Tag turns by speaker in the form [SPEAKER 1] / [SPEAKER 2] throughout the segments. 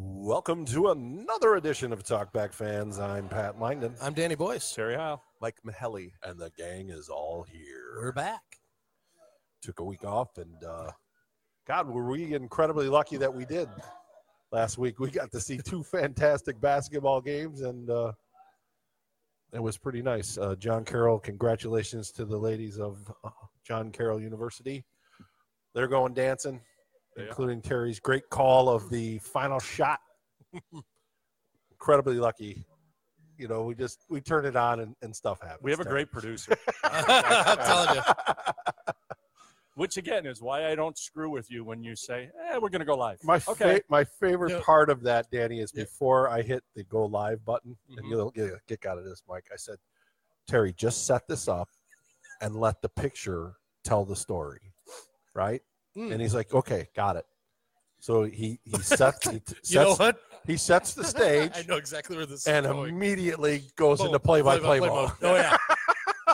[SPEAKER 1] Welcome to another edition of Talkback Fans. I'm Pat Langdon.
[SPEAKER 2] I'm Danny Boyce.
[SPEAKER 3] Terry Heil.
[SPEAKER 1] Mike Mahelli, and the gang is all here.
[SPEAKER 2] We're back.
[SPEAKER 1] Took a week off, and uh, God, were we incredibly lucky that we did last week. We got to see two fantastic basketball games, and uh, it was pretty nice. Uh, John Carroll, congratulations to the ladies of uh, John Carroll University. They're going dancing,
[SPEAKER 3] They are.
[SPEAKER 1] including Terry's great call of the final shot. incredibly lucky. You know, we just we turn it on and, and stuff happens.
[SPEAKER 3] We have a
[SPEAKER 1] Terry.
[SPEAKER 3] great producer,
[SPEAKER 2] I'm telling you.
[SPEAKER 3] which again is why I don't screw with you when you say, eh, we're going to go live.
[SPEAKER 1] My
[SPEAKER 3] okay.
[SPEAKER 1] fa- my favorite
[SPEAKER 2] Yeah.
[SPEAKER 1] part of that, Danny, is
[SPEAKER 2] Yeah. Mm-hmm.
[SPEAKER 1] before I hit the go live button, and
[SPEAKER 3] Mhm.
[SPEAKER 1] you'll get a kick out of this, Mike. I said, Terry, just set this up and let the picture tell the story, right?
[SPEAKER 2] Mm.
[SPEAKER 1] And he's like, okay, got it. So he he sets he, t- sets,
[SPEAKER 2] You know what?
[SPEAKER 1] he sets the stage
[SPEAKER 2] I know exactly where this
[SPEAKER 1] and
[SPEAKER 2] is going.
[SPEAKER 1] immediately goes
[SPEAKER 2] Boom.
[SPEAKER 1] into play by play
[SPEAKER 2] Play-by-play
[SPEAKER 1] mode.
[SPEAKER 2] Oh yeah,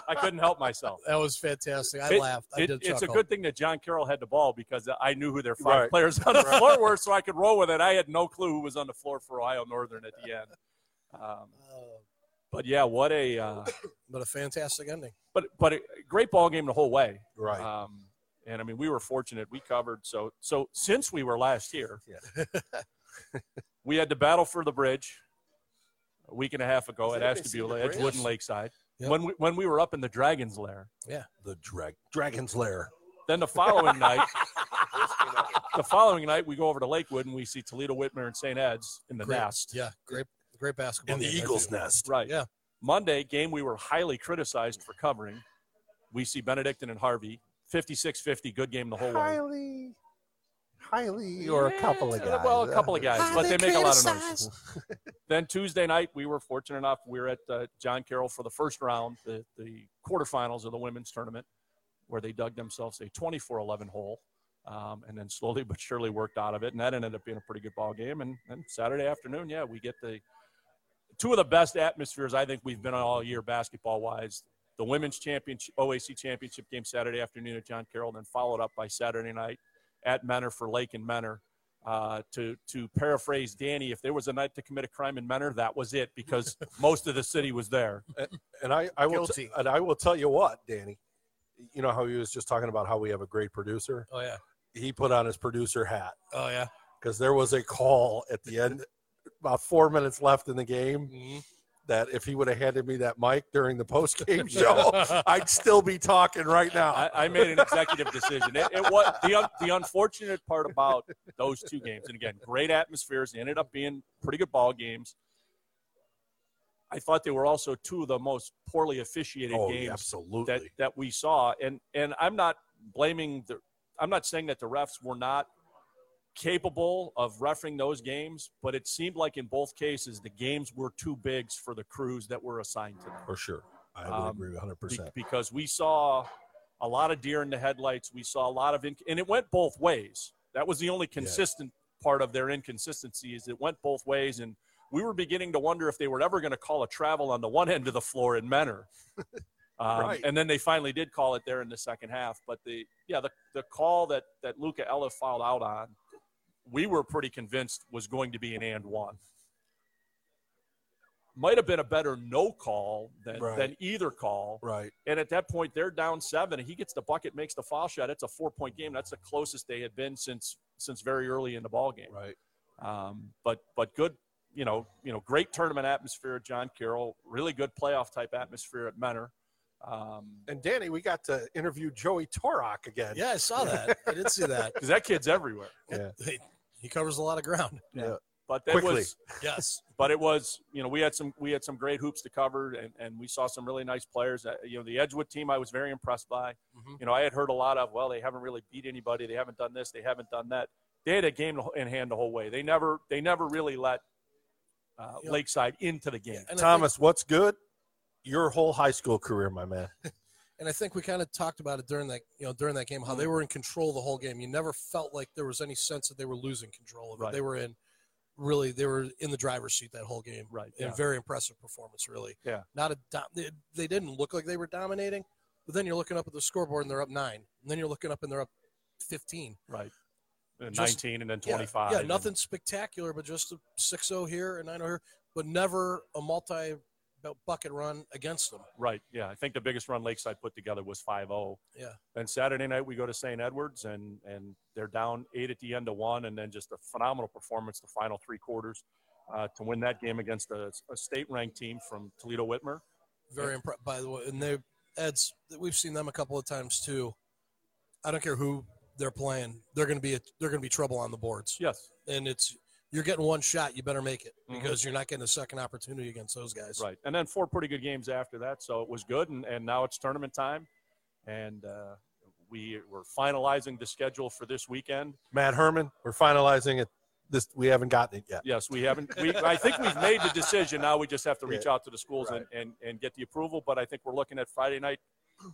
[SPEAKER 3] I couldn't help myself.
[SPEAKER 2] that was fantastic. I
[SPEAKER 3] It-
[SPEAKER 2] laughed. I
[SPEAKER 3] It-
[SPEAKER 2] did
[SPEAKER 3] it's a
[SPEAKER 2] chuckle.
[SPEAKER 3] good thing that John Carroll had the ball because I knew who their five
[SPEAKER 1] Right.
[SPEAKER 3] players on the
[SPEAKER 1] Right.
[SPEAKER 3] floor were, so I could roll with it. I had no clue who was on the floor for Ohio Northern at the end. Um,
[SPEAKER 2] Uh,
[SPEAKER 3] but yeah, what a uh,
[SPEAKER 2] but a fantastic ending.
[SPEAKER 3] but but a great ball game the whole way.
[SPEAKER 1] Right.
[SPEAKER 3] Um, and I mean, we were fortunate. We covered so so since we were last here. we had the battle for the bridge a week and a half ago
[SPEAKER 1] Has
[SPEAKER 3] at
[SPEAKER 1] anybody seen the
[SPEAKER 3] Ashtabula,
[SPEAKER 1] bridge?
[SPEAKER 3] Edgewood, Lakeside.
[SPEAKER 2] Yep.
[SPEAKER 3] When we when we were up in the Dragon's Lair,
[SPEAKER 1] the drag dragon's lair.
[SPEAKER 3] then the following night, the following night we go over to Lakewood and we see Toledo, Whitmer, and St. Ed's in the
[SPEAKER 2] Great.
[SPEAKER 3] nest.
[SPEAKER 2] Yeah, great, great basketball.
[SPEAKER 1] In the
[SPEAKER 2] game there,
[SPEAKER 1] eagle's
[SPEAKER 2] too.
[SPEAKER 1] nest.
[SPEAKER 3] Right.
[SPEAKER 2] Yeah.
[SPEAKER 3] Monday game we were highly criticized for covering. We see Benedictine and Harvey, 56-50, good game the whole way.
[SPEAKER 1] Highly, highly, or a couple of
[SPEAKER 3] Yeah, uh,
[SPEAKER 1] guys.
[SPEAKER 3] Well, a couple of guys, but they
[SPEAKER 2] Highly
[SPEAKER 3] make a lot of noise.
[SPEAKER 2] criticized.
[SPEAKER 3] then Tuesday night, we were fortunate enough. We were at uh, John Carroll for the first round, the, the quarterfinals of the women's tournament, where they dug themselves a 24 11 hole um, and then slowly but surely worked out of it. And that ended up being a pretty good ball game. And, and Saturday afternoon, yeah, we get the two of the best atmospheres I think we've been on all year basketball wise. The women's championship, OAC championship game Saturday afternoon at John Carroll, and then followed up by Saturday night at Menor for Lake and Menor. Uh, to to paraphrase Danny, if there was a night to commit a crime in Menor, that was it because most of the city was there.
[SPEAKER 1] And I, I will,
[SPEAKER 2] Guilty.
[SPEAKER 1] and I will tell you what, Danny. You know how he was just talking about how we have a great producer.
[SPEAKER 2] Oh yeah,
[SPEAKER 1] He put on his producer hat
[SPEAKER 2] oh yeah.
[SPEAKER 1] because there was a call at the end, about four minutes left in the game.
[SPEAKER 3] Mm-hmm.
[SPEAKER 1] That if he would have handed me that mic during the post game show, I'd still be talking right now.
[SPEAKER 3] I, I made an executive decision. It, it was the un, the unfortunate part about those two games, and again, great atmospheres. They ended up being pretty good ball games. I thought they were also two of the most poorly officiated
[SPEAKER 1] oh,
[SPEAKER 3] games
[SPEAKER 1] absolutely.
[SPEAKER 3] that that we saw and and I'm not blaming the I'm not saying that the refs were not capable of refereeing those games, but it seemed like in both cases the games were too big for the crews that were assigned to them.
[SPEAKER 1] For sure. I would
[SPEAKER 3] Um,
[SPEAKER 1] agree 100%.
[SPEAKER 3] Be- because we saw a lot of deer in the headlights, we saw a lot of in- and it went both ways. That was the only consistent part of their inconsistency is it went both ways and we were beginning to wonder if they were ever going to call a travel on the one end of the floor in Menor. Um,
[SPEAKER 1] Right.
[SPEAKER 3] And then they finally did call it there in the second half. But the yeah, the, the call that that Luca Ella fouled out on, we were pretty convinced was going to be an and one. Might have been a better no call than,
[SPEAKER 1] Right.
[SPEAKER 3] than either call.
[SPEAKER 1] right.
[SPEAKER 3] And at that point, they're down seven. He gets the bucket, makes the foul shot. It's a four point game. That's the closest they had been since since very early in the ball game.
[SPEAKER 1] Right.
[SPEAKER 3] Um, but but good, you know, you know, great tournament atmosphere at John Carroll. Really good playoff type atmosphere at Menor. Um,
[SPEAKER 1] And Danny, we got to interview Joey Torok again.
[SPEAKER 2] Yeah, I saw that. I did see that.
[SPEAKER 3] because that kid's everywhere.
[SPEAKER 2] He- He covers a lot of ground.
[SPEAKER 3] But that
[SPEAKER 1] Quickly.
[SPEAKER 3] was
[SPEAKER 2] Yes.
[SPEAKER 3] but it was you know we had some we had some great hoops to cover and, and we saw some really nice players Uh, you know the edgewood team i was very impressed by
[SPEAKER 2] Mhm.
[SPEAKER 3] you know i had heard a lot of well they haven't really beat anybody they haven't done this they haven't done that they had a game in hand the whole way they never they never really let uh,
[SPEAKER 2] Yeah.
[SPEAKER 3] lakeside into the game
[SPEAKER 2] And I think-
[SPEAKER 1] Thomas, what's good? Your whole high school career, my man.
[SPEAKER 2] and I think we kind of talked about it during that you know during that game how
[SPEAKER 3] Mm.
[SPEAKER 2] they were in control the whole game. You never felt like there was any sense that they were losing control of it.
[SPEAKER 3] Right.
[SPEAKER 2] They were in really they were in the driver's seat that whole game.
[SPEAKER 3] right
[SPEAKER 2] And
[SPEAKER 3] yeah.
[SPEAKER 2] very impressive performance, really.
[SPEAKER 3] Yeah.
[SPEAKER 2] Not a dom- they, they didn't look like they were dominating, but then you're looking up at the scoreboard and they're up nine, and then you're looking up and they're up fifteen.
[SPEAKER 3] right and
[SPEAKER 2] Just-
[SPEAKER 3] 19 and then
[SPEAKER 2] Yeah,
[SPEAKER 3] 25.
[SPEAKER 2] Yeah,
[SPEAKER 3] and-
[SPEAKER 2] nothing spectacular, but just a 6-0 here and 9-0 here, but never a multi bu- bucket run against them.
[SPEAKER 3] Right. Yeah. I think the biggest run Lakeside put together was 5 0.
[SPEAKER 2] Yeah.
[SPEAKER 3] Then Saturday night, we go to St. Edwards and, and they're down eight at the end of one, and then just a phenomenal performance the final three quarters uh, to win that game against a, a state ranked team from Toledo Whitmer.
[SPEAKER 2] Very impressed, by the way. And they, Ed's, we've seen them a couple of times too. I don't care who they're playing; they're going to be a, they're going to be trouble on the boards.
[SPEAKER 3] Yes.
[SPEAKER 2] And it's you're getting one shot, you better make it
[SPEAKER 3] Mhm.
[SPEAKER 2] because you're not getting a second opportunity against those guys.
[SPEAKER 3] Right. And then four pretty good games after that. So it was good. And, and now it's tournament time. And uh, we, we're finalizing the schedule for this weekend.
[SPEAKER 1] Matt Herman, we're finalizing it. This we haven't gotten it yet.
[SPEAKER 3] Yes, we haven't. We, I think we've made the decision. Now we just have to reach out to the schools
[SPEAKER 1] Right.
[SPEAKER 3] and, and, and get the approval. But I think we're looking at Friday night,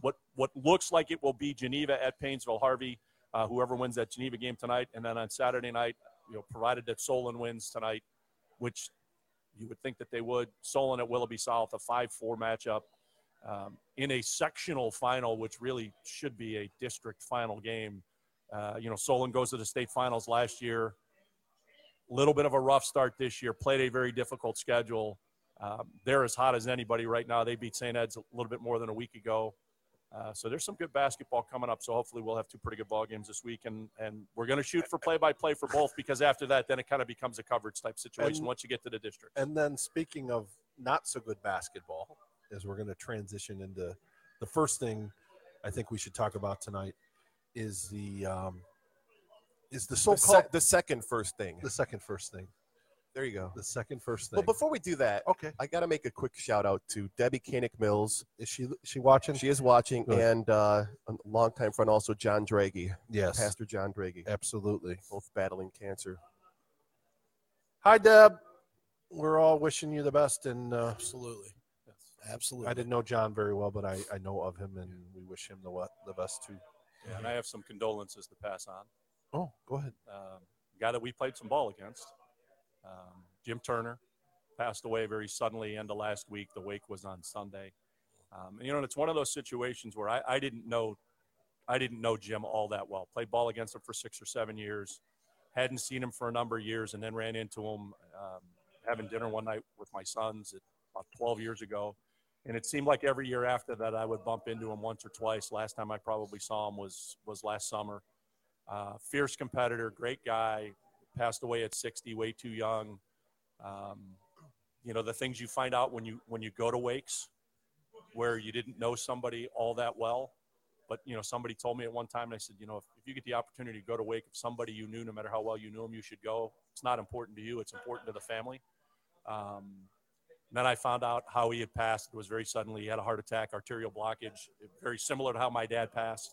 [SPEAKER 3] what what looks like it will be Geneva at Paynesville Harvey. Uh, whoever wins that Geneva game tonight, and then on Saturday night, you know, provided that Solon wins tonight, which you would think that they would. Solon at Willoughby South, a five-four matchup. Um, in a sectional final, which really should be a district final game. Uh, you know, Solon goes to the state finals last year little bit of a rough start this year. Played a very difficult schedule. Um, they're as hot as anybody right now. They beat St. Ed's a little bit more than a week ago. Uh, so there's some good basketball coming up. So hopefully we'll have two pretty good ball games this week, and and we're going to shoot for play by play for both because after that, then it kind of becomes a coverage type situation
[SPEAKER 1] And-
[SPEAKER 3] once you get to the district.
[SPEAKER 1] And then speaking of not so good basketball, as we're going to transition into the first thing I think we should talk about tonight is the um, is the
[SPEAKER 4] So
[SPEAKER 1] so-called
[SPEAKER 4] the second first thing.
[SPEAKER 1] the second first thing.
[SPEAKER 4] There you go.
[SPEAKER 1] The second first thing.
[SPEAKER 4] But before we do that,
[SPEAKER 1] okay,
[SPEAKER 4] I got to make a quick shout out to Debbie Koenig Mills.
[SPEAKER 1] is she is she watching?
[SPEAKER 4] She is watching,
[SPEAKER 1] Good.
[SPEAKER 4] and uh, a longtime friend also, John Draghi,
[SPEAKER 1] yes,
[SPEAKER 4] Pastor John Draghi,
[SPEAKER 1] absolutely.
[SPEAKER 4] both battling cancer.
[SPEAKER 1] Hi, Deb. We're all wishing you the best, and uh,
[SPEAKER 2] Absolutely. Absolutely.
[SPEAKER 1] I didn't know John very well, but I, I know of him, and we wish him the what the best too.
[SPEAKER 3] And I have some condolences to pass on.
[SPEAKER 1] Oh, go ahead.
[SPEAKER 3] um, guy that we played some ball against, um, Jim Turner, passed away very suddenly end of last week. The wake was on Sunday. Um, and, you know, and it's one of those situations where I, I didn't know, I didn't know Jim all that well. Played ball against him for six or seven years, hadn't seen him for a number of years, and then ran into him um, having dinner one night with my sons at, about 12 years ago. And it seemed like every year after that, I would bump into him once or twice. Last time I probably saw him was was last summer. Uh, fierce competitor, great guy, passed away at 60, way too young. Um, you know the things you find out when you when you go to wakes, where you didn't know somebody all that well, but you know somebody told me at one time. They said, you know, if, if you get the opportunity to go to wake of somebody you knew, no matter how well you knew them, you should go. It's not important to you; it's important to the family. Um, and then I found out how he had passed. It was very suddenly. He had a heart attack, arterial blockage, very similar to how my dad passed.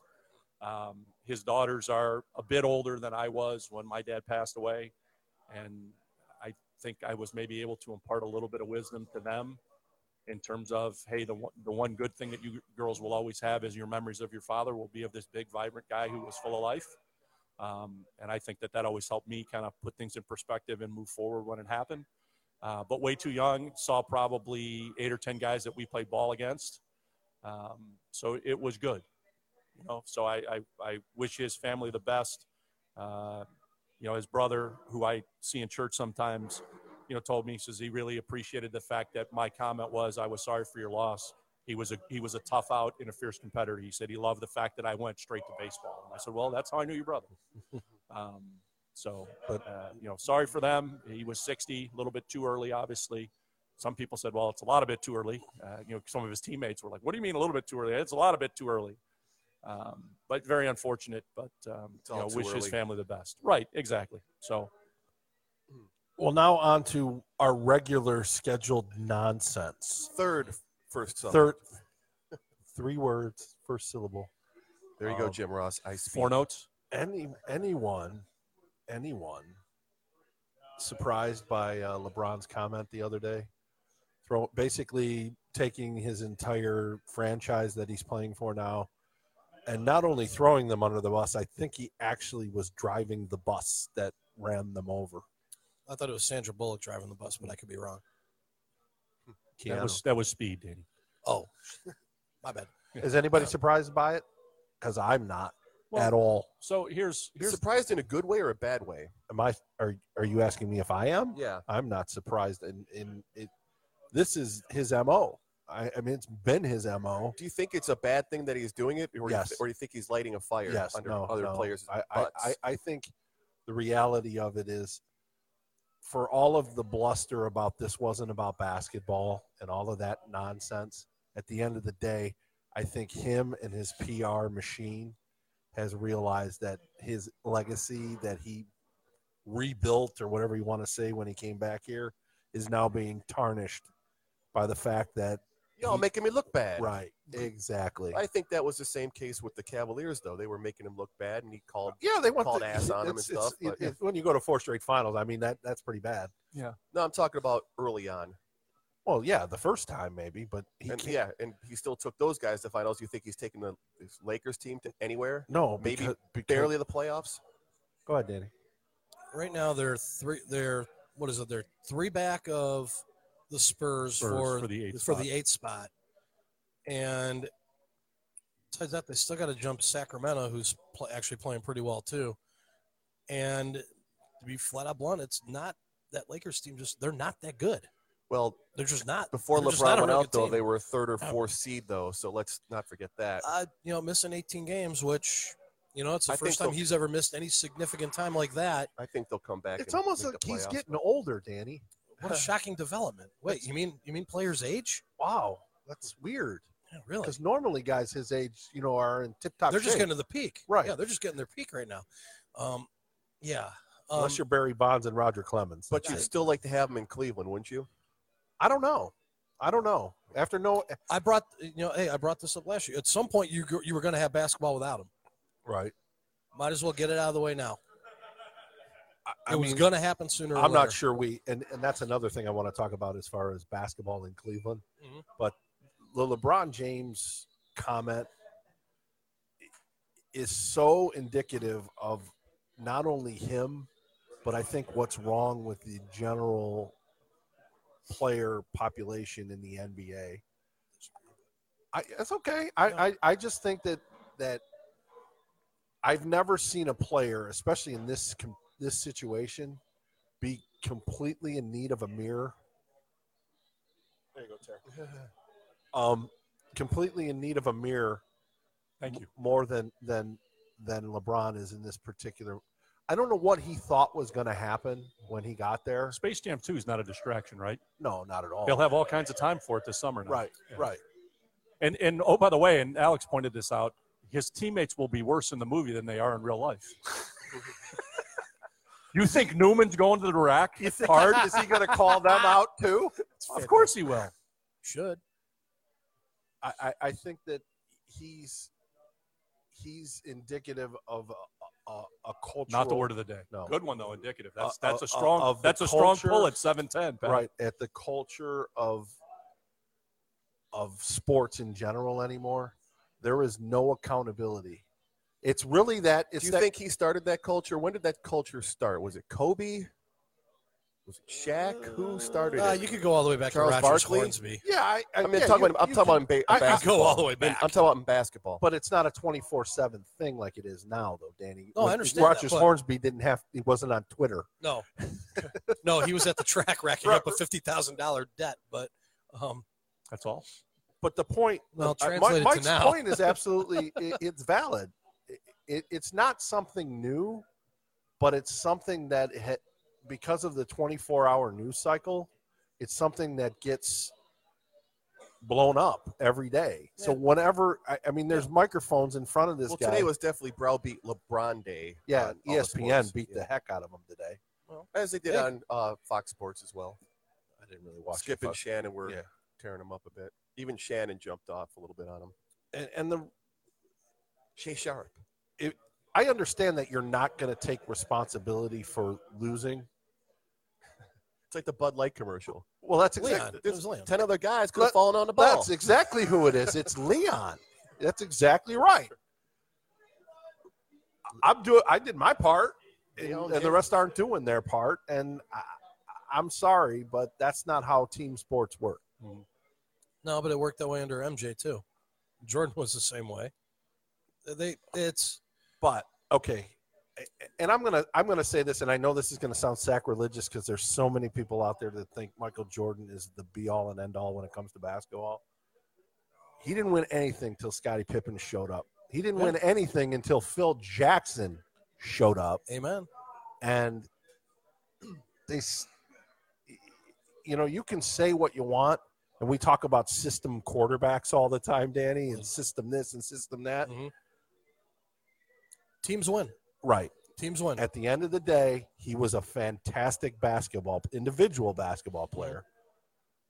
[SPEAKER 3] Um, his daughters are a bit older than I was when my dad passed away, and I think I was maybe able to impart a little bit of wisdom to them in terms of, hey, the one, the one good thing that you girls will always have is your memories of your father will be of this big, vibrant guy who was full of life. Um, and I think that that always helped me kind of put things in perspective and move forward when it happened. Uh, but way too young, saw probably eight or 10 guys that we played ball against. Um, so it was good you know. So I, I, I wish his family the best. Uh, you know, his brother, who I see in church sometimes, you know, told me he says he really appreciated the fact that my comment was I was sorry for your loss. He was a he was a tough out and a fierce competitor. He said he loved the fact that I went straight to baseball. And I said, well, that's how I knew your brother. Um, so,
[SPEAKER 1] But-
[SPEAKER 3] uh, you know, sorry for them. He was 60, a little bit too early, obviously. Some people said, well, it's a lot of bit too early. Uh, you know, some of his teammates were like, what do you mean a little bit too early? It's a lot of bit too early um, but very unfortunate. But um,
[SPEAKER 4] It's
[SPEAKER 3] you
[SPEAKER 4] all
[SPEAKER 3] know,
[SPEAKER 4] too
[SPEAKER 3] wish his
[SPEAKER 4] early.
[SPEAKER 3] family the best. Right, exactly. So
[SPEAKER 1] Well, now on to our regular scheduled nonsense.
[SPEAKER 4] Third first song.
[SPEAKER 1] Third, three words, first syllable.
[SPEAKER 4] There you go,
[SPEAKER 1] Um,
[SPEAKER 4] Jim Ross. I speak.
[SPEAKER 3] four notes.
[SPEAKER 1] Any anyone, anyone surprised by uh, LeBron's comment the other day? Throw basically taking his entire franchise that he's playing for now, and not only throwing them under the bus. I think he actually was driving the bus that ran them over.
[SPEAKER 2] I thought it was Sandra Bullock driving the bus, but I could be wrong.
[SPEAKER 3] That was that was speed, Danny.
[SPEAKER 2] Oh, my bad.
[SPEAKER 1] Is anybody surprised by it? Because I'm not.
[SPEAKER 3] Well,
[SPEAKER 1] at all.
[SPEAKER 3] So here's here's
[SPEAKER 4] Surprised in a good way or a bad way?
[SPEAKER 1] Am I? Are Are you asking me if I am?
[SPEAKER 4] Yeah.
[SPEAKER 1] I'm not surprised. And in, it, this is his mo. I, I mean, it's been his mo.
[SPEAKER 4] Do you think it's a bad thing that he's doing it, or,
[SPEAKER 1] Yes.
[SPEAKER 4] you, or you think he's lighting a fire
[SPEAKER 1] Yes,
[SPEAKER 4] under
[SPEAKER 1] no,
[SPEAKER 4] other
[SPEAKER 1] no.
[SPEAKER 4] players?
[SPEAKER 1] I, I,
[SPEAKER 4] butts?
[SPEAKER 1] I, I think the reality of it is for all of the bluster about this wasn't about basketball and all of that nonsense, at the end of the day, I think him and his PR machine has realized that his legacy that he rebuilt or whatever you want to say when he came back here is now being tarnished by the fact that
[SPEAKER 4] Y'all
[SPEAKER 1] he-
[SPEAKER 4] making me look bad.
[SPEAKER 1] right exactly
[SPEAKER 4] I think that was the same case with the Cavaliers, though. They were making him look bad, and he called.
[SPEAKER 1] Yeah, they want
[SPEAKER 4] called
[SPEAKER 1] the,
[SPEAKER 4] ass on 'em
[SPEAKER 1] it's-
[SPEAKER 4] and
[SPEAKER 1] it's-
[SPEAKER 4] stuff, but-
[SPEAKER 1] it- it- when you go to four straight finals, I mean that that's pretty bad.
[SPEAKER 4] No, I'm talking about early on.
[SPEAKER 1] Well, yeah, the first time maybe, but he
[SPEAKER 4] and
[SPEAKER 1] can't.
[SPEAKER 4] yeah, and he still took those guys to finals. You think he's taking the his Lakers team to anywhere?
[SPEAKER 1] No,
[SPEAKER 4] Maybe
[SPEAKER 1] because- because-
[SPEAKER 4] Barely the playoffs.
[SPEAKER 1] Go ahead, Danny.
[SPEAKER 2] Right now, they're three. They're what is it? They're three back of the Spurs,
[SPEAKER 3] Spurs
[SPEAKER 2] for
[SPEAKER 3] for the eighth
[SPEAKER 2] for
[SPEAKER 3] spot.
[SPEAKER 2] the eighth spot. And besides that, they still got to jump Sacramento, who's pl- actually playing pretty well too. And to be flat out blunt, it's not that Lakers team. Just they're not that good.
[SPEAKER 4] Well,
[SPEAKER 2] They're just not.
[SPEAKER 4] before
[SPEAKER 2] They're just not a
[SPEAKER 4] LeBron went
[SPEAKER 2] real good
[SPEAKER 4] out, though,
[SPEAKER 2] team.
[SPEAKER 4] they were a third or
[SPEAKER 2] No.
[SPEAKER 4] fourth seed, though. So let's not forget that.
[SPEAKER 2] Uh, you know, missing 18 games, which you know, it's the
[SPEAKER 4] I think
[SPEAKER 2] first time
[SPEAKER 4] they'll-
[SPEAKER 2] he's ever missed any significant time like that.
[SPEAKER 4] I think they'll come back.
[SPEAKER 1] It's
[SPEAKER 4] and
[SPEAKER 1] almost
[SPEAKER 4] make
[SPEAKER 1] like
[SPEAKER 4] the
[SPEAKER 1] he's
[SPEAKER 4] playoffs.
[SPEAKER 1] getting older, Danny.
[SPEAKER 2] What a shocking development! Wait, you mean you mean players age?
[SPEAKER 1] Wow, that's weird.
[SPEAKER 2] Yeah, really?
[SPEAKER 1] Because normally guys his age, you know, are in tip top.
[SPEAKER 2] They're just getting to the peak,
[SPEAKER 1] Right.
[SPEAKER 2] Yeah, they're just getting their peak right now. Um, yeah. Um,
[SPEAKER 1] unless you're Barry Bonds and Roger Clemens.
[SPEAKER 4] But you'd
[SPEAKER 2] Yeah.
[SPEAKER 4] still like to have him in Cleveland, wouldn't you?
[SPEAKER 1] I don't know. I don't know. After no,
[SPEAKER 2] I brought you know, hey, I brought this up last year. At some point, you gr- you were going to have basketball without him.
[SPEAKER 1] right.
[SPEAKER 2] Might as well get it out of the way now.
[SPEAKER 1] I,
[SPEAKER 2] It
[SPEAKER 1] I
[SPEAKER 2] was
[SPEAKER 1] mean,
[SPEAKER 2] going to happen sooner. Or
[SPEAKER 1] I'm
[SPEAKER 2] later.
[SPEAKER 1] not sure we, and, and that's another thing I want to talk about as far as basketball in Cleveland.
[SPEAKER 2] Mhm.
[SPEAKER 1] But the LeBron James comment is so indicative of not only him, but I think what's wrong with the general player population in the NBA. I, that's okay. I, I, I just think that that I've never seen a player, especially in this com- this situation, be completely in need of a mirror. There you go, Terry. um, completely in need of a mirror
[SPEAKER 3] thank you.
[SPEAKER 1] more than than than LeBron is in this particular. I don't know what he thought was going to happen when he got there.
[SPEAKER 3] Space Jam Two is not a distraction, right?
[SPEAKER 1] No, not at all.
[SPEAKER 3] They'll have all kinds of time for it this summer. Now.
[SPEAKER 1] Right,
[SPEAKER 3] Yeah.
[SPEAKER 1] right.
[SPEAKER 3] And and oh, by the way, and Alex pointed this out. His teammates will be worse in the movie than they are in real life. you think Newman's going to the rack hard?
[SPEAKER 1] Is he going to call them out too?
[SPEAKER 3] of course he will.
[SPEAKER 2] Should
[SPEAKER 1] I, I, I think that he's he's indicative of a, a, a culture.
[SPEAKER 3] Not the word of the day.
[SPEAKER 1] No.
[SPEAKER 3] Good one though, indicative. That's
[SPEAKER 1] Uh,
[SPEAKER 3] that's
[SPEAKER 1] uh,
[SPEAKER 3] a strong
[SPEAKER 1] of the
[SPEAKER 3] that's a strong
[SPEAKER 1] culture.
[SPEAKER 3] pull at seven ten.
[SPEAKER 1] right at the culture of of sports in general anymore. There is no accountability. It's really that. It's
[SPEAKER 4] Do you
[SPEAKER 1] that,
[SPEAKER 4] think he started that culture? When did that culture start? Was it Kobe? Was it Shaq? Who started
[SPEAKER 2] uh,
[SPEAKER 4] it?
[SPEAKER 2] you could go all the way back
[SPEAKER 4] Charles
[SPEAKER 2] to Rogers
[SPEAKER 4] Barkley?
[SPEAKER 2] Hornsby.
[SPEAKER 1] Yeah, I, I,
[SPEAKER 4] I mean,
[SPEAKER 1] yeah,
[SPEAKER 4] talking
[SPEAKER 1] you-
[SPEAKER 4] about, I'm
[SPEAKER 1] you
[SPEAKER 4] talking
[SPEAKER 1] can-
[SPEAKER 4] about in ba-
[SPEAKER 1] I- I-
[SPEAKER 2] I
[SPEAKER 4] basketball.
[SPEAKER 2] go all the way
[SPEAKER 4] I'm
[SPEAKER 2] back.
[SPEAKER 4] talking about in basketball.
[SPEAKER 1] But it's not a twenty four seven thing like it is now, though, Danny.
[SPEAKER 2] No, I
[SPEAKER 1] When
[SPEAKER 2] understand that,
[SPEAKER 1] Rogers
[SPEAKER 2] but-
[SPEAKER 1] Hornsby didn't have. He wasn't on Twitter.
[SPEAKER 2] No, no, he was at the track racking
[SPEAKER 1] Right.
[SPEAKER 2] up a fifty thousand dollar debt, but um,
[SPEAKER 3] That's all.
[SPEAKER 1] But the point,
[SPEAKER 2] Well,
[SPEAKER 1] uh, Mi-
[SPEAKER 2] translate it to
[SPEAKER 1] Mike's
[SPEAKER 2] now.
[SPEAKER 1] point is absolutely i- it's valid. I- it- it's not something new, but it's something that ha- because of the 24-hour news cycle, it's something that gets blown up every day. So
[SPEAKER 2] Yeah.
[SPEAKER 1] whenever I, I mean, there's microphones in front of this
[SPEAKER 4] well,
[SPEAKER 1] guy.
[SPEAKER 4] today was definitely browbeat LeBron Day.
[SPEAKER 1] yeah, E
[SPEAKER 4] on all the sports.
[SPEAKER 1] ESPN beat the
[SPEAKER 4] Yeah.
[SPEAKER 1] heck out of him today.
[SPEAKER 4] as they did
[SPEAKER 2] Yeah.
[SPEAKER 4] on uh, Fox Sports as well.
[SPEAKER 1] I didn't really watch
[SPEAKER 4] Skip
[SPEAKER 1] it,
[SPEAKER 4] and
[SPEAKER 1] but-
[SPEAKER 4] Shannon were
[SPEAKER 1] Yeah.
[SPEAKER 4] tearing him up a bit. Even Shannon jumped off a little bit on him.
[SPEAKER 1] and, and the
[SPEAKER 4] Shea Sharp.
[SPEAKER 1] I understand that you're not going to take responsibility for losing.
[SPEAKER 4] It's like the Bud Light commercial.
[SPEAKER 1] Well, that's
[SPEAKER 2] Leon,
[SPEAKER 1] exactly
[SPEAKER 2] it was Leon.
[SPEAKER 4] Ten other guys could have
[SPEAKER 1] Let-
[SPEAKER 4] fallen on the ball.
[SPEAKER 1] That's exactly who it is. It's Leon. That's exactly right. I'm doing. I did my part, and,
[SPEAKER 4] Leon
[SPEAKER 1] and the
[SPEAKER 4] did.
[SPEAKER 1] rest aren't doing their part. And I, I'm sorry, but that's not how team sports work.
[SPEAKER 2] No, but it worked that way under MJ too. Jordan was the same way. They it's
[SPEAKER 1] But okay, and I'm gonna I'm gonna say this, and I know this is gonna sound sacrilegious because there's so many people out there that think Michael Jordan is the be all and end all when it comes to basketball. He didn't win anything till Scottie Pippen showed up. He didn't win anything until Phil Jackson showed up,
[SPEAKER 2] Amen.
[SPEAKER 1] and they, s- you know, you can say what you want, and we talk about system quarterbacks all the time, Danny, and system this and system that.
[SPEAKER 2] Teams win.
[SPEAKER 1] Right.
[SPEAKER 2] Teams win.
[SPEAKER 1] at the end of the day, he was a fantastic basketball individual basketball player.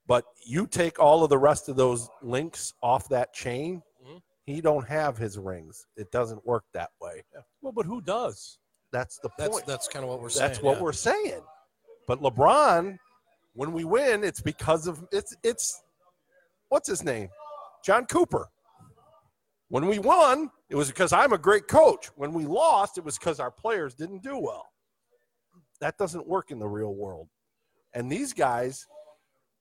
[SPEAKER 1] But you take all of the rest of those links off that chain,
[SPEAKER 2] Mhm.
[SPEAKER 1] he don't have his rings. It doesn't work that way.
[SPEAKER 3] Well, but who does?
[SPEAKER 1] That's the
[SPEAKER 2] That's
[SPEAKER 1] point.
[SPEAKER 2] that's kind of what we're
[SPEAKER 1] That's,
[SPEAKER 2] saying.
[SPEAKER 1] what
[SPEAKER 2] yeah.
[SPEAKER 1] we're saying. But LeBron, when we win, it's because of it's it's what's his name? John Cooper. When we won, it was because I'm a great coach. When we lost, it was because our players didn't do well. That doesn't work in the real world. And these guys,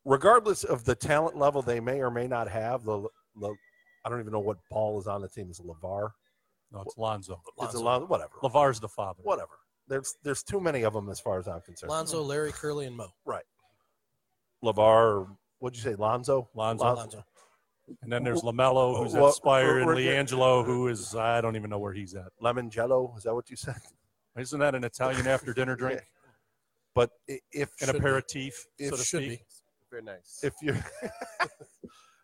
[SPEAKER 1] regardless of the talent level they may or may not have, the, the I don't even know what ball is on the team. Is it LeVar?
[SPEAKER 3] No, it's Lonzo.
[SPEAKER 1] Is it Lon- whatever.
[SPEAKER 3] Lavar's the father.
[SPEAKER 1] Whatever. There's there's too many of them as far as I'm concerned.
[SPEAKER 2] Lonzo, Larry, Curly, and Mo.
[SPEAKER 1] Lavar, or what'd you say, Lonzo?
[SPEAKER 3] Lonzo.
[SPEAKER 1] Lon-
[SPEAKER 2] Lonzo.
[SPEAKER 3] And then there's LaMelo, who's
[SPEAKER 1] Well,
[SPEAKER 3] inspired, and
[SPEAKER 1] we're good.
[SPEAKER 3] LiAngelo, who is, I don't even know where he's at.
[SPEAKER 1] Lemon Jello, is that what you said?
[SPEAKER 3] Isn't that an Italian after dinner drink?
[SPEAKER 1] But i- if
[SPEAKER 3] An
[SPEAKER 2] Should be.
[SPEAKER 3] aperitif,
[SPEAKER 1] It
[SPEAKER 3] so to
[SPEAKER 2] should
[SPEAKER 3] speak,
[SPEAKER 2] be.
[SPEAKER 4] Very nice.
[SPEAKER 1] if you're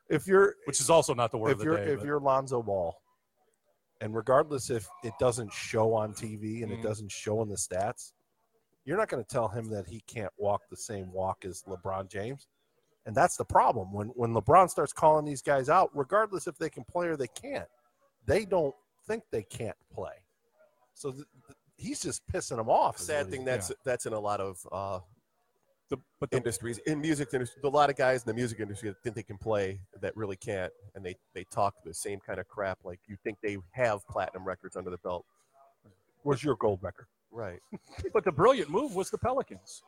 [SPEAKER 1] if you're
[SPEAKER 3] which is also not the word
[SPEAKER 1] if
[SPEAKER 3] of the
[SPEAKER 1] you're
[SPEAKER 3] day.
[SPEAKER 1] if
[SPEAKER 3] but-
[SPEAKER 1] you're Lonzo Ball, and regardless if it doesn't show on TV and
[SPEAKER 3] Mhm.
[SPEAKER 1] it doesn't show in the stats, you're not going to tell him that he can't walk the same walk as LeBron James. And that's the problem when when LeBron starts calling these guys out, regardless if they can play or they can't, they don't think they can't play. So th- th- he's just pissing them off. is what
[SPEAKER 4] sad
[SPEAKER 1] he-
[SPEAKER 4] thing that's that's in a lot of uh,
[SPEAKER 3] the, but the,
[SPEAKER 4] industries in music industry. A lot of guys in the music industry that think they can play that really can't, and they they talk the same kind of crap. Like you think they have platinum records under their belt,
[SPEAKER 1] Where's your gold record?
[SPEAKER 4] right?
[SPEAKER 3] but the brilliant move was the Pelicans.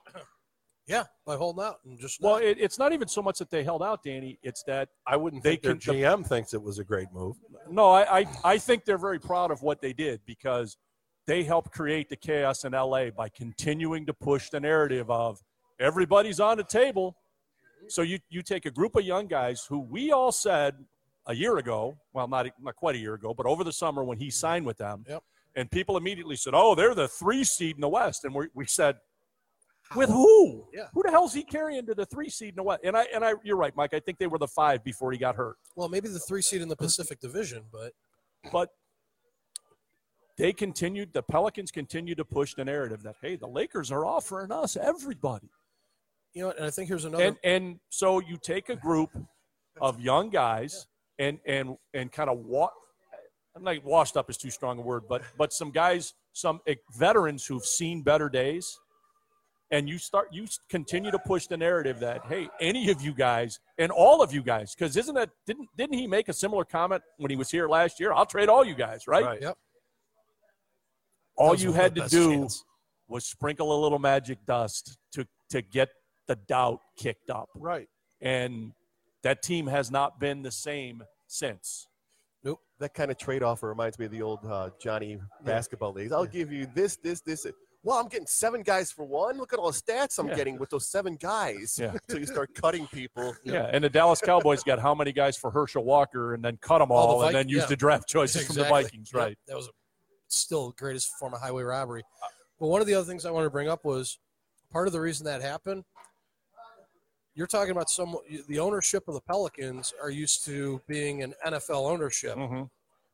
[SPEAKER 2] Yeah, by holding out and just
[SPEAKER 3] Well,
[SPEAKER 2] not-
[SPEAKER 3] it, it's not even so much that they held out, Danny. It's that
[SPEAKER 1] I wouldn't
[SPEAKER 3] They
[SPEAKER 1] think their
[SPEAKER 3] can- the-
[SPEAKER 1] GM thinks it was a great move.
[SPEAKER 3] no, I, I I think they're very proud of what they did because they helped create the chaos in LA by continuing to push the narrative of everybody's on the table. So you you take a group of young guys who we all said a year ago, well not not quite a year ago, but over the summer when he signed with them,
[SPEAKER 2] Mm-hmm. Yep.
[SPEAKER 3] and people immediately said, "Oh, they're the three seed in the West," and we we said. With who?
[SPEAKER 2] Yeah.
[SPEAKER 3] Who the hell's he carrying to the three seed in the West? And I and I, you're right, Mike. I think they were the five before he got hurt.
[SPEAKER 2] well, maybe the three seed in the Pacific Division, but
[SPEAKER 3] but they continued the pelicans continued to push the narrative that hey the lakers are offering us everybody
[SPEAKER 2] you know, what, and I think here's another.
[SPEAKER 3] and and so you take a group of young guys and and and kind of walk i'm not washed up is too strong a word but but some guys some eh, veterans who've seen better days and you start you s- continue to push the narrative that hey any of you guys and all of you guys because isn't that didn't didn't he make a similar comment when he was here last year i'll trade all you guys right
[SPEAKER 2] Yep.
[SPEAKER 3] all
[SPEAKER 2] Those
[SPEAKER 3] you
[SPEAKER 2] were the
[SPEAKER 3] had to
[SPEAKER 2] best
[SPEAKER 3] do
[SPEAKER 2] chance.
[SPEAKER 3] was sprinkle a little magic dust to to get the doubt kicked up
[SPEAKER 1] Right.
[SPEAKER 3] and that team has not been the same since
[SPEAKER 4] That kind of trade offer reminds me of the old uh, Johnny basketball leagues. I'll give you this, this, this. uh, Well, I'm getting seven guys for one. Look at all the stats I'm
[SPEAKER 3] Yeah.
[SPEAKER 4] getting with those seven guys.
[SPEAKER 3] Yeah.
[SPEAKER 4] Until you start cutting people.
[SPEAKER 3] yeah, and the dallas cowboys got how many guys for herschel walker and then cut them
[SPEAKER 2] All
[SPEAKER 3] all,
[SPEAKER 2] the
[SPEAKER 3] and then
[SPEAKER 2] Viking-
[SPEAKER 3] used
[SPEAKER 2] yeah.
[SPEAKER 3] the draft
[SPEAKER 1] Oh,
[SPEAKER 3] choices from the
[SPEAKER 2] Exactly.
[SPEAKER 3] vikings
[SPEAKER 2] Yep,
[SPEAKER 3] right
[SPEAKER 2] That was still the greatest form of highway robbery.
[SPEAKER 1] Uh,
[SPEAKER 2] But one of the other things I wanted to bring up was part of the reason that happened. You're talking about some the ownership of the Pelicans are used to being an NFL ownership
[SPEAKER 1] Mm-hmm.
[SPEAKER 3] Mhm.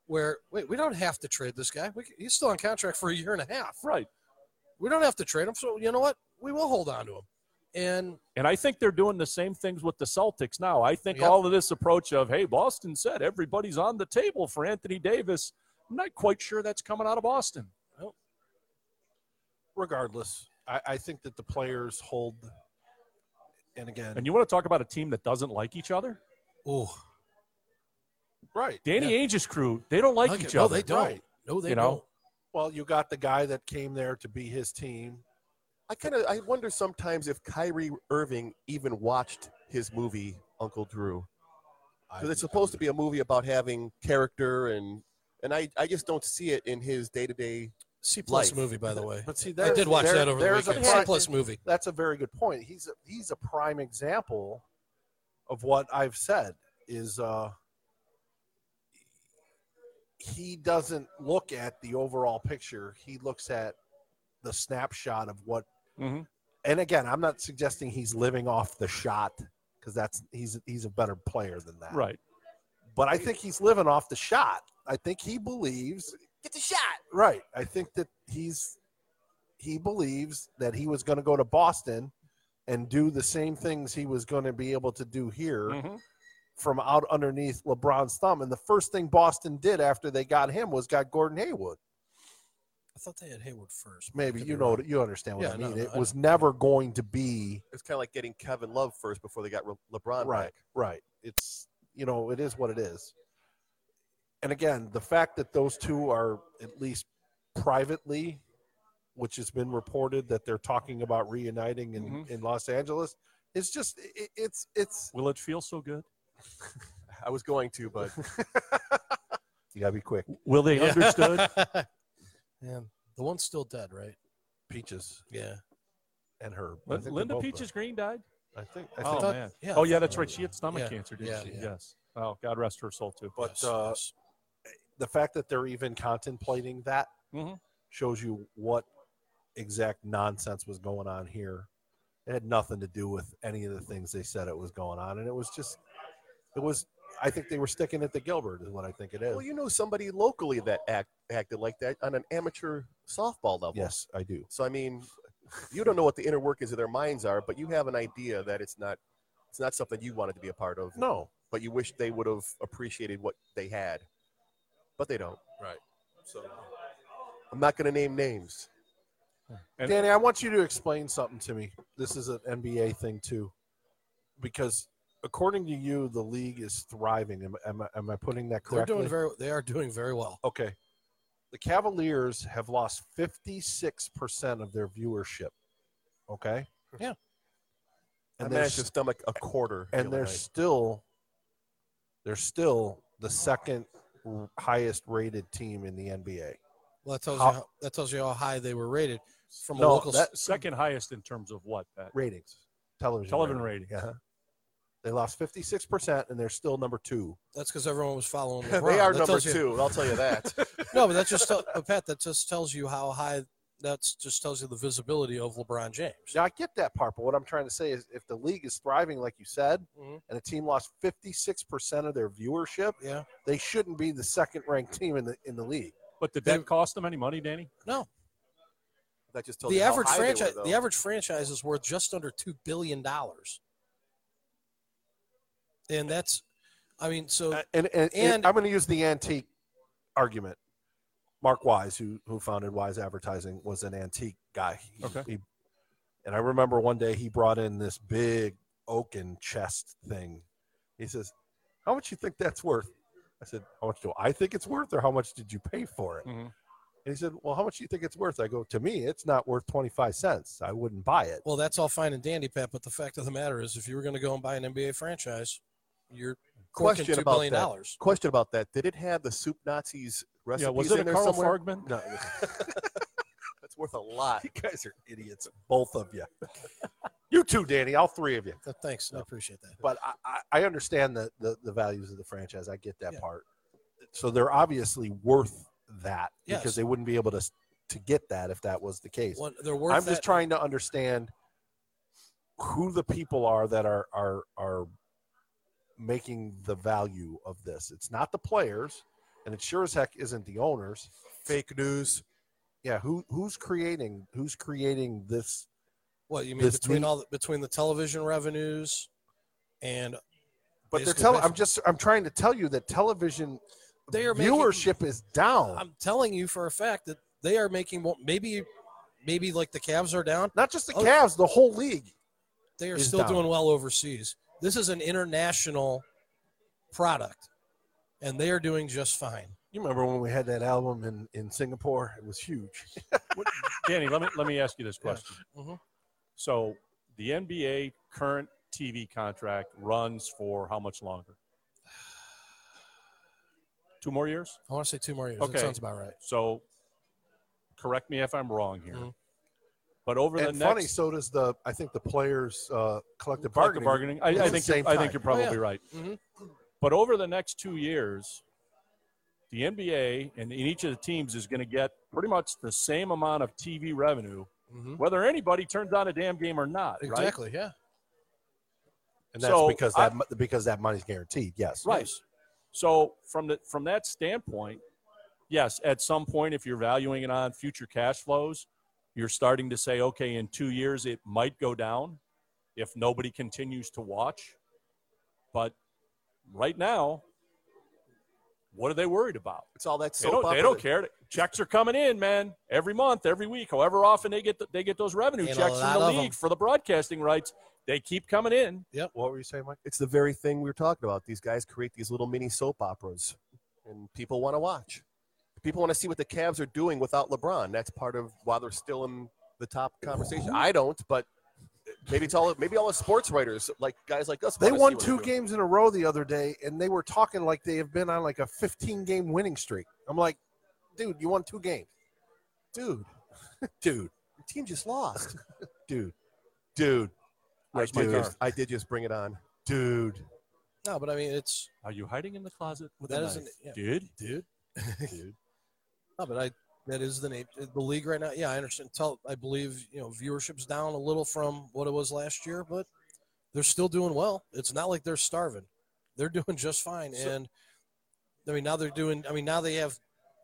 [SPEAKER 2] where wait we don't have to trade this guy. We, c- he's still on contract for a year and a half.
[SPEAKER 3] right
[SPEAKER 2] We don't have to trade him. So you know what? We will hold on to him. And
[SPEAKER 3] and i think they're doing the same things with the celtics now i think
[SPEAKER 2] Yep.
[SPEAKER 3] all of this approach of hey boston said everybody's on the table for anthony davis i'm not quite sure that's coming out of boston
[SPEAKER 1] Regardless, I, I think that the players hold. And again,
[SPEAKER 3] and you want to talk about a team that doesn't like each other
[SPEAKER 2] oh,
[SPEAKER 1] right.
[SPEAKER 3] danny ainge's crew they don't like
[SPEAKER 2] Nugget-
[SPEAKER 3] each
[SPEAKER 2] no,
[SPEAKER 3] other
[SPEAKER 2] they don't.
[SPEAKER 1] Right.
[SPEAKER 2] No, they
[SPEAKER 3] You know?
[SPEAKER 2] don't.
[SPEAKER 1] Well, you got the guy that came there to be his team.
[SPEAKER 4] I kind of I wonder sometimes if Kyrie Irving even watched his movie Uncle Drew.
[SPEAKER 1] I
[SPEAKER 4] because it's supposed to be a movie about having character and and I, I just don't see it in his day to day.
[SPEAKER 2] C plus
[SPEAKER 4] Life.
[SPEAKER 2] movie, by the way.
[SPEAKER 1] But see,
[SPEAKER 2] I
[SPEAKER 1] there,
[SPEAKER 2] did watch
[SPEAKER 1] there-
[SPEAKER 2] that over the
[SPEAKER 1] there's a
[SPEAKER 2] weekend.
[SPEAKER 1] pri-
[SPEAKER 2] C plus movie.
[SPEAKER 1] That's a very good point. He's a, he's a prime example of what I've said is uh, he doesn't look at the overall picture. He looks at the snapshot of what
[SPEAKER 3] Mhm.
[SPEAKER 1] and again, I'm not suggesting he's living off the shot because that's he's he's a better player than that.
[SPEAKER 3] Right.
[SPEAKER 1] But I think he's living off the shot. I think he believes get the shot. Right. I think that he's he believes that he was going to go to Boston and do the same things he was going to be able to do here
[SPEAKER 2] Mm.
[SPEAKER 3] Mhm.
[SPEAKER 1] from out underneath LeBron's thumb. And the first thing Boston did after they got him was got Gordon Haywood.
[SPEAKER 2] I thought they had Hayward first. but I
[SPEAKER 1] Maybe
[SPEAKER 2] could
[SPEAKER 1] you
[SPEAKER 2] be
[SPEAKER 1] know
[SPEAKER 2] wrong.
[SPEAKER 1] you understand what
[SPEAKER 2] Yeah,
[SPEAKER 1] I
[SPEAKER 2] no,
[SPEAKER 1] mean.
[SPEAKER 2] no,
[SPEAKER 1] it
[SPEAKER 2] I
[SPEAKER 1] was never going to be
[SPEAKER 4] It's kind of like getting Kevin Love first before they got Re- LeBron.
[SPEAKER 1] right
[SPEAKER 4] back.
[SPEAKER 1] right it's you know it is what it is and again the fact that those two are at least privately which has been reported that they're talking about reuniting in,
[SPEAKER 3] Mhm.
[SPEAKER 1] in los angeles it's just it, it's it's
[SPEAKER 3] Will it feel so good?
[SPEAKER 4] I was going to, but
[SPEAKER 1] you gotta be quick
[SPEAKER 3] Will they
[SPEAKER 2] Yeah.
[SPEAKER 3] understood?
[SPEAKER 2] Man, the one's still dead, right?
[SPEAKER 1] peaches
[SPEAKER 2] Yeah.
[SPEAKER 1] and her I
[SPEAKER 3] Lin-
[SPEAKER 1] think they're
[SPEAKER 3] Linda
[SPEAKER 1] both
[SPEAKER 3] Peaches
[SPEAKER 1] dead.
[SPEAKER 3] Green died.
[SPEAKER 1] i think I
[SPEAKER 3] oh
[SPEAKER 1] think-
[SPEAKER 3] man.
[SPEAKER 2] yeah,
[SPEAKER 3] oh
[SPEAKER 2] I
[SPEAKER 3] yeah,
[SPEAKER 2] thought
[SPEAKER 3] that's
[SPEAKER 2] so.
[SPEAKER 3] right. She had stomach
[SPEAKER 2] Yeah,
[SPEAKER 3] cancer, didn't
[SPEAKER 2] yeah,
[SPEAKER 3] she?
[SPEAKER 2] yeah.
[SPEAKER 3] Yes. Oh God, rest her soul too.
[SPEAKER 1] but
[SPEAKER 2] Yes,
[SPEAKER 1] uh,
[SPEAKER 2] yes.
[SPEAKER 1] the fact that they're even contemplating that
[SPEAKER 3] Mhm.
[SPEAKER 1] shows you what exact nonsense was going on here. It had nothing to do with any of the things they said it was going on, and it was just, it was. I think they were sticking at the Gilbert is what I think it is.
[SPEAKER 4] well, you know somebody locally that act, acted like that on an amateur softball level.
[SPEAKER 1] yes, I do.
[SPEAKER 4] So I mean, you don't know what the inner workings of their minds are, but you have an idea that it's not it's not something you wanted to be a part of.
[SPEAKER 1] No,
[SPEAKER 4] But you wish they would have appreciated what they had. But they don't.
[SPEAKER 1] right. So,
[SPEAKER 4] I'm not gonna name names.
[SPEAKER 3] And-
[SPEAKER 1] Danny, I want you to explain something to me. This is an NBA thing too, because according to you, the league is thriving. Am, am, I- am I putting that
[SPEAKER 2] They're
[SPEAKER 1] correctly?
[SPEAKER 2] doing very. They are doing very well.
[SPEAKER 4] Oh,
[SPEAKER 1] Okay. The Cavaliers have lost 56% of their viewership. Okay.
[SPEAKER 2] Yeah.
[SPEAKER 4] I
[SPEAKER 1] And they're,
[SPEAKER 4] managed to
[SPEAKER 1] s-
[SPEAKER 4] stomach a quarter. the
[SPEAKER 1] and
[SPEAKER 4] other
[SPEAKER 1] they're
[SPEAKER 4] night.
[SPEAKER 1] still they're still the second r- highest rated team in the NBA.
[SPEAKER 2] Well, that tells
[SPEAKER 1] How-
[SPEAKER 2] you how, that tells you how high they were rated from
[SPEAKER 1] No,
[SPEAKER 2] a local. s-
[SPEAKER 1] that-
[SPEAKER 3] second highest in terms of what? Pat?
[SPEAKER 1] Ratings. Television.
[SPEAKER 3] Television
[SPEAKER 1] rating. Yeah. They lost 56% and they're still number 2.
[SPEAKER 2] that's because everyone was following. LeBron.
[SPEAKER 4] they are
[SPEAKER 2] That
[SPEAKER 4] number
[SPEAKER 2] tells you-
[SPEAKER 4] two. I'll tell you that.
[SPEAKER 2] No, but that just tell, but Pat. That just tells you how high. That just tells you the visibility of LeBron James.
[SPEAKER 1] Now I get that part, but what I'm trying to say is if the league is thriving like you said
[SPEAKER 2] Mhm.
[SPEAKER 1] and a team lost 56% of their viewership,
[SPEAKER 2] Yeah.
[SPEAKER 1] they shouldn't be the second ranked team in the in the league.
[SPEAKER 3] But did
[SPEAKER 2] They-
[SPEAKER 3] that cost them any money, Danny?
[SPEAKER 4] that just tells
[SPEAKER 2] The
[SPEAKER 4] you how
[SPEAKER 2] average
[SPEAKER 4] high they were,
[SPEAKER 2] franchise.
[SPEAKER 4] though.
[SPEAKER 2] the average franchise is worth just under two billion dollars. And that's, I mean, so
[SPEAKER 1] Uh, and, and,
[SPEAKER 2] And-
[SPEAKER 1] and I'm going to use the antique argument. Mark Wise, who who founded Wise Advertising, was an antique guy. He-
[SPEAKER 3] Okay.
[SPEAKER 1] he- and I remember one day he brought in this big oaken chest thing. He says, "How much you think that's worth?" I said, "How much do I think it's worth, or how much did you pay for it?"
[SPEAKER 4] Hmm.
[SPEAKER 3] Mhm.
[SPEAKER 1] And he said, "Well, how much do you think it's worth?" I go, "To me, it's not worth twenty five cents. I wouldn't buy it."
[SPEAKER 2] well, that's all fine and dandy, Pat. But the fact of the matter is, if you were going to go and buy an NBA franchise, you're corking
[SPEAKER 4] Question
[SPEAKER 2] two
[SPEAKER 4] about
[SPEAKER 2] billion
[SPEAKER 4] that.
[SPEAKER 2] dollars.
[SPEAKER 4] Question about that. Did it have the soup Nazis recipes
[SPEAKER 3] Yeah, was it
[SPEAKER 4] in
[SPEAKER 3] a
[SPEAKER 4] there
[SPEAKER 3] Carl
[SPEAKER 4] somewhere?
[SPEAKER 3] Fargman?
[SPEAKER 1] No,
[SPEAKER 4] That's worth a lot.
[SPEAKER 1] you guys are idiots, both of you. You too, Danny. All three of you.
[SPEAKER 2] Uh, Thanks, I appreciate that.
[SPEAKER 1] but I, I, I understand the, the the values of the franchise. I get that
[SPEAKER 2] Yeah.
[SPEAKER 1] part. So they're obviously worth that
[SPEAKER 2] Yes.
[SPEAKER 1] because they wouldn't be able to s- to get that if that was the case.
[SPEAKER 2] One, they're worth.
[SPEAKER 1] I'm just
[SPEAKER 2] that-
[SPEAKER 1] trying to understand who the people are that are are are making the value of this. It's not the players, and it sure as heck isn't the owners.
[SPEAKER 4] Fake news.
[SPEAKER 1] Yeah, who who's creating who's creating this?
[SPEAKER 2] What you mean
[SPEAKER 1] this
[SPEAKER 2] between
[SPEAKER 1] week-
[SPEAKER 2] all the, between the television revenues and
[SPEAKER 1] But they're
[SPEAKER 2] Basically,
[SPEAKER 1] telling. I'm
[SPEAKER 2] basically-
[SPEAKER 1] just I'm trying to tell you that television
[SPEAKER 2] They are making-
[SPEAKER 1] viewership is down.
[SPEAKER 2] I'm telling you for a fact that they are making more. Maybe, maybe like the Cavs are down.
[SPEAKER 1] Not just the
[SPEAKER 2] Oh.
[SPEAKER 1] Cavs, the whole league.
[SPEAKER 2] They are
[SPEAKER 1] Is
[SPEAKER 2] still
[SPEAKER 1] down.
[SPEAKER 2] doing well overseas. This is an international product, and they are doing just fine.
[SPEAKER 1] You remember when we had that album in, in Singapore? It was huge.
[SPEAKER 3] Danny, let me let me ask you this
[SPEAKER 2] Yeah.
[SPEAKER 3] question.
[SPEAKER 2] Mhm.
[SPEAKER 3] So the NBA current TV contract runs for how much longer? Two more years?
[SPEAKER 2] I want to say two more years.
[SPEAKER 3] Okay.
[SPEAKER 2] That sounds about right.
[SPEAKER 3] So correct me if I'm wrong here.
[SPEAKER 2] Mhm.
[SPEAKER 3] But over the
[SPEAKER 1] And funny,
[SPEAKER 3] next
[SPEAKER 1] so does the I think the players uh, collective
[SPEAKER 3] collective
[SPEAKER 1] bargaining.
[SPEAKER 3] bargaining, I,
[SPEAKER 1] It's
[SPEAKER 3] I
[SPEAKER 1] the
[SPEAKER 3] think
[SPEAKER 1] same
[SPEAKER 3] you're, I think
[SPEAKER 1] time.
[SPEAKER 3] you're probably
[SPEAKER 2] Oh, yeah.
[SPEAKER 3] right.
[SPEAKER 2] Mhm.
[SPEAKER 3] But over the next two years, the NBA and in each of the teams is going to get pretty much the same amount of TV revenue,
[SPEAKER 2] hmm
[SPEAKER 3] whether anybody turns on a damn game or not. Right?
[SPEAKER 2] Exactly. Yeah.
[SPEAKER 1] and that's
[SPEAKER 3] So
[SPEAKER 1] because that mo- because that money's guaranteed. Yes,
[SPEAKER 3] Right. So from the from that standpoint, yes, at some point, if you're valuing it on future cash flows, you're starting to say, okay, in two years it might go down if nobody continues to watch. But right now, what are they worried about?
[SPEAKER 4] It's all that
[SPEAKER 3] They
[SPEAKER 4] soap
[SPEAKER 3] don't,
[SPEAKER 4] opera.
[SPEAKER 3] they don't care. Checks are coming in, man, every month, every week, however often they get the, they get those revenue
[SPEAKER 2] And a
[SPEAKER 3] checks from
[SPEAKER 2] lot
[SPEAKER 3] the
[SPEAKER 2] of
[SPEAKER 3] league
[SPEAKER 2] 'em.
[SPEAKER 3] for the broadcasting rights. They keep coming in.
[SPEAKER 1] What were you saying, Mike?
[SPEAKER 4] It's the very thing we were talking about. These guys create these little mini soap operas, and people want to watch. People want to see what the Cavs are doing without LeBron. That's part of why they're still in the top conversation. I don't, but maybe it's all maybe all the sports writers like guys like us.
[SPEAKER 1] They
[SPEAKER 4] wanna see
[SPEAKER 1] won
[SPEAKER 4] what
[SPEAKER 1] two
[SPEAKER 4] they're doing.
[SPEAKER 1] games in a row the other day, and they were talking like they have been on like a 15 game winning streak. I'm like, dude, you won two games, dude, dude,
[SPEAKER 4] Your team just lost.
[SPEAKER 1] dude, dude,
[SPEAKER 3] Where's
[SPEAKER 4] I,
[SPEAKER 3] my
[SPEAKER 4] did
[SPEAKER 3] car?
[SPEAKER 4] just, I did just bring it on.
[SPEAKER 1] dude.
[SPEAKER 2] No, but I mean, it's
[SPEAKER 3] Are you hiding in the closet with
[SPEAKER 2] That
[SPEAKER 3] a
[SPEAKER 2] isn't-
[SPEAKER 3] knife,
[SPEAKER 2] yeah.
[SPEAKER 3] dude?
[SPEAKER 2] dude. No, but I that is the name the league right now. Yeah, I understand. Tell I believe you know viewership's down a little from what it was last year, but they're still doing well. It's not like they're starving; they're doing just fine.
[SPEAKER 3] So-
[SPEAKER 2] and I mean, now they're doing. I mean, now they have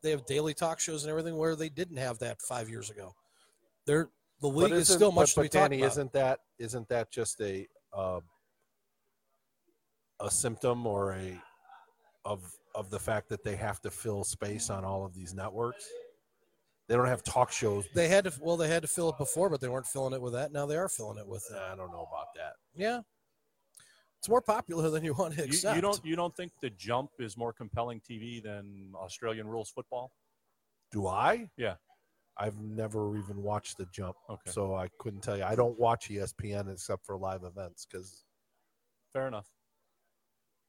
[SPEAKER 2] they have daily talk shows and everything where they didn't have that five years ago. They're the league is
[SPEAKER 1] isn't-
[SPEAKER 2] still much
[SPEAKER 1] but,
[SPEAKER 2] to be
[SPEAKER 1] but Danny,
[SPEAKER 2] talking about.
[SPEAKER 1] isn't that isn't that just a uh, a symptom or a of of the fact that they have to fill space on all of these networks? They don't have talk shows.
[SPEAKER 2] They had to well, they had to fill it before, but they weren't filling it with that. Now they are filling it with
[SPEAKER 1] Nah,
[SPEAKER 2] that.
[SPEAKER 1] I don't know about that.
[SPEAKER 2] Yeah, it's more popular than you want to
[SPEAKER 3] You-
[SPEAKER 2] accept.
[SPEAKER 3] You, don't you don't think the jump is more compelling TV than Australian rules football?
[SPEAKER 1] Do I?
[SPEAKER 3] Yeah.
[SPEAKER 1] I've never even watched the jump,
[SPEAKER 3] Okay,
[SPEAKER 1] so I couldn't tell you. I don't watch E ESPN except for live events because
[SPEAKER 3] fair enough.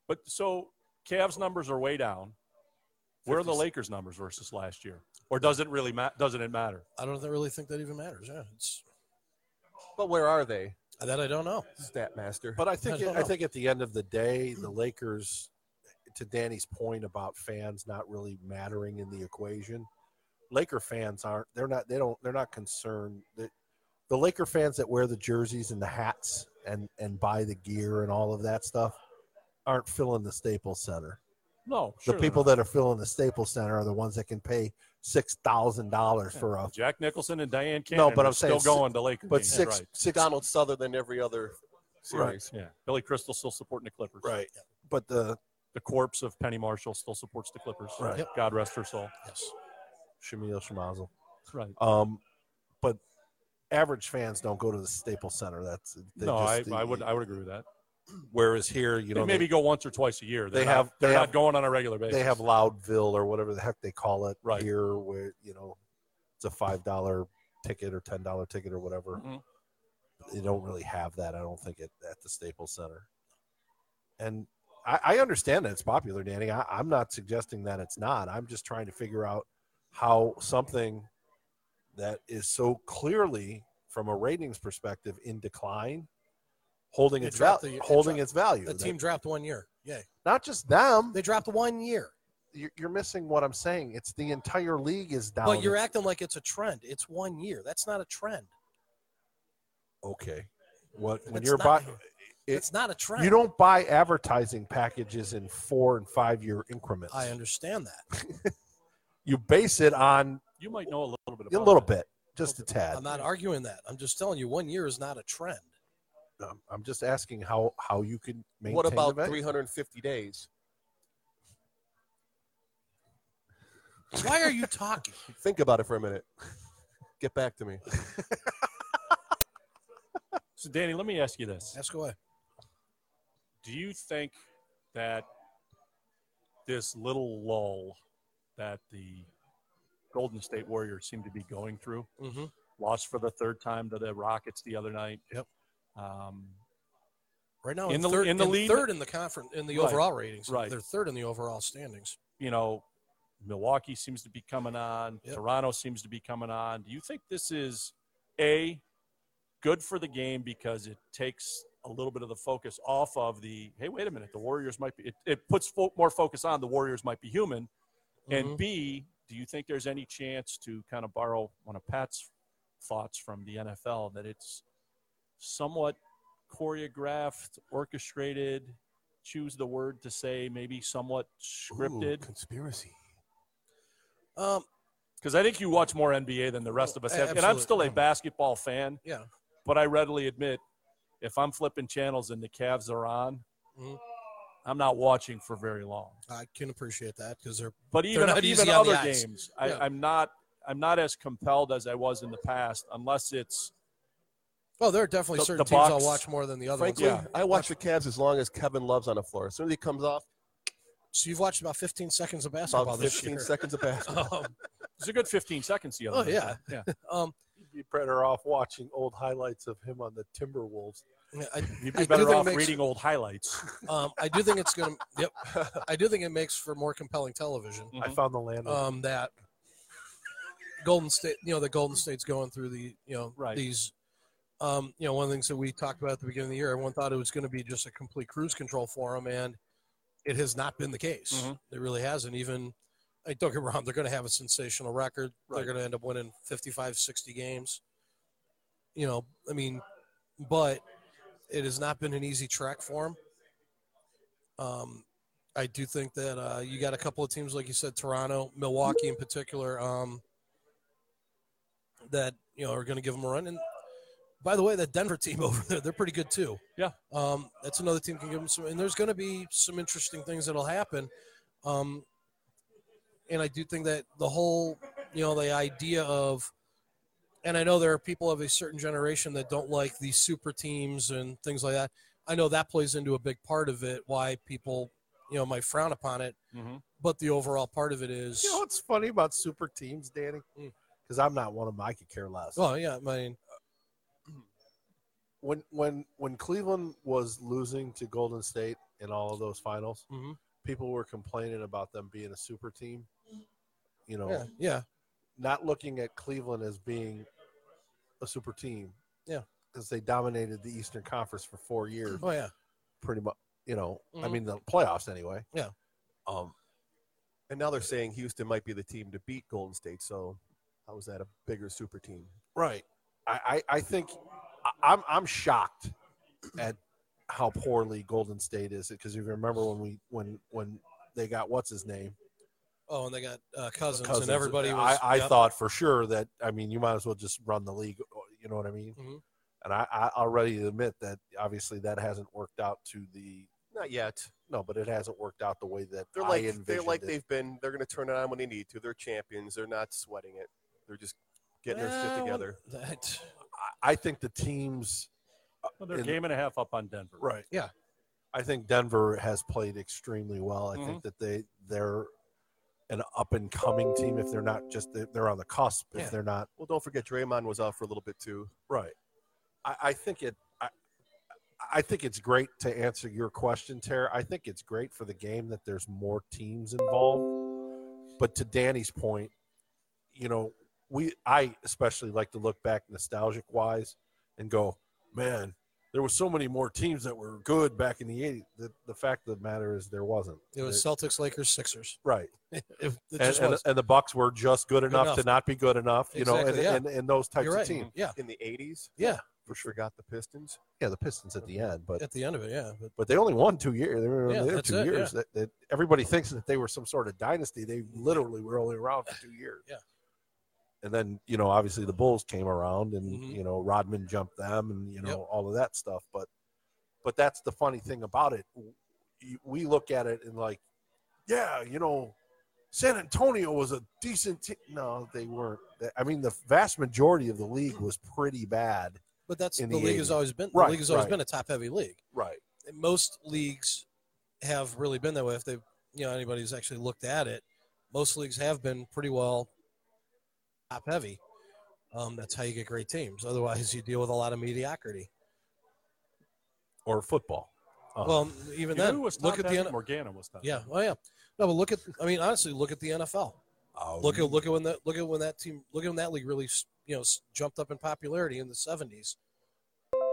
[SPEAKER 3] But so Cavs numbers are way down. Where are the
[SPEAKER 4] 56.
[SPEAKER 3] Lakers numbers versus last year? Or does it really matter? Doesn't it matter?
[SPEAKER 2] I don't really think that even matters. Yeah, it's
[SPEAKER 4] But where are they,
[SPEAKER 2] that I don't know.
[SPEAKER 4] Statmaster?
[SPEAKER 1] But I think
[SPEAKER 2] don't
[SPEAKER 1] I
[SPEAKER 2] know.
[SPEAKER 1] think at the end of the day, the Lakers, to Danny's point about fans not really mattering in the equation, Laker fans aren't. They're not. They don't. They're not concerned that the Laker fans that wear the jerseys and the hats and and buy the gear and all of that stuff aren't filling the Staples Center.
[SPEAKER 3] No,
[SPEAKER 1] the people that are filling the Staples Center are the ones that can pay six thousand dollars for a.
[SPEAKER 3] Jack Nicholson and Diane Cannon.
[SPEAKER 1] but
[SPEAKER 3] are
[SPEAKER 1] I'm saying
[SPEAKER 3] still
[SPEAKER 1] si-
[SPEAKER 3] going to Lakers.
[SPEAKER 1] But
[SPEAKER 3] games,
[SPEAKER 1] six
[SPEAKER 3] right.
[SPEAKER 1] six
[SPEAKER 4] Donald Southern than every other series.
[SPEAKER 3] Yeah, Billy Crystal still supporting the Clippers.
[SPEAKER 1] right. But the
[SPEAKER 3] The corpse of Penny Marshall still supports the Clippers.
[SPEAKER 1] Right. Yep.
[SPEAKER 3] God rest her soul.
[SPEAKER 2] Yes.
[SPEAKER 1] Shamil Shemazel.
[SPEAKER 3] Right.
[SPEAKER 1] Um, but average fans don't go to the Staples Center. That's they
[SPEAKER 3] no,
[SPEAKER 1] just-
[SPEAKER 3] I, I would I would agree with that.
[SPEAKER 1] Whereas here, you
[SPEAKER 3] They
[SPEAKER 1] know,
[SPEAKER 3] maybe go once or twice a year. They're
[SPEAKER 1] they
[SPEAKER 3] not-
[SPEAKER 1] have-
[SPEAKER 3] they're
[SPEAKER 1] they
[SPEAKER 3] not
[SPEAKER 1] have-
[SPEAKER 3] going on a regular
[SPEAKER 1] they,
[SPEAKER 3] basis.
[SPEAKER 1] they have Loudville or whatever the heck they call it
[SPEAKER 3] Right.
[SPEAKER 1] here, where you know it's a five dollar ticket or ten dollar ticket or whatever.
[SPEAKER 3] Mhm.
[SPEAKER 1] They don't really have that. I don't think at, at the Staples Center. And I, I understand that it's popular, Danny. I, I'm not suggesting that it's not. I'm just trying to figure out how something that is so clearly from a ratings perspective in decline holding
[SPEAKER 2] It
[SPEAKER 1] its
[SPEAKER 2] dropped
[SPEAKER 1] value
[SPEAKER 2] the- it
[SPEAKER 1] holding
[SPEAKER 2] dropped-
[SPEAKER 1] its value
[SPEAKER 2] The
[SPEAKER 1] That-
[SPEAKER 2] team dropped one year. Yay.
[SPEAKER 1] not just them
[SPEAKER 2] They dropped one year.
[SPEAKER 1] you're, you're missing what i'm saying it's the entire league is down
[SPEAKER 2] But you're
[SPEAKER 1] It's-
[SPEAKER 2] acting like it's a trend. It's one year. That's not a trend.
[SPEAKER 1] okay what when
[SPEAKER 2] It's
[SPEAKER 1] you're
[SPEAKER 2] not-
[SPEAKER 1] buying
[SPEAKER 2] it's not a trend.
[SPEAKER 1] you don't buy advertising packages in four and five year increments
[SPEAKER 2] I understand that.
[SPEAKER 1] you base it on
[SPEAKER 3] You might know a little bit.
[SPEAKER 1] a
[SPEAKER 3] About
[SPEAKER 1] little
[SPEAKER 3] that.
[SPEAKER 1] bit just a tad
[SPEAKER 2] I'm not arguing that. I'm just telling you, one year is not a trend.
[SPEAKER 1] Um, i'm just asking how how you can maintain
[SPEAKER 4] What about
[SPEAKER 1] the value.
[SPEAKER 4] 350 days?
[SPEAKER 2] Why are you talking?
[SPEAKER 4] Think about it for a minute. Get back to me.
[SPEAKER 3] So, Danny, let me ask you this:
[SPEAKER 2] Ask away.
[SPEAKER 3] Do you think that this little lull that the Golden State Warriors seem to be going through,
[SPEAKER 2] Mm-hmm.
[SPEAKER 3] lost for the third time to the Rockets the other night?
[SPEAKER 2] Yep.
[SPEAKER 3] Um,
[SPEAKER 2] Right now,
[SPEAKER 3] In
[SPEAKER 2] in,
[SPEAKER 3] the-
[SPEAKER 2] third,
[SPEAKER 3] in the lead-
[SPEAKER 2] third in the conference in the
[SPEAKER 3] Right.
[SPEAKER 2] overall ratings.
[SPEAKER 3] Right.
[SPEAKER 2] They're third in the overall standings.
[SPEAKER 3] you know, Milwaukee seems to be coming on,
[SPEAKER 2] Yep.
[SPEAKER 3] Toronto seems to be coming on. Do you think this is a good for the game because it takes a little bit of the focus off of the hey, wait a minute, the Warriors might be it, it puts fo- more focus on the Warriors might be human, and
[SPEAKER 2] Mhm.
[SPEAKER 3] B, do you think there's any chance to kind of borrow one of Pat's thoughts from the NFL that it's somewhat choreographed, orchestrated, choose the word to say, maybe somewhat scripted?
[SPEAKER 4] conspiracy.
[SPEAKER 2] um,
[SPEAKER 3] Because I think you watch more NBA than the rest of us
[SPEAKER 2] Oh, a-
[SPEAKER 3] have. And I'm
[SPEAKER 2] absolutely.
[SPEAKER 3] still a
[SPEAKER 2] Yeah.
[SPEAKER 3] basketball fan,
[SPEAKER 2] yeah,
[SPEAKER 3] but I readily admit if I'm flipping channels and the Cavs are on,
[SPEAKER 2] Mhm.
[SPEAKER 3] I'm not watching for very long.
[SPEAKER 2] I can appreciate that because they're
[SPEAKER 3] But even
[SPEAKER 2] not
[SPEAKER 3] even
[SPEAKER 2] easy on the
[SPEAKER 3] other
[SPEAKER 2] eyes.
[SPEAKER 3] games, I,
[SPEAKER 2] Yeah.
[SPEAKER 3] I'm not I'm not as compelled as I was in the past, unless it's
[SPEAKER 2] well, there are definitely
[SPEAKER 3] The-
[SPEAKER 2] certain
[SPEAKER 3] the
[SPEAKER 2] teams I'll
[SPEAKER 3] Bucks.
[SPEAKER 2] watch more than the other
[SPEAKER 4] Frankly,
[SPEAKER 2] ones.
[SPEAKER 3] Yeah.
[SPEAKER 4] I watch the Cavs as long as Kevin Love's on the floor. As soon as he comes off,
[SPEAKER 2] So you've watched about 15 seconds of basketball
[SPEAKER 4] about
[SPEAKER 2] this
[SPEAKER 4] 15
[SPEAKER 2] year.
[SPEAKER 4] seconds of basketball.
[SPEAKER 2] um,
[SPEAKER 3] it's a good 15 seconds the other.
[SPEAKER 2] Oh,
[SPEAKER 3] night.
[SPEAKER 2] yeah.
[SPEAKER 3] yeah.
[SPEAKER 2] um,
[SPEAKER 1] You'd be better off watching old highlights of him on the Timberwolves.
[SPEAKER 2] I,
[SPEAKER 3] You'd
[SPEAKER 2] I
[SPEAKER 3] be
[SPEAKER 2] do
[SPEAKER 3] better
[SPEAKER 2] think it
[SPEAKER 3] off
[SPEAKER 2] makes-
[SPEAKER 3] reading old highlights.
[SPEAKER 2] um, I do think it's going to. Yep, I do think it makes for more compelling television.
[SPEAKER 3] Mm-hmm.
[SPEAKER 1] I found the land.
[SPEAKER 2] Um, that Golden State, you know, the Golden State's going through the, you know,
[SPEAKER 3] Right.
[SPEAKER 2] these. Um, you know, one of the things that we talked about at the beginning of the year, everyone thought it was going to be just a complete cruise control for them, and it has not been the case.
[SPEAKER 3] Mhm.
[SPEAKER 2] It really hasn't. Even, I don't get me wrong, they're going to have a sensational record.
[SPEAKER 3] Right.
[SPEAKER 2] They're going to end up winning 55, 60 games. You know, I mean, but it has not been an easy track for him. Um, I do think that uh, you got a couple of teams, like you said, Toronto, Milwaukee in particular, um, that you know are going to give them a run. And by the way, that Denver team over there, they're pretty good too.
[SPEAKER 3] Yeah.
[SPEAKER 2] um, that's another team can give them some. And there's going to be some interesting things that'll happen. Um, and I do think that the whole, you know, the idea of, and I know there are people of a certain generation that don't like these super teams and things like that. I know that plays into a big part of it, why people, you know, might frown upon it.
[SPEAKER 3] Mhm.
[SPEAKER 2] But the overall part of it is,
[SPEAKER 1] You know what's funny about super teams, Danny?
[SPEAKER 2] Mm.
[SPEAKER 1] Because I'm not one of them. I could care less.
[SPEAKER 2] well, oh, yeah, I mean,
[SPEAKER 1] when when when Cleveland was losing to Golden State in all of those finals,
[SPEAKER 2] Mhm.
[SPEAKER 1] people were complaining about them being a super team. You know,
[SPEAKER 2] yeah, yeah,
[SPEAKER 1] not looking at Cleveland as being a super team.
[SPEAKER 2] Yeah.
[SPEAKER 1] because they dominated the Eastern Conference for four years,
[SPEAKER 2] oh yeah,
[SPEAKER 1] pretty much. You know, I
[SPEAKER 2] Mhm.
[SPEAKER 1] mean the playoffs anyway.
[SPEAKER 2] Yeah.
[SPEAKER 1] Um,
[SPEAKER 4] and now they're saying Houston might be the team to beat Golden State. So, how is that a bigger super team?
[SPEAKER 1] Right. I, I, I think I- I'm I'm shocked at how poorly Golden State is because you remember when we when when they got what's his name
[SPEAKER 2] oh, and they got uh, cousins, and everybody was,
[SPEAKER 1] I, I
[SPEAKER 2] yeah.
[SPEAKER 1] thought for sure that I mean you might as well just run the league. uh, You know what I mean?
[SPEAKER 2] Mhm.
[SPEAKER 1] And I, I already admit that obviously that hasn't worked out to the
[SPEAKER 4] Not yet.
[SPEAKER 1] no, but it hasn't worked out the way that
[SPEAKER 4] They're
[SPEAKER 1] I
[SPEAKER 4] like they're
[SPEAKER 1] envisioned
[SPEAKER 4] like
[SPEAKER 1] it.
[SPEAKER 4] they've been. They're going to turn it on when they need to. They're champions. They're not sweating it. They're just getting their
[SPEAKER 2] Eh,
[SPEAKER 4] shit
[SPEAKER 2] well,
[SPEAKER 4] together.
[SPEAKER 2] that-
[SPEAKER 1] I, I think the teams
[SPEAKER 3] Well, they're
[SPEAKER 1] In-
[SPEAKER 3] game and a half up on Denver.
[SPEAKER 1] Right.
[SPEAKER 2] Yeah.
[SPEAKER 1] I think Denver has played extremely well. I
[SPEAKER 2] Mm-hmm.
[SPEAKER 1] think that they they're an up and coming team if they're not just they're- they're on the cusp
[SPEAKER 2] Yeah.
[SPEAKER 1] if they're not
[SPEAKER 4] Well, don't forget Draymond was out for a little bit too.
[SPEAKER 1] right. I, I think it. I, I think it's great to answer your question, Tara. I think it's great for the game that there's more teams involved. But to Danny's point, you know, we I especially like to look back nostalgic wise and go, man, there was so many more teams that were good back in the 80s. The, the fact of the matter is there wasn't.
[SPEAKER 2] it was Celtics, Lakers, Sixers.
[SPEAKER 1] right.
[SPEAKER 2] It, it
[SPEAKER 1] And,
[SPEAKER 2] just
[SPEAKER 1] and,
[SPEAKER 2] was.
[SPEAKER 1] and the Bucks were just good enough,
[SPEAKER 2] enough.
[SPEAKER 1] to not be good enough, you know, and,
[SPEAKER 2] Exactly, yeah.
[SPEAKER 1] and, and those types
[SPEAKER 2] You're
[SPEAKER 1] of
[SPEAKER 2] right.
[SPEAKER 1] teams.
[SPEAKER 2] Yeah,
[SPEAKER 4] in the 80s.
[SPEAKER 2] Yeah.
[SPEAKER 4] For sure got the Pistons.
[SPEAKER 1] Yeah, the Pistons at the end, but
[SPEAKER 2] at the end of it, yeah, but
[SPEAKER 1] but they only won two years. They were only
[SPEAKER 2] Yeah,
[SPEAKER 1] there
[SPEAKER 2] that's
[SPEAKER 1] two
[SPEAKER 2] it,
[SPEAKER 1] years. That, that everybody thinks that they were some sort of dynasty. They literally were only around for two years.
[SPEAKER 2] Yeah.
[SPEAKER 1] And then you know, obviously the Bulls came around, and
[SPEAKER 2] Mhm.
[SPEAKER 1] you know Rodman jumped them, and you know
[SPEAKER 2] Yep.
[SPEAKER 1] all of that stuff. But but that's the funny thing about it. You- We look at it and like, yeah, you know, San Antonio was a decent team. No, they weren't. I mean, the vast majority of the league was pretty bad.
[SPEAKER 2] but that's the,
[SPEAKER 1] In the
[SPEAKER 2] league
[SPEAKER 1] 80s.
[SPEAKER 2] has always been
[SPEAKER 1] Right,
[SPEAKER 2] the league has always
[SPEAKER 1] right.
[SPEAKER 2] been a top heavy league.
[SPEAKER 1] Right.
[SPEAKER 2] most leagues have really been that way. If they, you know, anybody's actually looked at it, most leagues have been pretty well top heavy. Um, that's how you get great teams. Otherwise, you deal with a lot of mediocrity.
[SPEAKER 1] Or football. Uh,
[SPEAKER 2] Well, even
[SPEAKER 3] You know who
[SPEAKER 2] then,
[SPEAKER 3] was
[SPEAKER 1] Uh-huh.
[SPEAKER 2] look
[SPEAKER 3] top
[SPEAKER 2] at the
[SPEAKER 3] heavy?
[SPEAKER 2] N-
[SPEAKER 3] Morgana was top.
[SPEAKER 2] yeah, oh yeah. No, but look at. I mean, honestly, look at the NFL.
[SPEAKER 1] Oh,
[SPEAKER 2] Look at look at when that look at when that team look at when that league really you know s- jumped up in popularity in the seventies.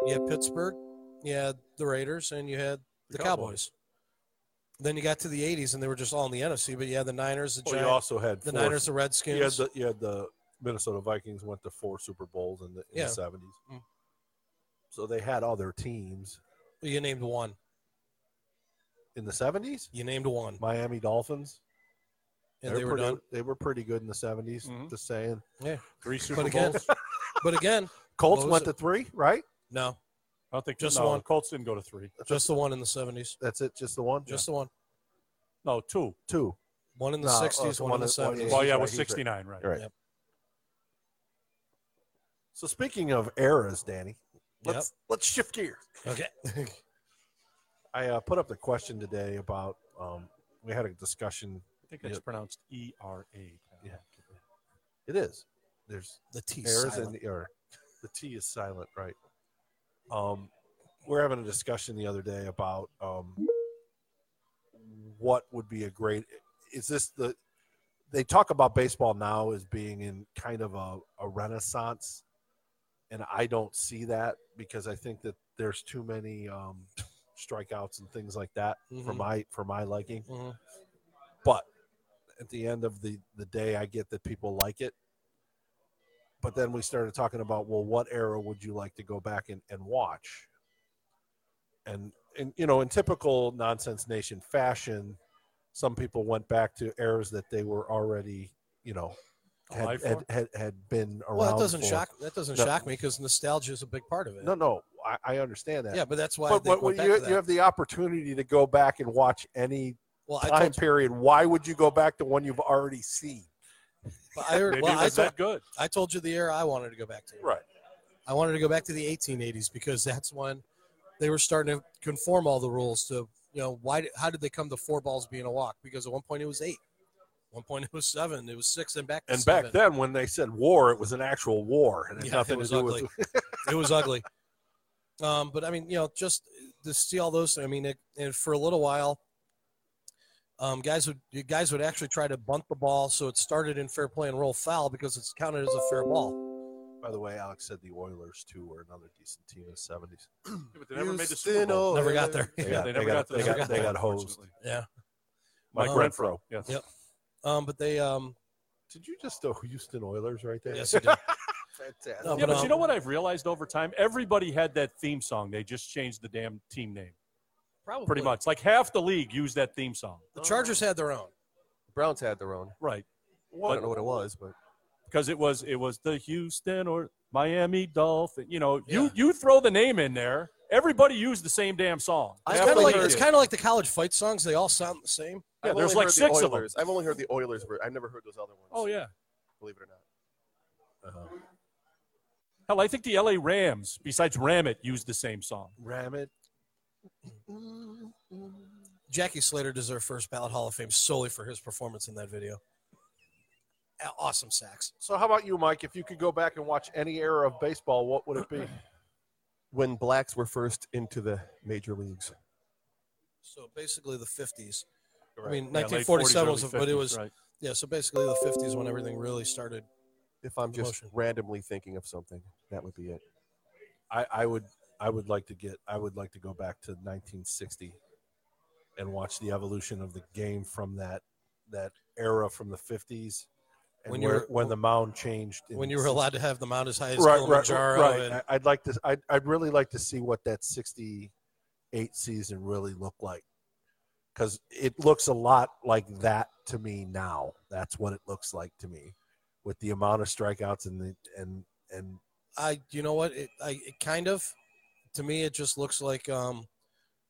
[SPEAKER 2] You had Pittsburgh, you had the Raiders, and you had the,
[SPEAKER 3] The
[SPEAKER 2] Cowboys.
[SPEAKER 3] Cowboys.
[SPEAKER 2] Then you got to the '80s, and they were just all in the NFC. But you had the Niners, the
[SPEAKER 1] Well, you
[SPEAKER 2] Giants,
[SPEAKER 1] also had
[SPEAKER 2] the
[SPEAKER 1] four-
[SPEAKER 2] Niners, the
[SPEAKER 1] You
[SPEAKER 2] Redskins.
[SPEAKER 1] had the you had the Minnesota Vikings went to four Super Bowls in the in
[SPEAKER 2] Yeah.
[SPEAKER 1] the seventies.
[SPEAKER 2] Mm.
[SPEAKER 1] So they had all their teams
[SPEAKER 2] you named one.
[SPEAKER 1] in the seventies.
[SPEAKER 2] You named one,
[SPEAKER 1] Miami Dolphins.
[SPEAKER 2] and they were
[SPEAKER 1] pretty,
[SPEAKER 2] done. Mm-hmm.
[SPEAKER 1] They were pretty good in the 70s
[SPEAKER 3] Mhm.
[SPEAKER 1] Just saying.
[SPEAKER 3] Three Super
[SPEAKER 2] But again,
[SPEAKER 3] Bowls.
[SPEAKER 2] but again,
[SPEAKER 1] Colts
[SPEAKER 2] What was
[SPEAKER 1] went
[SPEAKER 2] it?
[SPEAKER 1] to three, right?
[SPEAKER 2] no,
[SPEAKER 3] I don't think
[SPEAKER 2] Just
[SPEAKER 3] no,
[SPEAKER 2] one.
[SPEAKER 3] Colts didn't go to three.
[SPEAKER 2] just the one in the '70s,
[SPEAKER 1] That's it. Just the one.
[SPEAKER 2] just the one,
[SPEAKER 3] No, two.
[SPEAKER 1] two.
[SPEAKER 2] one in the
[SPEAKER 1] No, oh,
[SPEAKER 2] '60s,
[SPEAKER 1] so
[SPEAKER 2] one,
[SPEAKER 1] one
[SPEAKER 2] in the
[SPEAKER 1] is- one
[SPEAKER 2] '70s.
[SPEAKER 1] is-
[SPEAKER 3] Well, yeah,
[SPEAKER 1] right,
[SPEAKER 3] it was
[SPEAKER 1] he's right.
[SPEAKER 3] 69, right?
[SPEAKER 1] Right.
[SPEAKER 2] Yep.
[SPEAKER 1] So speaking of eras, Danny,
[SPEAKER 2] Yep.
[SPEAKER 1] let's let's shift gears.
[SPEAKER 2] Okay.
[SPEAKER 1] I uh, put up the question today about um, we had a discussion.
[SPEAKER 3] I think it's
[SPEAKER 1] Yep.
[SPEAKER 3] pronounced E E-R-A.
[SPEAKER 1] Yeah. It is there's
[SPEAKER 2] the T.
[SPEAKER 1] errors
[SPEAKER 2] silent.
[SPEAKER 1] in the error. The T is silent, right? Um, we we're having a discussion the other day about um, what would be a great. Is this the? They talk about baseball now as being in kind of a, a renaissance, and I don't see that because I think that there's too many um, strikeouts and things like that for
[SPEAKER 2] Mhm.
[SPEAKER 1] my for my liking.
[SPEAKER 2] Mhm.
[SPEAKER 1] But at the end of the, the day, I get that people like it. But then we started talking about, well, what era would you like to go back and, and watch? And, and, you know, in typical Nonsense Nation fashion, some people went back to eras that they were already, you know, had,
[SPEAKER 3] Alive for?
[SPEAKER 1] had, had, had been around.
[SPEAKER 2] Well, that doesn't
[SPEAKER 1] for.
[SPEAKER 2] shock. That doesn't
[SPEAKER 1] No.
[SPEAKER 2] shock me because nostalgia is a big part of it.
[SPEAKER 1] No, no, I, I understand that.
[SPEAKER 2] Yeah, but that's why.
[SPEAKER 1] But,
[SPEAKER 2] they
[SPEAKER 1] but when
[SPEAKER 2] went back
[SPEAKER 1] you,
[SPEAKER 2] to that.
[SPEAKER 1] you have the opportunity to go back and watch any
[SPEAKER 2] well, I
[SPEAKER 1] time
[SPEAKER 2] told,
[SPEAKER 1] period, why would you go back to one you've already seen?
[SPEAKER 2] but I, heard-
[SPEAKER 3] Maybe
[SPEAKER 2] well,
[SPEAKER 3] it
[SPEAKER 2] I,
[SPEAKER 3] was
[SPEAKER 2] told,
[SPEAKER 3] that good.
[SPEAKER 2] I told you the era I wanted to go back to.
[SPEAKER 1] Right.
[SPEAKER 2] I wanted to go back to the 1880s because that's when they were starting to conform all the rules to you know why how did they come to four balls being a walk? Because at one point it was eight, at one point it was seven, it was six, and back. To
[SPEAKER 1] And
[SPEAKER 2] seven.
[SPEAKER 1] back then, when they said war, it was an actual war and it had
[SPEAKER 2] Yeah,
[SPEAKER 1] nothing
[SPEAKER 2] it
[SPEAKER 1] to
[SPEAKER 2] was
[SPEAKER 1] do
[SPEAKER 2] ugly.
[SPEAKER 1] with.
[SPEAKER 2] it was ugly. Um, but I mean, you know, just to see all those. I mean, it, and for a little while, um, guys would you guys would actually try to bunt the ball, so it started in fair play and roll foul because it's counted as a fair ball.
[SPEAKER 1] By the way, Alex said the Oilers too were another decent team in the seventies.
[SPEAKER 3] but they never made the
[SPEAKER 4] Houston
[SPEAKER 3] Super Bowl.
[SPEAKER 2] Never got there.
[SPEAKER 1] oh, Yeah.
[SPEAKER 3] Yeah, they never got, to the
[SPEAKER 1] they
[SPEAKER 3] Super
[SPEAKER 1] got- they
[SPEAKER 3] Bowl,
[SPEAKER 1] got hosed.
[SPEAKER 3] unfortunately.
[SPEAKER 2] Yeah.
[SPEAKER 1] Mike
[SPEAKER 4] Uh-huh.
[SPEAKER 2] Um,
[SPEAKER 1] Renfro,
[SPEAKER 3] Yes.
[SPEAKER 2] Yep. Um, but they, um,
[SPEAKER 1] did you just throw Houston Oilers right there?
[SPEAKER 2] yes, they did.
[SPEAKER 1] fantastic.
[SPEAKER 2] No,
[SPEAKER 3] Yeah, but
[SPEAKER 2] um,
[SPEAKER 3] you know what I've realized over time? Everybody had that theme song. They just changed the damn team name.
[SPEAKER 2] probably
[SPEAKER 3] Pretty much. Like half the league used that theme song.
[SPEAKER 2] The Chargers had their own.
[SPEAKER 4] Browns had their own.
[SPEAKER 3] Right.
[SPEAKER 4] I don't know what it was, but
[SPEAKER 3] Because it was it was the Houston or Miami Dolphin. You know,
[SPEAKER 2] Yeah.
[SPEAKER 3] you you throw the name in there, everybody used the same damn song.
[SPEAKER 4] I
[SPEAKER 2] It's
[SPEAKER 4] only
[SPEAKER 2] kind of like
[SPEAKER 4] heard
[SPEAKER 2] it's
[SPEAKER 4] it.
[SPEAKER 2] kind of like the college fight songs. They all sound the same.
[SPEAKER 3] Yeah,
[SPEAKER 4] I've
[SPEAKER 3] there's
[SPEAKER 4] only
[SPEAKER 3] like
[SPEAKER 4] heard the
[SPEAKER 3] six of 'em.
[SPEAKER 4] Oilers. I've only heard the Oilers. ver- I've never heard those other ones.
[SPEAKER 3] Oh yeah.
[SPEAKER 4] believe it or not.
[SPEAKER 3] Hell, I think the LA Rams, besides Ram It, used the same song.
[SPEAKER 1] Ram it.
[SPEAKER 2] Jackie Slater deserved first ballot Hall of Fame solely for his performance in that video. Awesome sacks.
[SPEAKER 1] So, how about you, Mike? If you could go back and watch any era of baseball, what would it be?
[SPEAKER 4] When blacks were first into the major leagues,
[SPEAKER 2] So basically the 50s. I
[SPEAKER 1] Correct.
[SPEAKER 2] mean,
[SPEAKER 3] Yeah, late
[SPEAKER 2] 1947 was,
[SPEAKER 3] 40s,
[SPEAKER 2] but it
[SPEAKER 3] early
[SPEAKER 2] was
[SPEAKER 3] 50s, right.
[SPEAKER 2] yeah. So basically the 50s when everything really started.
[SPEAKER 4] if I'm just
[SPEAKER 2] Emotion.
[SPEAKER 4] randomly thinking of something, that would be it.
[SPEAKER 1] I, I would, I would like to get, I would like to go back to 1960 and watch the evolution of the game from that that era from the 50s and
[SPEAKER 2] When
[SPEAKER 1] when
[SPEAKER 2] you
[SPEAKER 1] where,
[SPEAKER 2] were-
[SPEAKER 1] when the mound changed in
[SPEAKER 2] When you were allowed to have the mount as high as
[SPEAKER 1] right, right,
[SPEAKER 2] Kilimanjaro,
[SPEAKER 1] right.
[SPEAKER 2] and
[SPEAKER 1] I- I'd like to. I'd, I'd really like to see what that '68 season really looked like, because it looks a lot like that to me now. That's what it looks like to me, with the amount of strikeouts and the and and
[SPEAKER 2] I, you know what, it, I it kind of, to me, it just looks like um,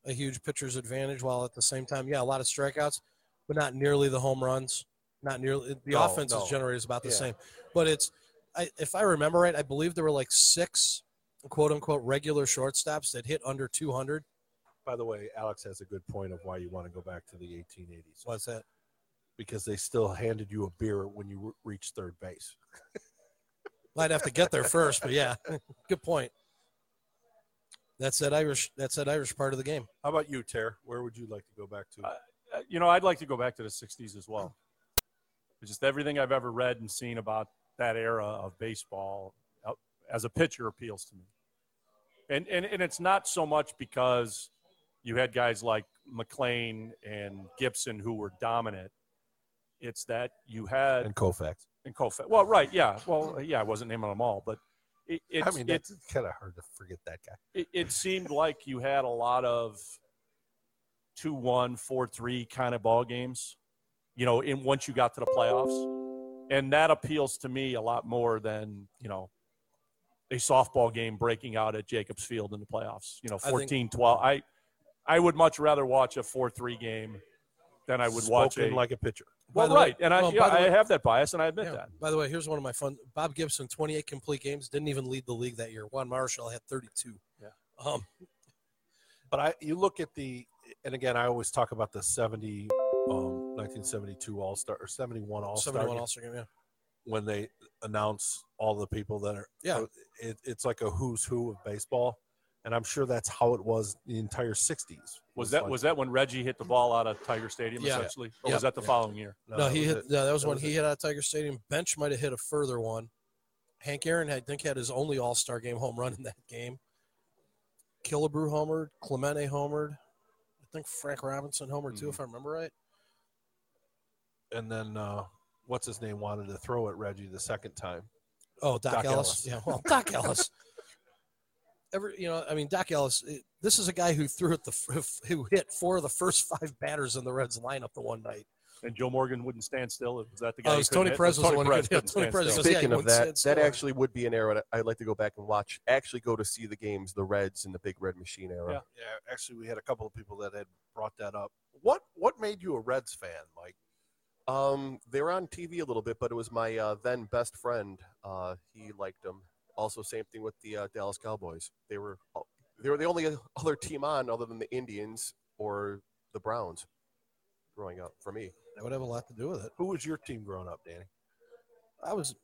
[SPEAKER 2] a huge pitcher's advantage. While at the same time, yeah, a lot of strikeouts, but not nearly the home runs. Not nearly the
[SPEAKER 1] No,
[SPEAKER 2] offense
[SPEAKER 1] no.
[SPEAKER 2] is generated is about the
[SPEAKER 1] Yeah.
[SPEAKER 2] same, but it's, I, if I remember right, I believe there were like six, quote unquote, regular shortstops that hit under 200.
[SPEAKER 1] by the way, Alex has a good point of why you want to go back to the 1880s
[SPEAKER 2] What's that?
[SPEAKER 1] because they still handed you a beer when you re- reached third base.
[SPEAKER 2] Might have to get there first, but yeah, good point. That's that Irish. That's that Irish part of the game.
[SPEAKER 1] How about you, Ter? Where would you like to go back to?
[SPEAKER 3] Uh, uh, you know, I'd like to go back to the 60s as well. Just everything I've ever read and seen about that era of baseball uh, as a pitcher appeals to me. And, and, and it's not so much because you had guys like McLean and Gibson who were dominant. It's that you had
[SPEAKER 1] and Koufax.
[SPEAKER 3] and Koufax. Well, right, yeah. Well, yeah, I wasn't naming them all, but it, it's,
[SPEAKER 1] I mean,
[SPEAKER 3] it's,
[SPEAKER 1] it's, kind of hard to forget that guy.
[SPEAKER 3] it, it seemed like you had a lot of 2-1 4-3 kind of ball games you know in once you got to the playoffs and that appeals to me a lot more than you know a softball game breaking out at jacobs field in the playoffs you know
[SPEAKER 2] I think-
[SPEAKER 3] 14 12 i i would much rather watch a 4-3 game than i would watch a
[SPEAKER 1] Spoken like a pitcher.
[SPEAKER 3] well
[SPEAKER 2] By the way-
[SPEAKER 3] right and i
[SPEAKER 2] well,
[SPEAKER 3] yeah,
[SPEAKER 2] by the
[SPEAKER 3] i
[SPEAKER 2] way-
[SPEAKER 3] have that bias and i admit
[SPEAKER 2] Yeah.
[SPEAKER 3] that
[SPEAKER 2] By the way, here's one of my fun. Bob Gibson, 28 complete games, didn't even lead the league that year. Juan Marshall had 32.
[SPEAKER 3] Yeah.
[SPEAKER 2] Um,
[SPEAKER 1] But I, you look at the, and again, I always talk about the 70, um, 1972 All Star or 71 All Star
[SPEAKER 2] 71 All-Star game. Yeah.
[SPEAKER 1] when they announce all the people that are.
[SPEAKER 2] Yeah.
[SPEAKER 1] It, it's like a who's who of baseball. And I'm sure that's how it was the entire 60s.
[SPEAKER 3] was
[SPEAKER 1] It's
[SPEAKER 3] that
[SPEAKER 1] like-
[SPEAKER 3] was that when reggie hit the ball out of tiger stadium
[SPEAKER 2] Yeah.
[SPEAKER 3] essentially or
[SPEAKER 2] Yeah.
[SPEAKER 3] was that the
[SPEAKER 1] Yeah.
[SPEAKER 3] following year
[SPEAKER 2] No, he
[SPEAKER 1] that was
[SPEAKER 2] hit.
[SPEAKER 1] it.
[SPEAKER 2] No, that was
[SPEAKER 1] That
[SPEAKER 2] when
[SPEAKER 1] was
[SPEAKER 2] he
[SPEAKER 1] it.
[SPEAKER 2] hit out of Tiger Stadium. Bench might have hit a further one. Hank Aaron, had- I think, had his only All Star game home run in that game. Killebrew homered. Clemente homered. I think Frank Robinson homered too, if I remember right.
[SPEAKER 1] And then uh, what's his name wanted to throw at Reggie the second time.
[SPEAKER 2] Oh, Doc,
[SPEAKER 1] Doc
[SPEAKER 2] Ellis.
[SPEAKER 1] Ellis.
[SPEAKER 2] Yeah, well, Doc Ellis. Every, you know, I mean, Doc Ellis. eh, This is a guy who threw at the f- who hit four of the first five batters in the Reds lineup the one night.
[SPEAKER 3] and Joe Morgan wouldn't stand still. Was that the
[SPEAKER 2] Oh,
[SPEAKER 3] guy?
[SPEAKER 2] it
[SPEAKER 3] who
[SPEAKER 2] was
[SPEAKER 3] couldn't
[SPEAKER 2] Tony
[SPEAKER 3] hit?
[SPEAKER 2] Perez was the one who
[SPEAKER 3] Perez
[SPEAKER 2] could- yeah,
[SPEAKER 3] couldn't
[SPEAKER 2] Tony
[SPEAKER 3] stand
[SPEAKER 2] Perez
[SPEAKER 3] still.
[SPEAKER 2] was- yeah,
[SPEAKER 4] Speaking
[SPEAKER 2] he
[SPEAKER 4] of
[SPEAKER 2] wouldn't
[SPEAKER 4] that,
[SPEAKER 2] stand still
[SPEAKER 4] that
[SPEAKER 2] either.
[SPEAKER 4] actually would be an era that I'd like to go back and watch. Actually, go to see the games, the Reds and the Big Red Machine era.
[SPEAKER 3] Yeah.
[SPEAKER 1] Yeah, actually, we had a couple of people that had brought that up. What what made you a Reds fan, Mike?
[SPEAKER 4] Um, they were on TV a little bit, but it was my uh, then best friend. Uh, he liked them. Also, same thing with the uh, Dallas Cowboys. They were they were the only other team on other than the Indians or the Browns. Growing up, for me,
[SPEAKER 2] That would have a lot to do with it.
[SPEAKER 1] Who was your team growing up, Danny?
[SPEAKER 2] I was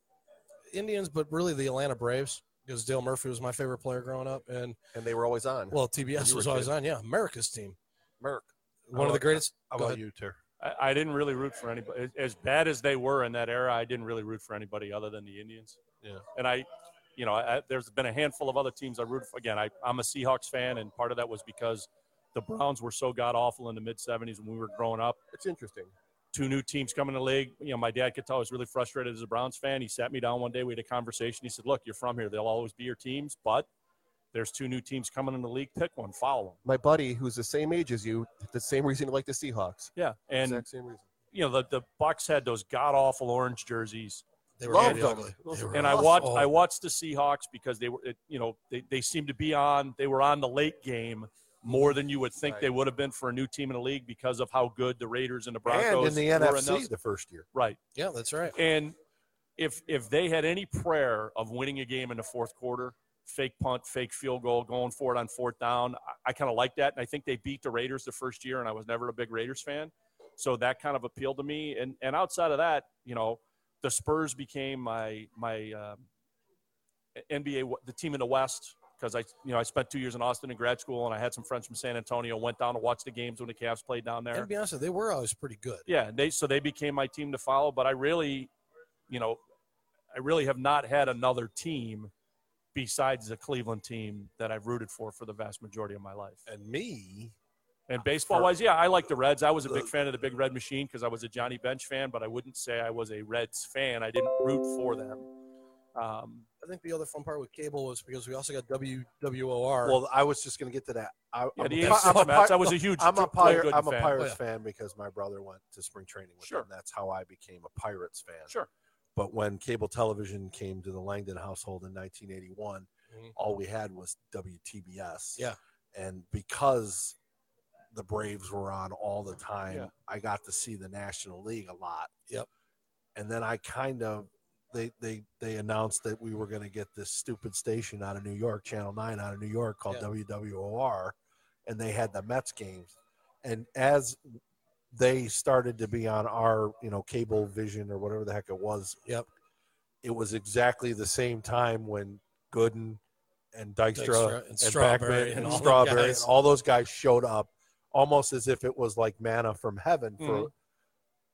[SPEAKER 2] Indians, but really the Atlanta Braves because Dale Murphy was my favorite player growing up, and
[SPEAKER 4] and they were always on.
[SPEAKER 2] well,
[SPEAKER 4] When you
[SPEAKER 2] TBS
[SPEAKER 4] were
[SPEAKER 2] was
[SPEAKER 4] a
[SPEAKER 2] always
[SPEAKER 4] kid.
[SPEAKER 2] on. Yeah, America's team,
[SPEAKER 4] Merck.
[SPEAKER 2] one of the
[SPEAKER 1] about-
[SPEAKER 2] greatest.
[SPEAKER 1] How
[SPEAKER 2] Go
[SPEAKER 1] about
[SPEAKER 2] ahead.
[SPEAKER 1] you, Ter?
[SPEAKER 3] I, I didn't really root for anybody. As- As bad as they were in that era, I didn't really root for anybody other than the Indians.
[SPEAKER 1] Yeah.
[SPEAKER 3] And I, you know, I, there's been a handful of other teams I root for. Again, I, I'm a Seahawks fan, and part of that was because the Browns were so god awful in the mid 70s when we were growing up.
[SPEAKER 4] It's interesting.
[SPEAKER 3] two new teams coming to the league. You know, my dad could tell I was really frustrated as a Browns fan. He sat me down one day. We had a conversation. He said, "Look, you're from here. They'll always be your teams, but there's two new teams coming in the league. Pick one. Follow
[SPEAKER 4] My buddy, who's the same age as you, the same reason he liked the Seahawks.
[SPEAKER 3] them." Yeah, and
[SPEAKER 4] Exact same reason.
[SPEAKER 3] you know the the Bucks had those god awful orange jerseys,
[SPEAKER 2] They were
[SPEAKER 4] Loved
[SPEAKER 2] really
[SPEAKER 4] them.
[SPEAKER 2] ugly. They were
[SPEAKER 3] and I
[SPEAKER 2] awful.
[SPEAKER 3] watched I watched the Seahawks because they were it, you know they they seemed to be on they were on the late game. More than you would think
[SPEAKER 4] Right.
[SPEAKER 3] they would have been for a new team in the league because of how good the Raiders and the
[SPEAKER 1] And
[SPEAKER 3] Broncos
[SPEAKER 1] in the
[SPEAKER 3] were
[SPEAKER 1] NFC
[SPEAKER 3] those-
[SPEAKER 1] the first year.
[SPEAKER 3] right.
[SPEAKER 2] Yeah, that's right.
[SPEAKER 3] And if if they had any prayer of winning a game in the fourth quarter, fake punt, fake field goal, going for it on fourth down, I, I kind of like that. And I think they beat the Raiders the first year, and I was never a big Raiders fan, so that kind of appealed to me. And and outside of that, you know, the Spurs became my my um, NBA w- the team in the West. Because I, you know, I spent two years in Austin in grad school, and I had some friends from San Antonio. Went down to watch the games when the Cavs played down there.
[SPEAKER 2] And to be honest, with you, they were always pretty good.
[SPEAKER 3] Yeah, they so they became my team to follow, but I really, you know, I really have not had another team besides the Cleveland team that I've rooted for for the vast majority of my life.
[SPEAKER 1] And me,
[SPEAKER 3] And baseball wise, yeah, I like the Reds. I was a big fan of the Big Red Machine because I was a Johnny Bench fan, but I wouldn't say I was a Reds fan. I didn't root for them. Um,
[SPEAKER 2] I think the other fun part with cable was because we also got WWOR.
[SPEAKER 1] well, I was just going to get to that. I,
[SPEAKER 3] yeah,
[SPEAKER 1] I'm,
[SPEAKER 3] the
[SPEAKER 1] I'm,
[SPEAKER 3] A's
[SPEAKER 1] I'm
[SPEAKER 3] and the
[SPEAKER 1] a,
[SPEAKER 3] Mets. I
[SPEAKER 1] Pir-
[SPEAKER 3] was a huge
[SPEAKER 1] I'm a
[SPEAKER 3] Dwight
[SPEAKER 1] pirate.
[SPEAKER 3] Gooden
[SPEAKER 1] I'm a
[SPEAKER 3] fan.
[SPEAKER 1] Pirates
[SPEAKER 2] Oh,
[SPEAKER 1] fan because my brother went to spring training with
[SPEAKER 3] Sure.
[SPEAKER 1] them. That's how I became a Pirates fan.
[SPEAKER 3] Sure.
[SPEAKER 1] But when cable television came to the Langdon household in 1981,
[SPEAKER 3] Mm-hmm.
[SPEAKER 2] Mhm.
[SPEAKER 1] all we had was WTBS.
[SPEAKER 2] Yeah.
[SPEAKER 1] And because the Braves were on all the time,
[SPEAKER 3] Yeah.
[SPEAKER 1] I got to see the National League a lot.
[SPEAKER 2] Yep.
[SPEAKER 1] And then I kind of they they they announced that we were going to get this stupid station out of New York, Channel 9 out of New York called
[SPEAKER 2] Yeah.
[SPEAKER 1] WWOR and they had the Mets games. And as they started to be on our, you know, cable vision or whatever the heck it was.
[SPEAKER 2] Yep.
[SPEAKER 1] It was exactly the same time when Gooden and Dykstra,
[SPEAKER 2] Dykstra and
[SPEAKER 1] and, Backman
[SPEAKER 2] Strawberry and
[SPEAKER 1] and,
[SPEAKER 2] all the
[SPEAKER 1] Strawberry
[SPEAKER 2] guys.
[SPEAKER 1] and all those guys showed up almost as if it was like manna from heaven for
[SPEAKER 2] Mm-hmm.
[SPEAKER 3] Mhm.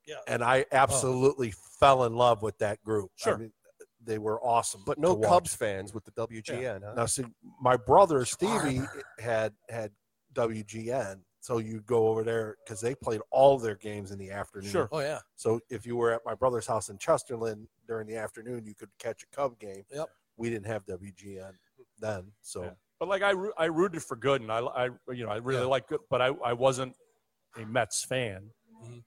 [SPEAKER 2] Yeah.
[SPEAKER 1] and I absolutely fell in love with that group. I
[SPEAKER 3] Sure.
[SPEAKER 1] mean, they were awesome.
[SPEAKER 4] But
[SPEAKER 1] to
[SPEAKER 4] no
[SPEAKER 1] watch.
[SPEAKER 4] Cubs fans with the WGN. Huh?
[SPEAKER 1] Now, see, my brother Stevie had had WGN, so you'd go over there because they played all their games in the afternoon.
[SPEAKER 3] Sure.
[SPEAKER 2] Oh yeah.
[SPEAKER 1] So if you were at my brother's house in Chesterland during the afternoon, you could catch a Cub game.
[SPEAKER 2] Yep.
[SPEAKER 1] We didn't have WGN then, so
[SPEAKER 3] Yeah. But like I, roo- I rooted for good, and I, I you know, I really
[SPEAKER 2] Yeah.
[SPEAKER 3] like good, but I, I wasn't a Mets fan.
[SPEAKER 2] Mhm.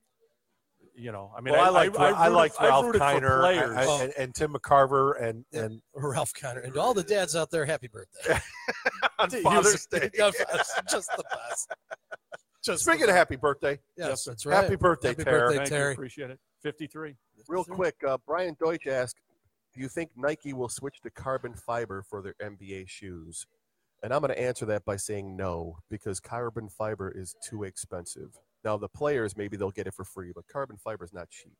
[SPEAKER 3] You know, I mean,
[SPEAKER 1] Mm-hmm. Well, I,
[SPEAKER 3] I,
[SPEAKER 1] liked
[SPEAKER 3] I,
[SPEAKER 1] Ra- I,
[SPEAKER 3] rooted-
[SPEAKER 1] liked
[SPEAKER 3] I
[SPEAKER 1] Ralph
[SPEAKER 3] rooted for
[SPEAKER 1] Kiner
[SPEAKER 3] players.
[SPEAKER 1] I- I- and, and Tim McCarver and
[SPEAKER 2] Yeah.
[SPEAKER 1] and
[SPEAKER 2] Ralph Connor and all the dads out there, happy birthday.
[SPEAKER 1] on
[SPEAKER 2] Dude,
[SPEAKER 1] Father's
[SPEAKER 2] you're-
[SPEAKER 1] Day.
[SPEAKER 2] God, just the best. Just the
[SPEAKER 1] Speaking of happy birthday,
[SPEAKER 2] Yes,
[SPEAKER 3] Yes, sir.
[SPEAKER 2] that's right.
[SPEAKER 1] happy birthday,
[SPEAKER 2] Happy
[SPEAKER 1] Tara.
[SPEAKER 2] birthday.
[SPEAKER 3] Thank you,
[SPEAKER 2] Terry.
[SPEAKER 3] appreciate it. Fifty-three.
[SPEAKER 4] Real quick, uh, Brian Deutsch asked, "Do you think Nike will switch to carbon fiber for their NBA shoes?" And I'm going to answer that by saying no, because carbon fiber is too expensive. Now the players maybe they'll get it for free, but carbon fiber is not cheap.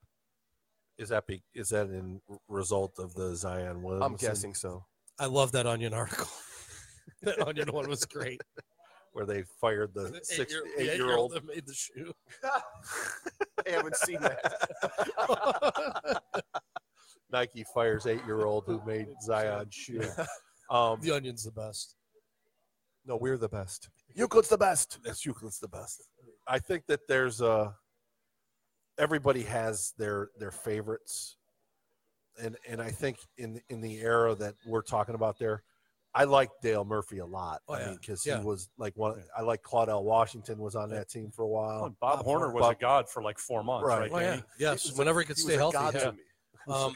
[SPEAKER 1] Is that be, is that in result of the Zion Williams?
[SPEAKER 4] I'm guessing so.
[SPEAKER 2] I love that onion article. that onion one was great.
[SPEAKER 1] where they fired the
[SPEAKER 2] The
[SPEAKER 1] six
[SPEAKER 2] eight-year- the
[SPEAKER 1] eight year old
[SPEAKER 2] that made the shoe.
[SPEAKER 4] I haven't seen that.
[SPEAKER 1] Nike fires eight year old who made Zion shoot. Um,
[SPEAKER 2] the onion's the best.
[SPEAKER 4] No, we're the best.
[SPEAKER 1] Euclid's the best. That's Euclid's the best. I think that there's a everybody has their their favorites, and and I think in in the era that we're talking about there, I like Dale Murphy a lot.
[SPEAKER 2] Oh,
[SPEAKER 1] I
[SPEAKER 2] yeah.
[SPEAKER 1] mean, because
[SPEAKER 2] Yeah.
[SPEAKER 1] he was like one. I like Claudel Washington was on
[SPEAKER 2] Yeah.
[SPEAKER 1] that team for a while.
[SPEAKER 3] Oh, and Bob,
[SPEAKER 2] Bob
[SPEAKER 3] Horner
[SPEAKER 2] Horner.
[SPEAKER 3] was
[SPEAKER 1] Bob-
[SPEAKER 3] a god for like four months,
[SPEAKER 1] Right.
[SPEAKER 3] right?
[SPEAKER 2] Oh yeah,
[SPEAKER 3] Danny?
[SPEAKER 2] yes.
[SPEAKER 4] was a-
[SPEAKER 2] whenever he could
[SPEAKER 4] He
[SPEAKER 2] stay
[SPEAKER 4] was a
[SPEAKER 2] healthy.
[SPEAKER 4] god
[SPEAKER 2] yeah.
[SPEAKER 4] to me.
[SPEAKER 2] Um,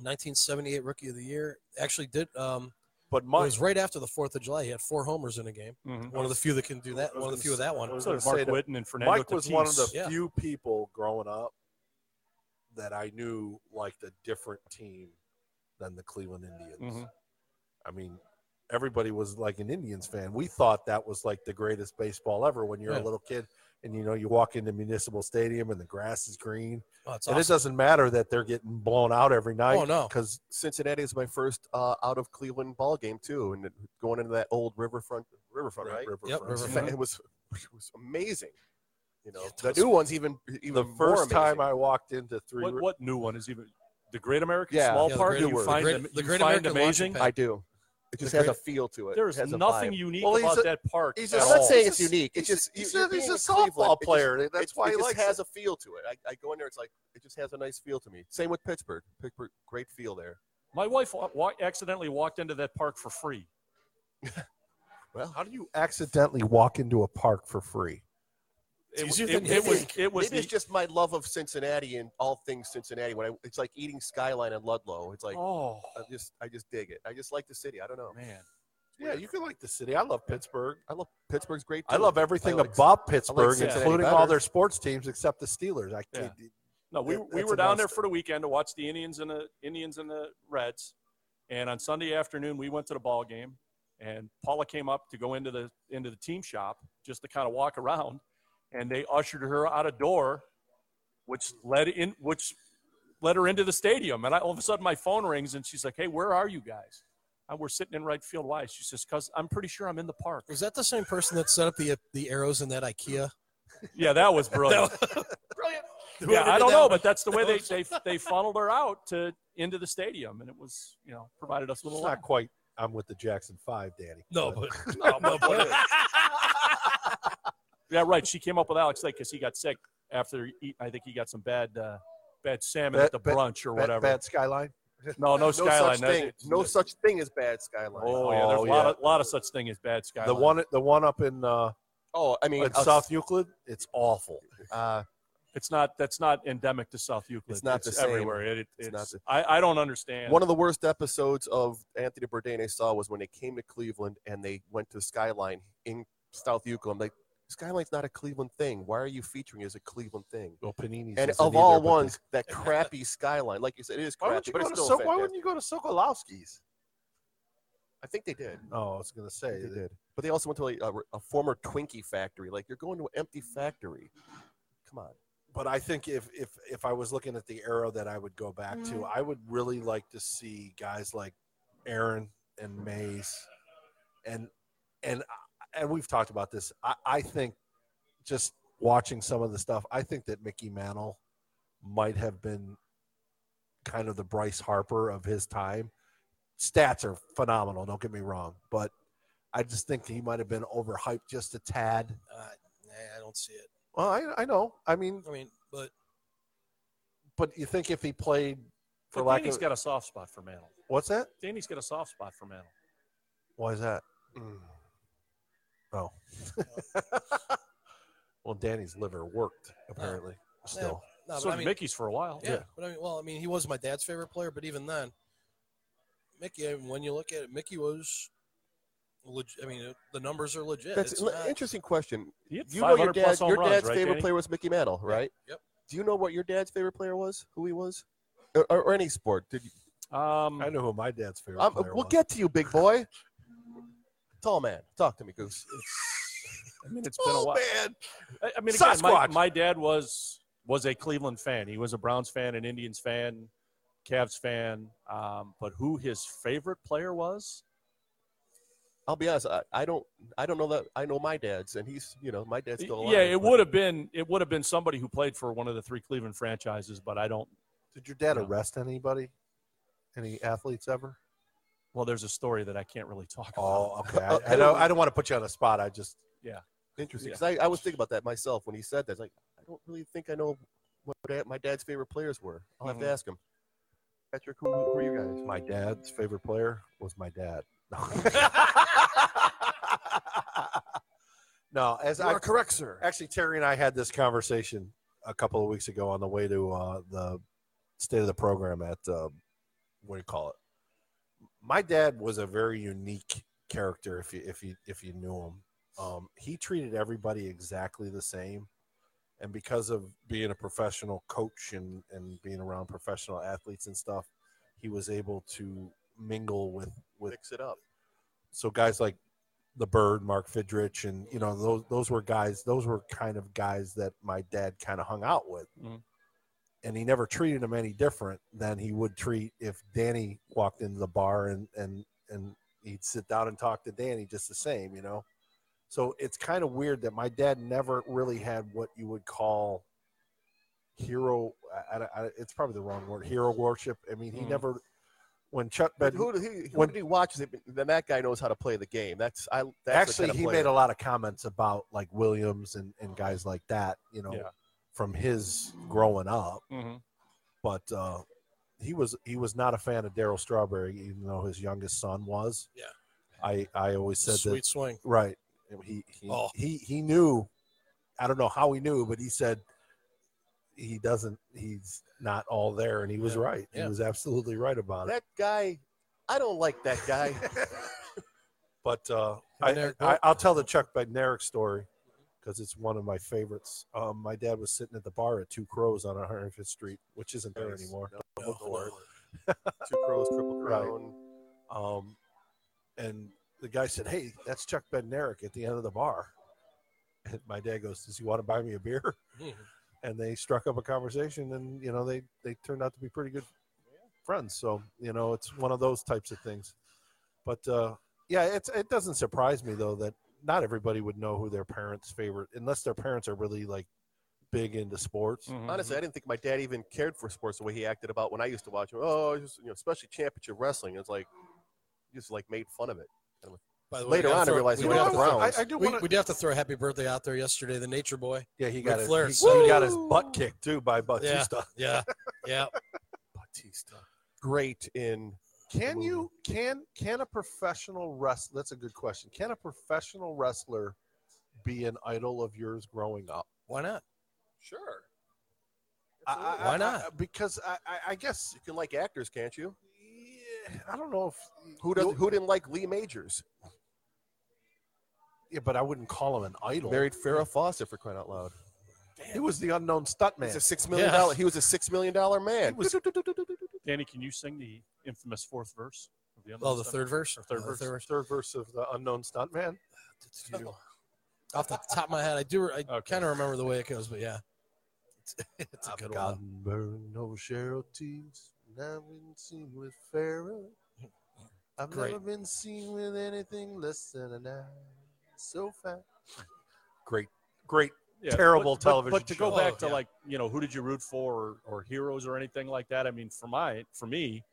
[SPEAKER 2] 1978 Rookie of the Year actually did. Um,
[SPEAKER 1] But
[SPEAKER 2] it
[SPEAKER 1] Mike,
[SPEAKER 2] was right after the Fourth of July. He had four homers in a game.
[SPEAKER 3] Mhm.
[SPEAKER 1] Mm-hmm.
[SPEAKER 2] One of the few that can do that. One of the few of that one.
[SPEAKER 1] I was
[SPEAKER 3] So
[SPEAKER 1] gonna
[SPEAKER 3] there's Mark
[SPEAKER 1] say that
[SPEAKER 3] Whitten and Fernando
[SPEAKER 1] Mike was one of the
[SPEAKER 3] Tatis.
[SPEAKER 2] Yeah.
[SPEAKER 1] few people growing up that I knew liked a different team than the Cleveland Indians.
[SPEAKER 3] Mhm.
[SPEAKER 1] I mean, everybody was like an Indians fan. We thought that was like the greatest baseball ever when you're
[SPEAKER 2] Yeah.
[SPEAKER 1] a little kid and you know you walk into Municipal Stadium and the grass is green
[SPEAKER 2] Oh, it's
[SPEAKER 1] and it
[SPEAKER 2] awesome.
[SPEAKER 1] doesn't matter that they're getting blown out every night.
[SPEAKER 2] Oh, no.
[SPEAKER 1] because
[SPEAKER 4] Cincinnati is my first uh, out of Cleveland ball game too, and going into that old riverfront, riverfront, right?
[SPEAKER 2] Yep,
[SPEAKER 1] Riverfront.
[SPEAKER 2] Riverfront.
[SPEAKER 4] It was, it was amazing. You know,
[SPEAKER 2] Yeah,
[SPEAKER 4] the
[SPEAKER 2] those-
[SPEAKER 4] new one's even even
[SPEAKER 1] The
[SPEAKER 4] more
[SPEAKER 1] first time
[SPEAKER 4] amazing.
[SPEAKER 1] I walked into three,
[SPEAKER 3] What, what new one is even the Great American
[SPEAKER 4] Yeah.
[SPEAKER 3] Small
[SPEAKER 2] Yeah, the
[SPEAKER 3] Park?
[SPEAKER 2] Great-
[SPEAKER 3] you
[SPEAKER 2] the
[SPEAKER 3] find
[SPEAKER 2] Great-
[SPEAKER 3] am-
[SPEAKER 2] the
[SPEAKER 3] you
[SPEAKER 2] Great
[SPEAKER 3] find
[SPEAKER 2] American
[SPEAKER 3] amazing.
[SPEAKER 2] Launching
[SPEAKER 4] I do. It just
[SPEAKER 2] The
[SPEAKER 4] has
[SPEAKER 2] great-
[SPEAKER 4] a feel to it.
[SPEAKER 3] There is
[SPEAKER 4] It has a
[SPEAKER 3] nothing
[SPEAKER 4] vibe.
[SPEAKER 3] unique
[SPEAKER 1] Well, he's
[SPEAKER 3] about
[SPEAKER 1] a-
[SPEAKER 3] that park.
[SPEAKER 1] he's
[SPEAKER 3] at
[SPEAKER 1] a-
[SPEAKER 4] I'm
[SPEAKER 3] all.
[SPEAKER 4] not saying
[SPEAKER 1] He's
[SPEAKER 4] it's
[SPEAKER 1] a-
[SPEAKER 4] unique. It's
[SPEAKER 1] he's
[SPEAKER 4] just
[SPEAKER 1] a-
[SPEAKER 4] you-
[SPEAKER 1] he's
[SPEAKER 4] you
[SPEAKER 1] a-
[SPEAKER 4] being
[SPEAKER 1] he's a
[SPEAKER 4] in Cleveland,
[SPEAKER 1] softball
[SPEAKER 4] it
[SPEAKER 1] player.
[SPEAKER 4] just-
[SPEAKER 1] That's
[SPEAKER 4] it-
[SPEAKER 1] why
[SPEAKER 4] it
[SPEAKER 1] he
[SPEAKER 4] just
[SPEAKER 1] likes
[SPEAKER 4] has
[SPEAKER 1] it.
[SPEAKER 4] a feel to it. I, I go in there, it's like it just has a nice feel to me. Same with Pittsburgh. Pittsburgh, great feel there.
[SPEAKER 3] My wife wa- wa- accidentally walked into that park for free.
[SPEAKER 1] how do you accidentally walk into a park for free?
[SPEAKER 3] It,
[SPEAKER 2] easier
[SPEAKER 3] it-
[SPEAKER 2] than
[SPEAKER 3] it
[SPEAKER 2] you
[SPEAKER 3] was.
[SPEAKER 2] think.
[SPEAKER 3] It was.
[SPEAKER 4] Maybe it's
[SPEAKER 3] the-
[SPEAKER 4] just my love of Cincinnati and all things Cincinnati. When I, it's like eating Skyline and Ludlow. It's like
[SPEAKER 3] oh
[SPEAKER 4] I just, I just dig it. I just like the city. I don't know.
[SPEAKER 3] man,
[SPEAKER 1] Yeah, you can like the city. I love Pittsburgh.
[SPEAKER 4] I love Pittsburgh's great.
[SPEAKER 1] I
[SPEAKER 4] too.
[SPEAKER 1] love everything
[SPEAKER 4] I like-
[SPEAKER 1] about Pittsburgh,
[SPEAKER 4] Cincinnati
[SPEAKER 1] including
[SPEAKER 4] better.
[SPEAKER 1] all their sports teams except the Steelers. I
[SPEAKER 3] Yeah.
[SPEAKER 1] can't.
[SPEAKER 3] no, we,
[SPEAKER 1] That-
[SPEAKER 3] we
[SPEAKER 1] that's
[SPEAKER 3] were
[SPEAKER 1] a
[SPEAKER 3] down there
[SPEAKER 1] monster.
[SPEAKER 3] for the weekend to watch the Indians and the Indians and the Reds, and on Sunday afternoon we went to the ball game, and Paula came up to go into the into the team shop just to kind of walk around, and they ushered her out a door, which led in which led her into the stadium, and I, all of a sudden my phone rings and she's like, "Hey, where are you guys?" And we're sitting in right field. Why? She says, "Cause I'm pretty sure I'm in the park."
[SPEAKER 2] Was that the same person that set up the the arrows in that IKEA? Uh,
[SPEAKER 3] Yeah, that was brilliant.
[SPEAKER 2] Brilliant.
[SPEAKER 3] yeah, I don't know, but that's the way they, they they funneled her out to into the stadium, and it was you know provided us a
[SPEAKER 1] It's
[SPEAKER 3] little.
[SPEAKER 1] not quite. I'm with the Jackson Five, Danny.
[SPEAKER 2] no, but no, but-
[SPEAKER 3] yeah, right. She came up with Alex Lake because he got sick after eat, I think he got some bad uh, bad salmon
[SPEAKER 1] Bad-
[SPEAKER 3] at the
[SPEAKER 1] bad-
[SPEAKER 3] brunch or
[SPEAKER 1] Bad-
[SPEAKER 3] whatever.
[SPEAKER 1] bad skyline.
[SPEAKER 3] No, no,
[SPEAKER 4] no
[SPEAKER 3] skyline.
[SPEAKER 4] such
[SPEAKER 3] that's-
[SPEAKER 4] thing. No such thing as bad Skyline.
[SPEAKER 3] oh yeah, there's
[SPEAKER 1] Oh,
[SPEAKER 3] a lot
[SPEAKER 1] yeah.
[SPEAKER 3] of lot of such thing as bad skyline.
[SPEAKER 1] The one, the one up in uh,
[SPEAKER 4] Oh, I mean,
[SPEAKER 1] in
[SPEAKER 4] uh,
[SPEAKER 1] South Euclid, it's awful.
[SPEAKER 4] Uh,
[SPEAKER 3] it's not that's not endemic to South Euclid.
[SPEAKER 4] It's not the same.
[SPEAKER 3] everywhere. It, it-
[SPEAKER 4] It's
[SPEAKER 3] it's
[SPEAKER 4] not the-
[SPEAKER 3] I I don't understand.
[SPEAKER 4] one of the worst episodes of Anthony Bourdain I saw was when they came to Cleveland and they went to Skyline in South Euclid. I'm like, Skyline's not a Cleveland thing. Why are you featuring it as a Cleveland thing?
[SPEAKER 1] Well, Panini's
[SPEAKER 4] And
[SPEAKER 1] isn't
[SPEAKER 4] of
[SPEAKER 1] either,
[SPEAKER 4] all
[SPEAKER 1] but they-
[SPEAKER 4] ones, that crappy Skyline, like you said, it is
[SPEAKER 1] why
[SPEAKER 4] crappy,
[SPEAKER 1] would you
[SPEAKER 4] but
[SPEAKER 1] go
[SPEAKER 4] it's
[SPEAKER 1] to
[SPEAKER 4] still
[SPEAKER 1] so, Why
[SPEAKER 4] fantastic.
[SPEAKER 1] wouldn't you go to Sokolowski's?
[SPEAKER 4] I think they did.
[SPEAKER 1] Oh, I was gonna
[SPEAKER 4] I
[SPEAKER 1] say
[SPEAKER 4] think they did. But they also went to like, a, a former Twinkie factory. Like you're going to an empty factory. Come on.
[SPEAKER 1] but I think if if if I was looking at the arrow that I would go back to, I would really like to see guys like Aaron uh, and Mays, and and and we've talked about this. I, I think just watching some of the stuff, I think that Mickey Mantle might have been kind of the Bryce Harper of his time. Stats are phenomenal, don't get me wrong, but I just think he might have been overhyped just a tad.
[SPEAKER 2] Uh, nah, I don't see it.
[SPEAKER 1] Well, I, I know. I mean,
[SPEAKER 2] I mean, but
[SPEAKER 1] but you think if he played for
[SPEAKER 3] But
[SPEAKER 1] lack
[SPEAKER 3] Danny's
[SPEAKER 1] of
[SPEAKER 3] got a soft spot for Mantle.
[SPEAKER 1] what's that?
[SPEAKER 3] Danny's got a soft spot for Mantle.
[SPEAKER 1] Why is that? Oh. well, Danny's liver worked apparently. Still,
[SPEAKER 4] Uh,
[SPEAKER 2] no,
[SPEAKER 3] so
[SPEAKER 2] but I
[SPEAKER 3] did
[SPEAKER 2] mean,
[SPEAKER 3] Mickey's for a while.
[SPEAKER 2] yeah, But I mean, well, I mean, he was my dad's favorite player, but even then, Mickey. I mean, when you look at it, Mickey was. Leg- I mean, the numbers are legit.
[SPEAKER 4] That's
[SPEAKER 2] It's
[SPEAKER 4] an
[SPEAKER 2] not-
[SPEAKER 4] interesting question.
[SPEAKER 3] He hit
[SPEAKER 4] You know your
[SPEAKER 3] 500 plus
[SPEAKER 4] dad,
[SPEAKER 3] home
[SPEAKER 4] your
[SPEAKER 3] runs,
[SPEAKER 4] dad's
[SPEAKER 3] right,
[SPEAKER 4] favorite
[SPEAKER 3] Danny?
[SPEAKER 4] player was Mickey Mantle, right?
[SPEAKER 2] Yep.
[SPEAKER 4] Do you know what your dad's favorite player was? Who he was, or, or, or any sport? Did you,
[SPEAKER 3] Um,
[SPEAKER 1] I know who my dad's favorite
[SPEAKER 4] um,
[SPEAKER 1] player
[SPEAKER 4] we'll
[SPEAKER 1] was.
[SPEAKER 4] get to you, big boy. Tall man, talk to me, Goose.
[SPEAKER 3] I mean, it's been a while.
[SPEAKER 4] Oh, man,
[SPEAKER 3] I, I mean, again, my,
[SPEAKER 1] Sasquatch.
[SPEAKER 3] my dad was was a Cleveland fan. He was a Browns fan, an Indians fan, Cavs fan. Um, but who his favorite player was?
[SPEAKER 4] I'll be honest. I, I don't. I don't know that. I know my dad's, and he's. You know, my dad's still alive.
[SPEAKER 3] yeah, it
[SPEAKER 4] but-
[SPEAKER 3] would have been it would have been somebody who played for one of the three Cleveland franchises. But I don't.
[SPEAKER 1] Did your dad
[SPEAKER 3] No.
[SPEAKER 1] arrest anybody? Any athletes ever?
[SPEAKER 3] Well, there's a story that I can't really talk about.
[SPEAKER 1] Oh, okay. I, I don't. I don't want to put you on the spot. I just
[SPEAKER 4] interesting. 'cause I, I was thinking about that myself when he said that. It's Like, I don't really think I know what dad, my dad's favorite players were. I'll have to
[SPEAKER 3] Mhm.
[SPEAKER 4] ask him. Patrick, who, who are you guys?
[SPEAKER 1] my dad's favorite player was my dad. no, as
[SPEAKER 2] You
[SPEAKER 1] I
[SPEAKER 2] are correct, sir.
[SPEAKER 1] actually Terry and I had this conversation a couple of weeks ago on the way to uh, the state of the program at uh, what do you call it? My dad was a very unique character. If you if you if you knew him, um, he treated everybody exactly the same. And because of being a professional coach and, and being around professional athletes and stuff, he was able to mingle with, with
[SPEAKER 4] Mix it up.
[SPEAKER 1] so guys like the bird mark fidrich and you know those those were guys those were kind of guys that my dad kind of hung out with
[SPEAKER 3] Mhm.
[SPEAKER 1] and he never treated them any different than he would treat if danny walked into the bar and and and he'd sit down and talk to danny just the same you know so it's kind of weird that my dad never really had what you would call hero I, I, I- it's probably the wrong word hero worship i mean he
[SPEAKER 3] Mhm.
[SPEAKER 1] never when chuck
[SPEAKER 4] But
[SPEAKER 1] Bednar
[SPEAKER 4] who, he, who
[SPEAKER 1] when-
[SPEAKER 4] he watches it, then that guy knows how to play the game. That's I. That's the
[SPEAKER 1] actually
[SPEAKER 4] kind of
[SPEAKER 1] he
[SPEAKER 4] player.
[SPEAKER 1] made a lot of comments about like williams and, and guys like that you know
[SPEAKER 3] Yeah.
[SPEAKER 1] from his growing up
[SPEAKER 3] Mhm.
[SPEAKER 1] but uh, he was he was not a fan of daryl strawberry even though his youngest son was
[SPEAKER 2] Yeah.
[SPEAKER 1] i i always said
[SPEAKER 2] Sweet
[SPEAKER 1] that
[SPEAKER 2] swing.
[SPEAKER 1] right he he,
[SPEAKER 2] Oh.
[SPEAKER 1] he he knew i don't know how he knew but he said he doesn't he's not all there and he was
[SPEAKER 2] Yeah.
[SPEAKER 1] right
[SPEAKER 2] Yeah.
[SPEAKER 1] he was absolutely right about it
[SPEAKER 4] That guy, I don't like that guy.
[SPEAKER 1] But uh,
[SPEAKER 2] and
[SPEAKER 1] I,
[SPEAKER 2] Eric
[SPEAKER 1] I,
[SPEAKER 2] both.
[SPEAKER 1] I'll tell the Chuck Bednarik story because it's one of my favorites. Um, my dad was sitting at the bar at Two Crows on 105th Street, which isn't there
[SPEAKER 4] Nice.
[SPEAKER 1] anymore.
[SPEAKER 4] Oh,
[SPEAKER 2] No,
[SPEAKER 1] Lord.
[SPEAKER 2] no.
[SPEAKER 4] Two crows, triple
[SPEAKER 1] Right.
[SPEAKER 4] crown.
[SPEAKER 1] Um, and the guy said, "Hey, that's Chuck Bednarik at the end of the bar." And my dad goes, "Does he want to buy me a beer?"
[SPEAKER 2] Mhm.
[SPEAKER 1] And they struck up a conversation, and you know they they turned out to be pretty good friends. So you know it's one of those types of things. But uh, yeah, it's it doesn't surprise me though that not everybody would know who their parents' favorite, unless their parents are really like big into sports.
[SPEAKER 3] Mhm.
[SPEAKER 4] Honestly, I didn't think my dad even cared for sports the way he acted about when I used to watch him. Oh, just, you know, especially championship wrestling. It's like he just like made fun of it.
[SPEAKER 2] By the
[SPEAKER 4] Later
[SPEAKER 2] we gotta
[SPEAKER 4] on, I
[SPEAKER 2] throw-
[SPEAKER 4] realized he
[SPEAKER 2] we
[SPEAKER 4] went
[SPEAKER 2] gotta
[SPEAKER 4] out the
[SPEAKER 2] throw-
[SPEAKER 4] Browns.
[SPEAKER 1] I, I do
[SPEAKER 2] We,
[SPEAKER 1] want to.
[SPEAKER 2] we'd have to throw a happy birthday out there yesterday. The Nature Boy.
[SPEAKER 1] Yeah, he
[SPEAKER 2] Ric
[SPEAKER 1] got his,
[SPEAKER 2] Flair,
[SPEAKER 1] he,
[SPEAKER 2] son.
[SPEAKER 1] he got his butt kicked too by Batista.
[SPEAKER 2] Yeah, yeah.
[SPEAKER 4] Batista, great in
[SPEAKER 1] Can
[SPEAKER 4] Moving.
[SPEAKER 1] you can can a professional wrestler? That's a good question. Can a professional wrestler be an idol of yours growing up?
[SPEAKER 2] Why not?
[SPEAKER 4] sure.
[SPEAKER 1] I- I-
[SPEAKER 2] Why
[SPEAKER 1] I-
[SPEAKER 2] not?
[SPEAKER 1] I- because I, I, I guess
[SPEAKER 4] You can like actors, can't you?
[SPEAKER 1] yeah, I don't know if
[SPEAKER 4] Who does, who didn't like Lee Majors?
[SPEAKER 1] Yeah, but I wouldn't call him an idol.
[SPEAKER 4] Married Farrah Fawcett for crying out loud.
[SPEAKER 1] he was the unknown stuntman.
[SPEAKER 4] He's a six million dollar. He was a six million dollar man.
[SPEAKER 1] He was-
[SPEAKER 3] mm-hmm. Danny, can you sing the infamous fourth verse? Of the
[SPEAKER 2] Oh,
[SPEAKER 3] Unknown
[SPEAKER 2] the
[SPEAKER 3] Son?
[SPEAKER 2] third verse.
[SPEAKER 3] Or third
[SPEAKER 2] Uh,
[SPEAKER 3] verse.
[SPEAKER 1] third verse of the unknown stuntman.
[SPEAKER 2] verse. Off the top of my head, I do. I
[SPEAKER 3] Oh, Okay.
[SPEAKER 2] kind of remember the way it goes, but yeah, it's, it's a
[SPEAKER 1] I've
[SPEAKER 2] good one.
[SPEAKER 1] gotten burned over Cheryl Tees, and I've been seen with Pharaoh. I've
[SPEAKER 2] Great.
[SPEAKER 1] never been seen with anything less than an eye. So fat. Great, great
[SPEAKER 3] Yeah,
[SPEAKER 1] terrible
[SPEAKER 3] but- but-
[SPEAKER 1] television
[SPEAKER 3] But to
[SPEAKER 1] show.
[SPEAKER 3] go back to
[SPEAKER 2] yeah.
[SPEAKER 3] like you know who did you root for or, or heroes or anything like that? I mean, for my for me,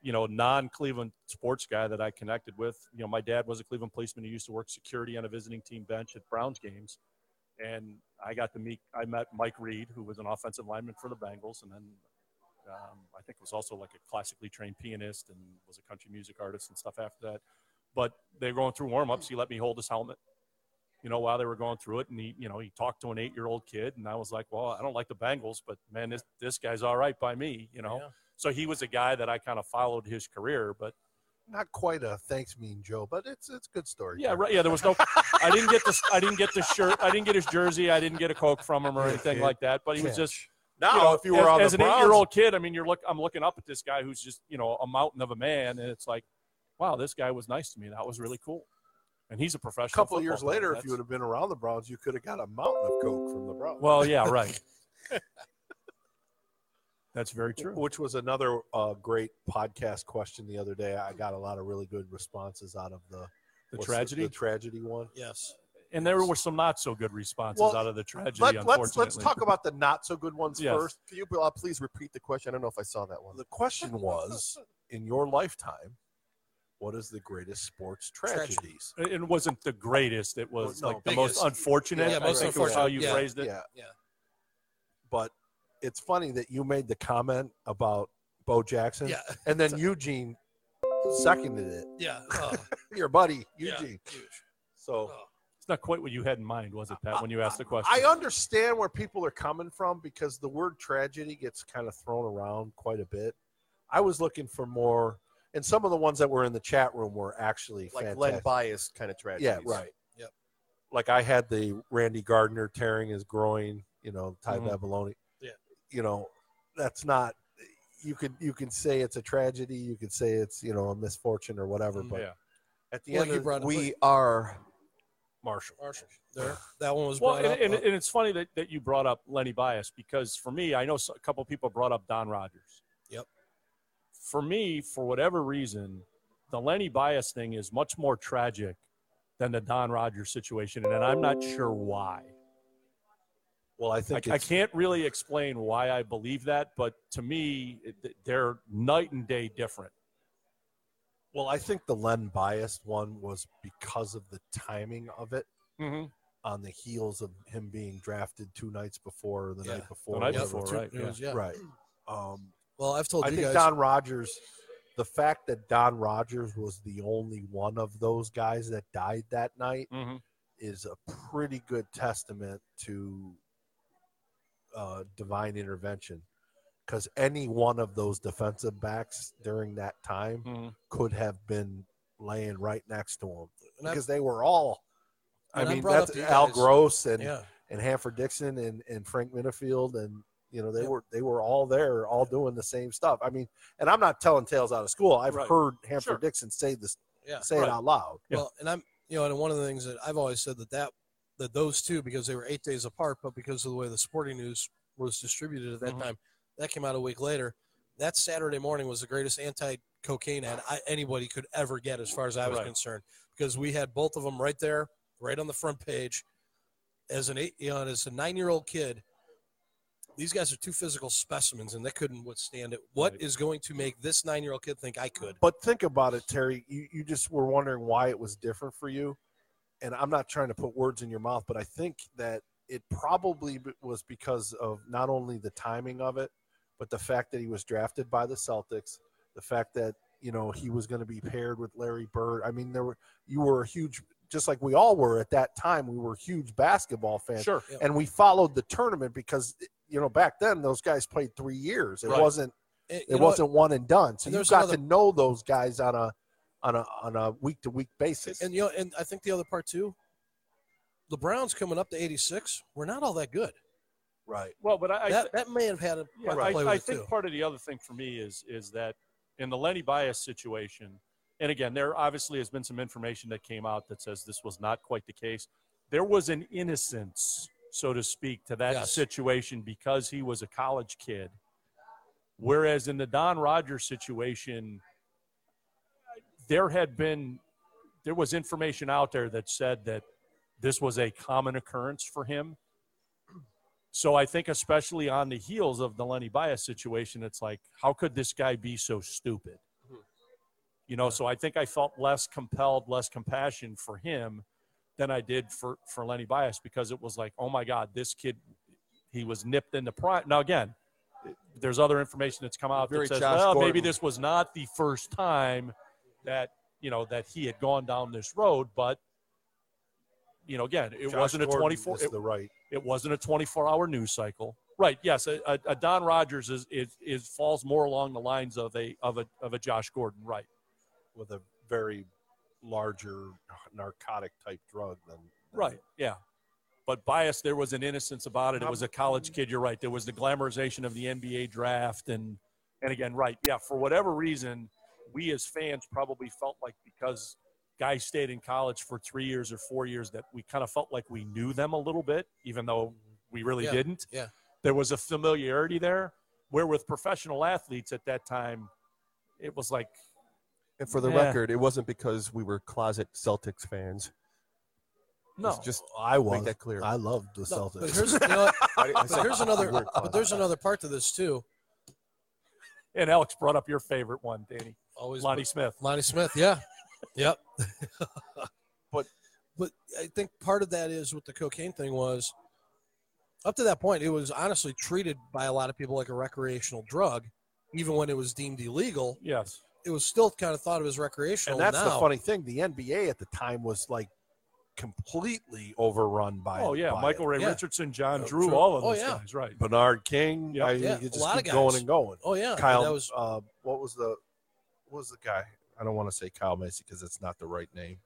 [SPEAKER 3] you know, non Cleveland sports guy that I connected with. You know, my dad was a Cleveland policeman who used to work security on a visiting team bench at Browns games, and I got to meet I met Mike Reed, who was an offensive lineman for the Bengals, and then. Um, I think was also like a classically trained pianist and was a country music artist and stuff after that. But they were going through warm ups. He let me hold his helmet you know, while they were going through it. And he, you know, he talked to an eight year old kid. And I was like, well, I don't like the Bengals, but man, this, this guy's all right by me, you know?
[SPEAKER 2] Yeah.
[SPEAKER 3] So he was a guy that I kind of followed his career. But
[SPEAKER 1] Not quite a thanks mean Joe, but it's it's a good story.
[SPEAKER 3] yeah, right. Yeah, there was no, I didn't get the, I didn't get the shirt. I didn't get his jersey. I didn't get a Coke from him or anything like that. But he was just,
[SPEAKER 1] Now,
[SPEAKER 3] know,
[SPEAKER 1] if you were
[SPEAKER 3] as,
[SPEAKER 1] on
[SPEAKER 3] as
[SPEAKER 1] the
[SPEAKER 3] an
[SPEAKER 1] Browns,
[SPEAKER 3] eight-year-old kid, I mean, you're look. I'm looking up at this guy who's just you know a mountain of a man, and it's like, wow, this guy was nice to me. That was really cool. And he's a
[SPEAKER 1] a
[SPEAKER 3] professional.
[SPEAKER 1] couple of
[SPEAKER 3] football
[SPEAKER 1] years
[SPEAKER 3] player.
[SPEAKER 1] later, if
[SPEAKER 3] That's-
[SPEAKER 1] you would have been around the Browns, you could have got a mountain of coke from the Browns.
[SPEAKER 3] well, yeah, right. That's very true.
[SPEAKER 1] Which was another uh, great podcast question the other day. I got a lot of really good responses out of the
[SPEAKER 3] The
[SPEAKER 1] what's
[SPEAKER 3] tragedy,
[SPEAKER 1] the tragedy one.
[SPEAKER 2] Yes.
[SPEAKER 3] and there were some not so good responses
[SPEAKER 1] Well,
[SPEAKER 3] out of the tragedy.
[SPEAKER 1] Let,
[SPEAKER 3] unfortunately,
[SPEAKER 1] let's let's talk about the not so good ones
[SPEAKER 3] Yes.
[SPEAKER 1] first.
[SPEAKER 4] Can you uh, please repeat the question? I don't know if I saw that one.
[SPEAKER 1] The question was, in your lifetime, what is the greatest sports
[SPEAKER 2] Tragedy.
[SPEAKER 1] tragedies?
[SPEAKER 3] It it wasn't the greatest. It was
[SPEAKER 1] No,
[SPEAKER 3] like the
[SPEAKER 2] biggest.
[SPEAKER 3] most unfortunate.
[SPEAKER 2] Yeah, most
[SPEAKER 3] I think was how
[SPEAKER 2] unfortunate.
[SPEAKER 3] you
[SPEAKER 2] Yeah.
[SPEAKER 3] phrased it.
[SPEAKER 1] Yeah.
[SPEAKER 2] Yeah.
[SPEAKER 1] But it's funny that you made the comment about Bo Jackson,
[SPEAKER 2] Yeah.
[SPEAKER 1] and then Eugene seconded it.
[SPEAKER 2] Yeah. Oh,
[SPEAKER 1] Your buddy
[SPEAKER 2] Yeah.
[SPEAKER 1] Eugene.
[SPEAKER 2] huge.
[SPEAKER 1] So
[SPEAKER 2] Oh.
[SPEAKER 3] It's not quite what you had in mind, was it, Pat? When you asked the question,
[SPEAKER 1] I understand where people are coming from because the word tragedy gets kind of thrown around quite a bit. I was looking for more, and some of the ones that were in the chat room were actually
[SPEAKER 4] Like
[SPEAKER 1] fantastic.
[SPEAKER 4] Len Bias kind of tragedy.
[SPEAKER 1] Yeah, right.
[SPEAKER 2] Yep.
[SPEAKER 1] Like I had the Randy Gardner tearing his groin, you know, Ty
[SPEAKER 3] Mhm.
[SPEAKER 1] Babylonia.
[SPEAKER 2] Yeah.
[SPEAKER 1] You know, that's not you could you can say it's a tragedy, you could say it's, you know, a misfortune or whatever,
[SPEAKER 2] Mhm.
[SPEAKER 1] but
[SPEAKER 3] Mm, yeah.
[SPEAKER 1] at the
[SPEAKER 2] Well,
[SPEAKER 1] end
[SPEAKER 2] you
[SPEAKER 1] of-
[SPEAKER 2] brought up-
[SPEAKER 4] We are
[SPEAKER 1] Marshall.
[SPEAKER 2] Marshall. There. That one was
[SPEAKER 3] Well,
[SPEAKER 2] brought
[SPEAKER 3] and,
[SPEAKER 2] up.
[SPEAKER 3] and,
[SPEAKER 2] uh,
[SPEAKER 3] and it's funny that, that you brought up Lenny Bias because for me, I know s- a couple people brought up Don Rogers.
[SPEAKER 2] Yep.
[SPEAKER 3] For me, for whatever reason, the Lenny Bias thing is much more tragic than the Don Rogers situation, and I'm not sure why.
[SPEAKER 1] Well, I
[SPEAKER 3] I,
[SPEAKER 1] think
[SPEAKER 3] I
[SPEAKER 1] it's-
[SPEAKER 3] can't really explain why I believe that, but to me, it- they're night and day different.
[SPEAKER 1] Well, I think the Len biased one was because of the timing of it
[SPEAKER 3] Mm-hmm.
[SPEAKER 1] on the heels of him being drafted two nights before or the
[SPEAKER 2] Yeah.
[SPEAKER 1] night before.
[SPEAKER 3] The night
[SPEAKER 1] whatever.
[SPEAKER 3] before,
[SPEAKER 2] two-
[SPEAKER 3] right,
[SPEAKER 2] it was- yeah.
[SPEAKER 1] Right. Um,
[SPEAKER 2] Well, I've told
[SPEAKER 1] I
[SPEAKER 2] you
[SPEAKER 1] think
[SPEAKER 2] guys.
[SPEAKER 1] Don Rogers, the fact that Don Rogers was the only one of those guys that died that night
[SPEAKER 3] Mm-hmm.
[SPEAKER 1] is a pretty good testament to uh, divine intervention. Because any one of those defensive backs during that time
[SPEAKER 3] Mm-hmm.
[SPEAKER 1] could have been laying right next to him
[SPEAKER 2] and I-
[SPEAKER 1] because they were all. I
[SPEAKER 2] And I
[SPEAKER 1] mean,
[SPEAKER 2] brought up
[SPEAKER 1] that's
[SPEAKER 2] the
[SPEAKER 1] Al
[SPEAKER 2] guys-
[SPEAKER 1] Gross and
[SPEAKER 2] yeah.
[SPEAKER 1] and Hanford Dixon and, and Frank Minifield and you know they
[SPEAKER 2] Yep.
[SPEAKER 1] were they were all there, all doing the same stuff. I mean, and I'm not telling tales out of school. I've
[SPEAKER 3] Right.
[SPEAKER 1] heard Hanford
[SPEAKER 3] Sure.
[SPEAKER 1] Dixon say this,
[SPEAKER 2] Yeah.
[SPEAKER 1] say
[SPEAKER 3] Right.
[SPEAKER 1] it out loud.
[SPEAKER 3] Yeah.
[SPEAKER 2] Well, and I'm, you know, and one of the things that I've always said that that that those two because they were eight days apart, but because of the way the sporting news was distributed at that
[SPEAKER 3] Mhm.
[SPEAKER 2] time, that came out a week later. That Saturday morning was the greatest anti-cocaine ad I, anybody could ever get, as far as I was
[SPEAKER 3] Right.
[SPEAKER 2] concerned, because we had both of them right there, right on the front page. As an eight, you know, and as a nine-year-old kid, these guys are two physical specimens, and they couldn't withstand it. What is
[SPEAKER 3] Right.
[SPEAKER 2] going to make this nine-year-old kid think I could?
[SPEAKER 1] But think about it, Terry. You you just were wondering why it was different for you, and I'm not trying to put words in your mouth, but I think that it probably b- was because of not only the timing of it, but the fact that he was drafted by the Celtics, the fact that you know he was going to be paired with Larry Bird. I mean, there were you were a huge, just like we all were at that time. We were huge basketball fans,
[SPEAKER 3] Sure.
[SPEAKER 1] and we followed the tournament because you know back then those guys played three years. It
[SPEAKER 3] Right.
[SPEAKER 1] wasn't
[SPEAKER 2] And, you
[SPEAKER 1] it
[SPEAKER 2] know what?
[SPEAKER 1] wasn't one and done. So
[SPEAKER 2] And
[SPEAKER 1] you
[SPEAKER 2] there's
[SPEAKER 1] got
[SPEAKER 2] another-
[SPEAKER 1] to know those guys on a on a on a week to week basis.
[SPEAKER 2] And you know, and I think the other part too, the Browns coming up to '86, we're not all that good.
[SPEAKER 1] right.
[SPEAKER 3] Well, but I, I
[SPEAKER 2] that that may have had a
[SPEAKER 3] Yeah,
[SPEAKER 2] part to play
[SPEAKER 3] I,
[SPEAKER 2] with
[SPEAKER 3] I
[SPEAKER 2] it
[SPEAKER 3] think
[SPEAKER 2] too.
[SPEAKER 3] part of the other thing for me is is that in the Lenny Bias situation, and again, there obviously has been some information that came out that says this was not quite the case. There was an innocence, so to speak, to that
[SPEAKER 2] Yes.
[SPEAKER 3] situation because he was a college kid. Whereas in the Don Rogers situation, there had been there was information out there that said that this was a common occurrence for him So I think, especially on the heels of the Lenny Bias situation, it's like, how could this guy be so stupid? You know, so I think I felt less compelled, less compassion for him than I did for, for Lenny Bias because it was like, oh my God, this kid, he was nipped in the prime. Now, again, there's other information that's come out
[SPEAKER 4] Very
[SPEAKER 3] that says,
[SPEAKER 4] Josh
[SPEAKER 3] well, maybe
[SPEAKER 4] Gordon.
[SPEAKER 3] this was not the first time that, you know, that he had gone down this road, but, you know, again, it
[SPEAKER 1] Josh
[SPEAKER 3] wasn't a
[SPEAKER 1] Gordon
[SPEAKER 3] 24.
[SPEAKER 1] is
[SPEAKER 3] it-
[SPEAKER 1] the right.
[SPEAKER 3] it wasn't a 24-hour news cycle, right? Yes, a, a, a Don Rogers is, is is falls more along the lines of a of a of a Josh Gordon, right?
[SPEAKER 1] with a very larger narcotic type drug than, than-
[SPEAKER 3] Right. Yeah. But bias, there was an innocence about it. It was a college kid. You're right. There was the glamorization of the NBA draft, and and again, right? Yeah. For whatever reason, we as fans probably felt like because guys stayed in college for three years or four years that we kind of felt like we knew them a little bit, even though we really
[SPEAKER 2] Yeah,
[SPEAKER 3] didn't.
[SPEAKER 2] yeah.
[SPEAKER 3] There was a familiarity there. Where with professional athletes at that time, it was like
[SPEAKER 4] And for the
[SPEAKER 3] Yeah.
[SPEAKER 4] record, it wasn't because we were closet Celtics fans.
[SPEAKER 3] no.
[SPEAKER 4] It's just
[SPEAKER 1] I
[SPEAKER 4] make
[SPEAKER 1] was.
[SPEAKER 4] that clear.
[SPEAKER 1] I loved the
[SPEAKER 2] No,
[SPEAKER 1] Celtics.
[SPEAKER 2] but here's, you know what?
[SPEAKER 4] I- I
[SPEAKER 2] But
[SPEAKER 4] said
[SPEAKER 2] here's another.
[SPEAKER 4] we're
[SPEAKER 2] But there's
[SPEAKER 4] closet.
[SPEAKER 2] another part to this too.
[SPEAKER 3] and Alex brought up your favorite one, Danny
[SPEAKER 2] Always
[SPEAKER 3] Lonnie Smith.
[SPEAKER 2] Lonnie Smith. Yeah. yep.
[SPEAKER 4] But-
[SPEAKER 2] but I think part of that is what the cocaine thing was. Up to that point, it was honestly treated by a lot of people like a recreational drug, even when it was deemed illegal.
[SPEAKER 3] Yes.
[SPEAKER 2] It was still kind of thought of as recreational.
[SPEAKER 1] and that's
[SPEAKER 2] now.
[SPEAKER 1] the funny thing. The NBA at the time was like completely overrun by.
[SPEAKER 3] Oh yeah,
[SPEAKER 1] by
[SPEAKER 3] Michael
[SPEAKER 1] it. Uh,
[SPEAKER 3] Ray
[SPEAKER 2] Yeah.
[SPEAKER 3] Richardson, John
[SPEAKER 2] Oh,
[SPEAKER 3] Drew,
[SPEAKER 2] Drew.
[SPEAKER 3] all of
[SPEAKER 2] Oh,
[SPEAKER 3] those
[SPEAKER 2] yeah.
[SPEAKER 3] guys, right?
[SPEAKER 1] Bernard King. Mm-hmm.
[SPEAKER 3] Yeah.
[SPEAKER 1] I,
[SPEAKER 2] Yeah,
[SPEAKER 1] you
[SPEAKER 2] a
[SPEAKER 1] just
[SPEAKER 2] lot
[SPEAKER 1] keep
[SPEAKER 2] of
[SPEAKER 1] going
[SPEAKER 2] guys.
[SPEAKER 1] and going.
[SPEAKER 2] Oh yeah,
[SPEAKER 1] Kyle.
[SPEAKER 2] That was
[SPEAKER 1] uh, what was the what was the guy? I don't want to say Kyle Macy because it's not the right name.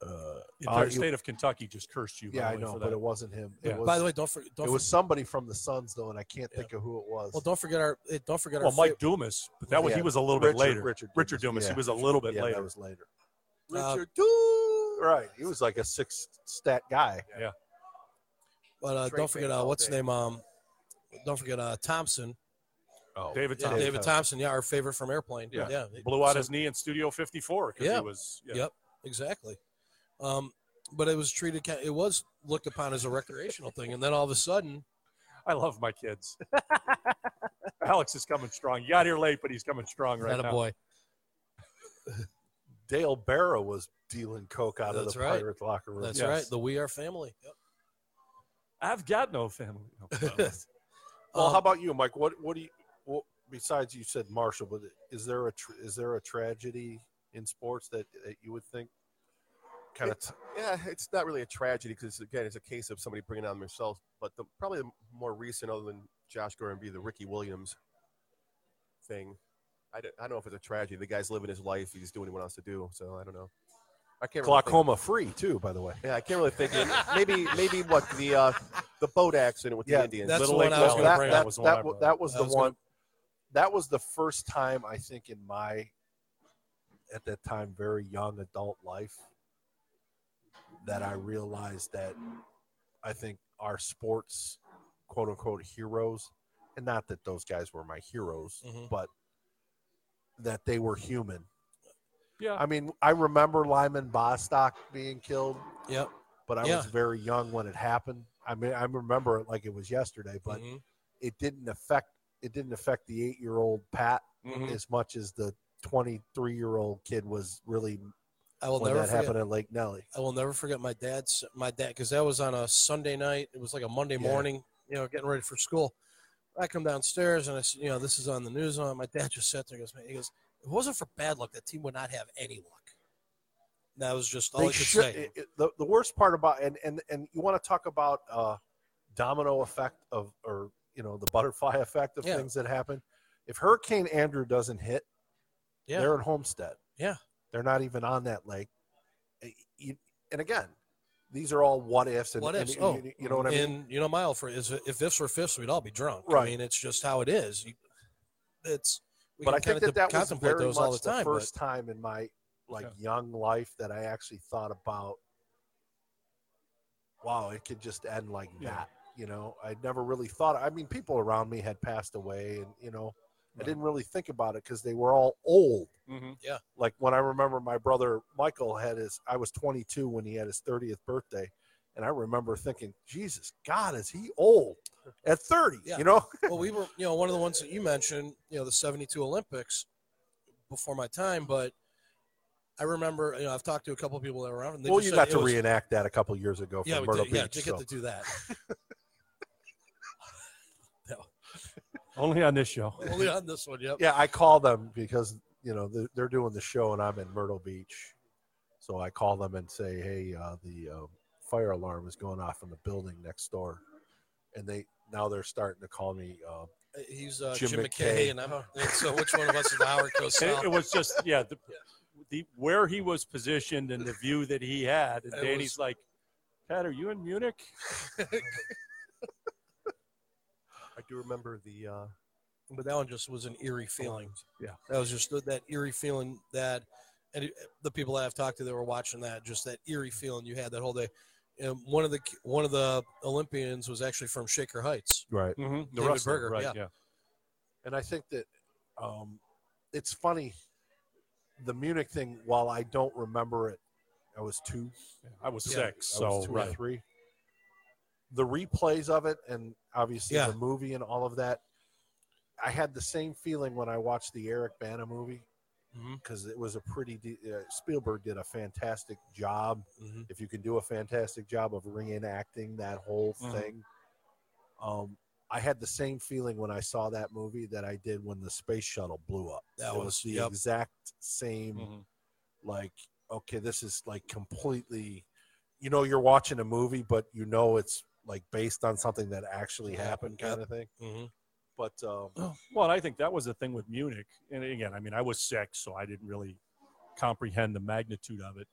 [SPEAKER 1] Uh,
[SPEAKER 3] The entire
[SPEAKER 1] you-
[SPEAKER 3] state of Kentucky just cursed you. by
[SPEAKER 1] yeah,
[SPEAKER 3] the
[SPEAKER 1] I
[SPEAKER 3] way,
[SPEAKER 1] know,
[SPEAKER 3] for
[SPEAKER 1] but
[SPEAKER 3] that.
[SPEAKER 1] it wasn't him.
[SPEAKER 3] Yeah.
[SPEAKER 1] It was,
[SPEAKER 2] By the way, don't forget. Don't
[SPEAKER 1] it was somebody from the Suns though, and I can't
[SPEAKER 2] Yeah.
[SPEAKER 1] think of who it was.
[SPEAKER 2] forget- well, don't forget our. eh, Don't forget
[SPEAKER 3] well,
[SPEAKER 2] our.
[SPEAKER 3] Mike
[SPEAKER 2] fav-
[SPEAKER 3] Dumas, but that was he
[SPEAKER 1] Yeah,
[SPEAKER 3] was a little bit later.
[SPEAKER 1] Richard,
[SPEAKER 3] Richard Dumas, he was a little bit
[SPEAKER 1] yeah,
[SPEAKER 3] later.
[SPEAKER 1] That was later.
[SPEAKER 2] Uh,
[SPEAKER 4] Richard, dude.
[SPEAKER 1] Right, he was like a six stat guy.
[SPEAKER 2] but uh,
[SPEAKER 1] Trey
[SPEAKER 2] don't forget
[SPEAKER 1] Baker
[SPEAKER 2] uh,
[SPEAKER 1] all
[SPEAKER 2] what's
[SPEAKER 1] day.
[SPEAKER 2] his name? Um, don't forget uh, Thompson.
[SPEAKER 1] Oh,
[SPEAKER 3] David
[SPEAKER 2] Yeah,
[SPEAKER 3] Thompson
[SPEAKER 2] David Thompson. Yeah, our favorite from Airplane.
[SPEAKER 1] Yeah.
[SPEAKER 2] yeah.
[SPEAKER 3] blew out
[SPEAKER 2] So-
[SPEAKER 3] his knee in Studio 54 because
[SPEAKER 2] Yeah.
[SPEAKER 3] he was. Yeah.
[SPEAKER 2] Yep, exactly. Um, but it was treated. ki- It was looked upon as a recreational thing, and then all of a sudden,
[SPEAKER 3] I love my kids. Alex is coming strong. He got here late, but he's coming strong right
[SPEAKER 2] that
[SPEAKER 3] now.
[SPEAKER 2] boy.
[SPEAKER 1] Dale Barra was dealing coke out of
[SPEAKER 2] That's
[SPEAKER 1] the
[SPEAKER 2] right.
[SPEAKER 1] Pirate locker room.
[SPEAKER 2] That's
[SPEAKER 3] Yes.
[SPEAKER 2] right. The We Are Family. Yep.
[SPEAKER 3] I've got no family. No.
[SPEAKER 1] Well,
[SPEAKER 2] Um,
[SPEAKER 1] how about you, Mike? What what do you? What, besides you said Marshall, but is there a tr is there a tragedy in sports that, that you would think kind of? T-
[SPEAKER 4] yeah, it's not really a tragedy because again, it's a case of somebody bringing it on themselves. But the, probably the more recent, other than Josh Gordon, be the Ricky Williams thing. I don't, I don't know if it's a tragedy. The guy's living his life. He's doing what he wants to do. So I don't know. I can't. really think-
[SPEAKER 1] glaucoma free too, by the way.
[SPEAKER 4] Yeah, I can't really think. of- maybe maybe what the uh, the boat accident with
[SPEAKER 1] Yeah,
[SPEAKER 4] the Indians.
[SPEAKER 2] that's
[SPEAKER 3] Little
[SPEAKER 2] the
[SPEAKER 3] Lake
[SPEAKER 2] one I was
[SPEAKER 3] Valley.
[SPEAKER 2] going to
[SPEAKER 1] that,
[SPEAKER 2] bring
[SPEAKER 1] that,
[SPEAKER 2] up.
[SPEAKER 3] was the one I
[SPEAKER 1] that,
[SPEAKER 3] brought up.
[SPEAKER 1] that was
[SPEAKER 2] I
[SPEAKER 1] the
[SPEAKER 2] was
[SPEAKER 1] one.
[SPEAKER 2] gonna-
[SPEAKER 1] That was the first time I think in my, at that time, very young adult life, that I realized that I think our sports, quote unquote, heroes, and not that those guys were my heroes,
[SPEAKER 2] Mhm.
[SPEAKER 1] but that they were human.
[SPEAKER 3] Yeah.
[SPEAKER 1] I mean, I remember Lyman Bostock being killed,
[SPEAKER 2] Yep.
[SPEAKER 1] but I
[SPEAKER 2] Yeah.
[SPEAKER 1] was very young when it happened. I mean, I remember it like it was yesterday, but
[SPEAKER 2] Mhm.
[SPEAKER 1] it didn't affect it didn't affect the eight year old Pat
[SPEAKER 2] Mm-hmm.
[SPEAKER 3] Mhm.
[SPEAKER 1] as much as the twenty three year old kid was really
[SPEAKER 2] I will
[SPEAKER 1] when
[SPEAKER 2] never
[SPEAKER 1] that
[SPEAKER 2] forget.
[SPEAKER 1] happened at Lake Nelly.
[SPEAKER 2] I will never forget my dad's my dad because that was on a Sunday night. It was like a Monday
[SPEAKER 1] Yeah.
[SPEAKER 2] morning. You know, getting ready for school. I come downstairs and I said, you know, this is on the news. On my dad just sat there. and Goes, man. He goes, if it wasn't for bad luck, that team would not have any luck. That was just all
[SPEAKER 1] They
[SPEAKER 2] I could
[SPEAKER 1] should-
[SPEAKER 2] say.
[SPEAKER 1] it- it- the, the worst part about and and and you want to talk about uh, domino effect of or you know the butterfly effect of
[SPEAKER 2] Yeah.
[SPEAKER 1] things that happen. If Hurricane Andrew doesn't hit,
[SPEAKER 2] Yeah.
[SPEAKER 1] they're in Homestead.
[SPEAKER 2] Yeah.
[SPEAKER 1] they're not even on that lake. Eh, you- And again, these are all what ifs and
[SPEAKER 2] What
[SPEAKER 1] and
[SPEAKER 2] ifs,
[SPEAKER 1] you-
[SPEAKER 2] oh.
[SPEAKER 1] you, you know what I mean.
[SPEAKER 2] And you know, my offer is if ifs were fifths, we'd all be drunk. I
[SPEAKER 1] Right.
[SPEAKER 2] mean, it's just how it is. You, it's we
[SPEAKER 1] but
[SPEAKER 2] can
[SPEAKER 1] I think
[SPEAKER 2] kinda
[SPEAKER 1] that that was
[SPEAKER 2] contemplate
[SPEAKER 1] very
[SPEAKER 2] those
[SPEAKER 1] much
[SPEAKER 2] all the time. but-
[SPEAKER 1] first time in my like
[SPEAKER 3] Yeah.
[SPEAKER 1] young life that I actually thought about. Wow, it could just end like
[SPEAKER 3] Yeah.
[SPEAKER 1] that. You know, I'd never really thought. I mean, people around me had passed away, and you know, I
[SPEAKER 3] Right.
[SPEAKER 1] didn't really think about it because they were all old.
[SPEAKER 3] Mhm.
[SPEAKER 1] Like when I remember my brother Michael had his, I was 22 when he had his 30th birthday, and I remember remember thinking, Jesus God, is he old at 30?
[SPEAKER 2] Yeah.
[SPEAKER 1] You know,
[SPEAKER 2] well, we were, you know, one of the ones that you mentioned, you know, the 72 Olympics before my time, but I remember, you know, I've talked to a couple of people that were around. And they
[SPEAKER 1] well,
[SPEAKER 2] just
[SPEAKER 1] you
[SPEAKER 2] said
[SPEAKER 1] got
[SPEAKER 2] it
[SPEAKER 1] to
[SPEAKER 2] was-
[SPEAKER 1] reenact that a couple years ago for
[SPEAKER 2] Yeah, we
[SPEAKER 1] Myrtle
[SPEAKER 2] did, yeah,
[SPEAKER 1] Beach.
[SPEAKER 2] to
[SPEAKER 1] so.
[SPEAKER 2] get to do that.
[SPEAKER 3] Only on this show.
[SPEAKER 2] Only on this one, yep.
[SPEAKER 1] yeah, I call them because you know they're, they're doing the show and I'm in Myrtle Beach, so I call them and say, "Hey, uh, the uh, fire alarm is going off in the building next door," and they now they're starting to call me. Uh,
[SPEAKER 2] He's uh,
[SPEAKER 1] Jim
[SPEAKER 2] Jim,
[SPEAKER 1] McKay.
[SPEAKER 2] McKay, and I'm. And so, which one of us is the Howard Coast
[SPEAKER 3] It,
[SPEAKER 2] South?
[SPEAKER 3] it was just yeah, the, the where he was positioned and the view that he had. And
[SPEAKER 2] It
[SPEAKER 3] Danny's
[SPEAKER 2] was-
[SPEAKER 3] like, "Pat, are you in Munich?"
[SPEAKER 4] I do remember the. Uh,
[SPEAKER 2] But that one just was an eerie feeling.
[SPEAKER 3] Yeah.
[SPEAKER 2] that was just that eerie feeling that, and it, the people that I've talked to that were watching that, just that eerie feeling you had that whole day. And one of the one of the Olympians was actually from Shaker Heights.
[SPEAKER 1] right.
[SPEAKER 3] Mm-hmm.
[SPEAKER 2] David Berger, yeah.
[SPEAKER 1] and I think that um, it's funny. The Munich thing, while I don't remember it, I was two,
[SPEAKER 3] I was
[SPEAKER 2] Yeah.
[SPEAKER 3] six,
[SPEAKER 1] I
[SPEAKER 3] so
[SPEAKER 1] was two or
[SPEAKER 3] right.
[SPEAKER 1] three. The replays of it, and obviously
[SPEAKER 2] Yeah.
[SPEAKER 1] the movie and all of that, I had the same feeling when I watched the Eric Bana movie
[SPEAKER 2] Mhm.
[SPEAKER 1] because it was a pretty. De- uh, Spielberg did a fantastic job
[SPEAKER 2] Mm-hmm.
[SPEAKER 1] if you can do a fantastic job of reenacting that whole
[SPEAKER 3] Mhm.
[SPEAKER 2] Mm-hmm.
[SPEAKER 1] thing. Um, I had the same feeling when I saw that movie that I did when the space shuttle blew up.
[SPEAKER 2] That
[SPEAKER 1] it was,
[SPEAKER 2] was-
[SPEAKER 1] the
[SPEAKER 2] yep.
[SPEAKER 1] exact same,
[SPEAKER 3] Mhm.
[SPEAKER 1] like, okay, this is like completely, you know, you're watching a movie, but you know it's like based on something that actually happened, kind of thing.
[SPEAKER 2] Mm-hmm.
[SPEAKER 1] But um,
[SPEAKER 2] Oh.
[SPEAKER 3] Well, and I think that was the thing with Munich. And again, I mean, I was six, so I didn't really comprehend the magnitude of it.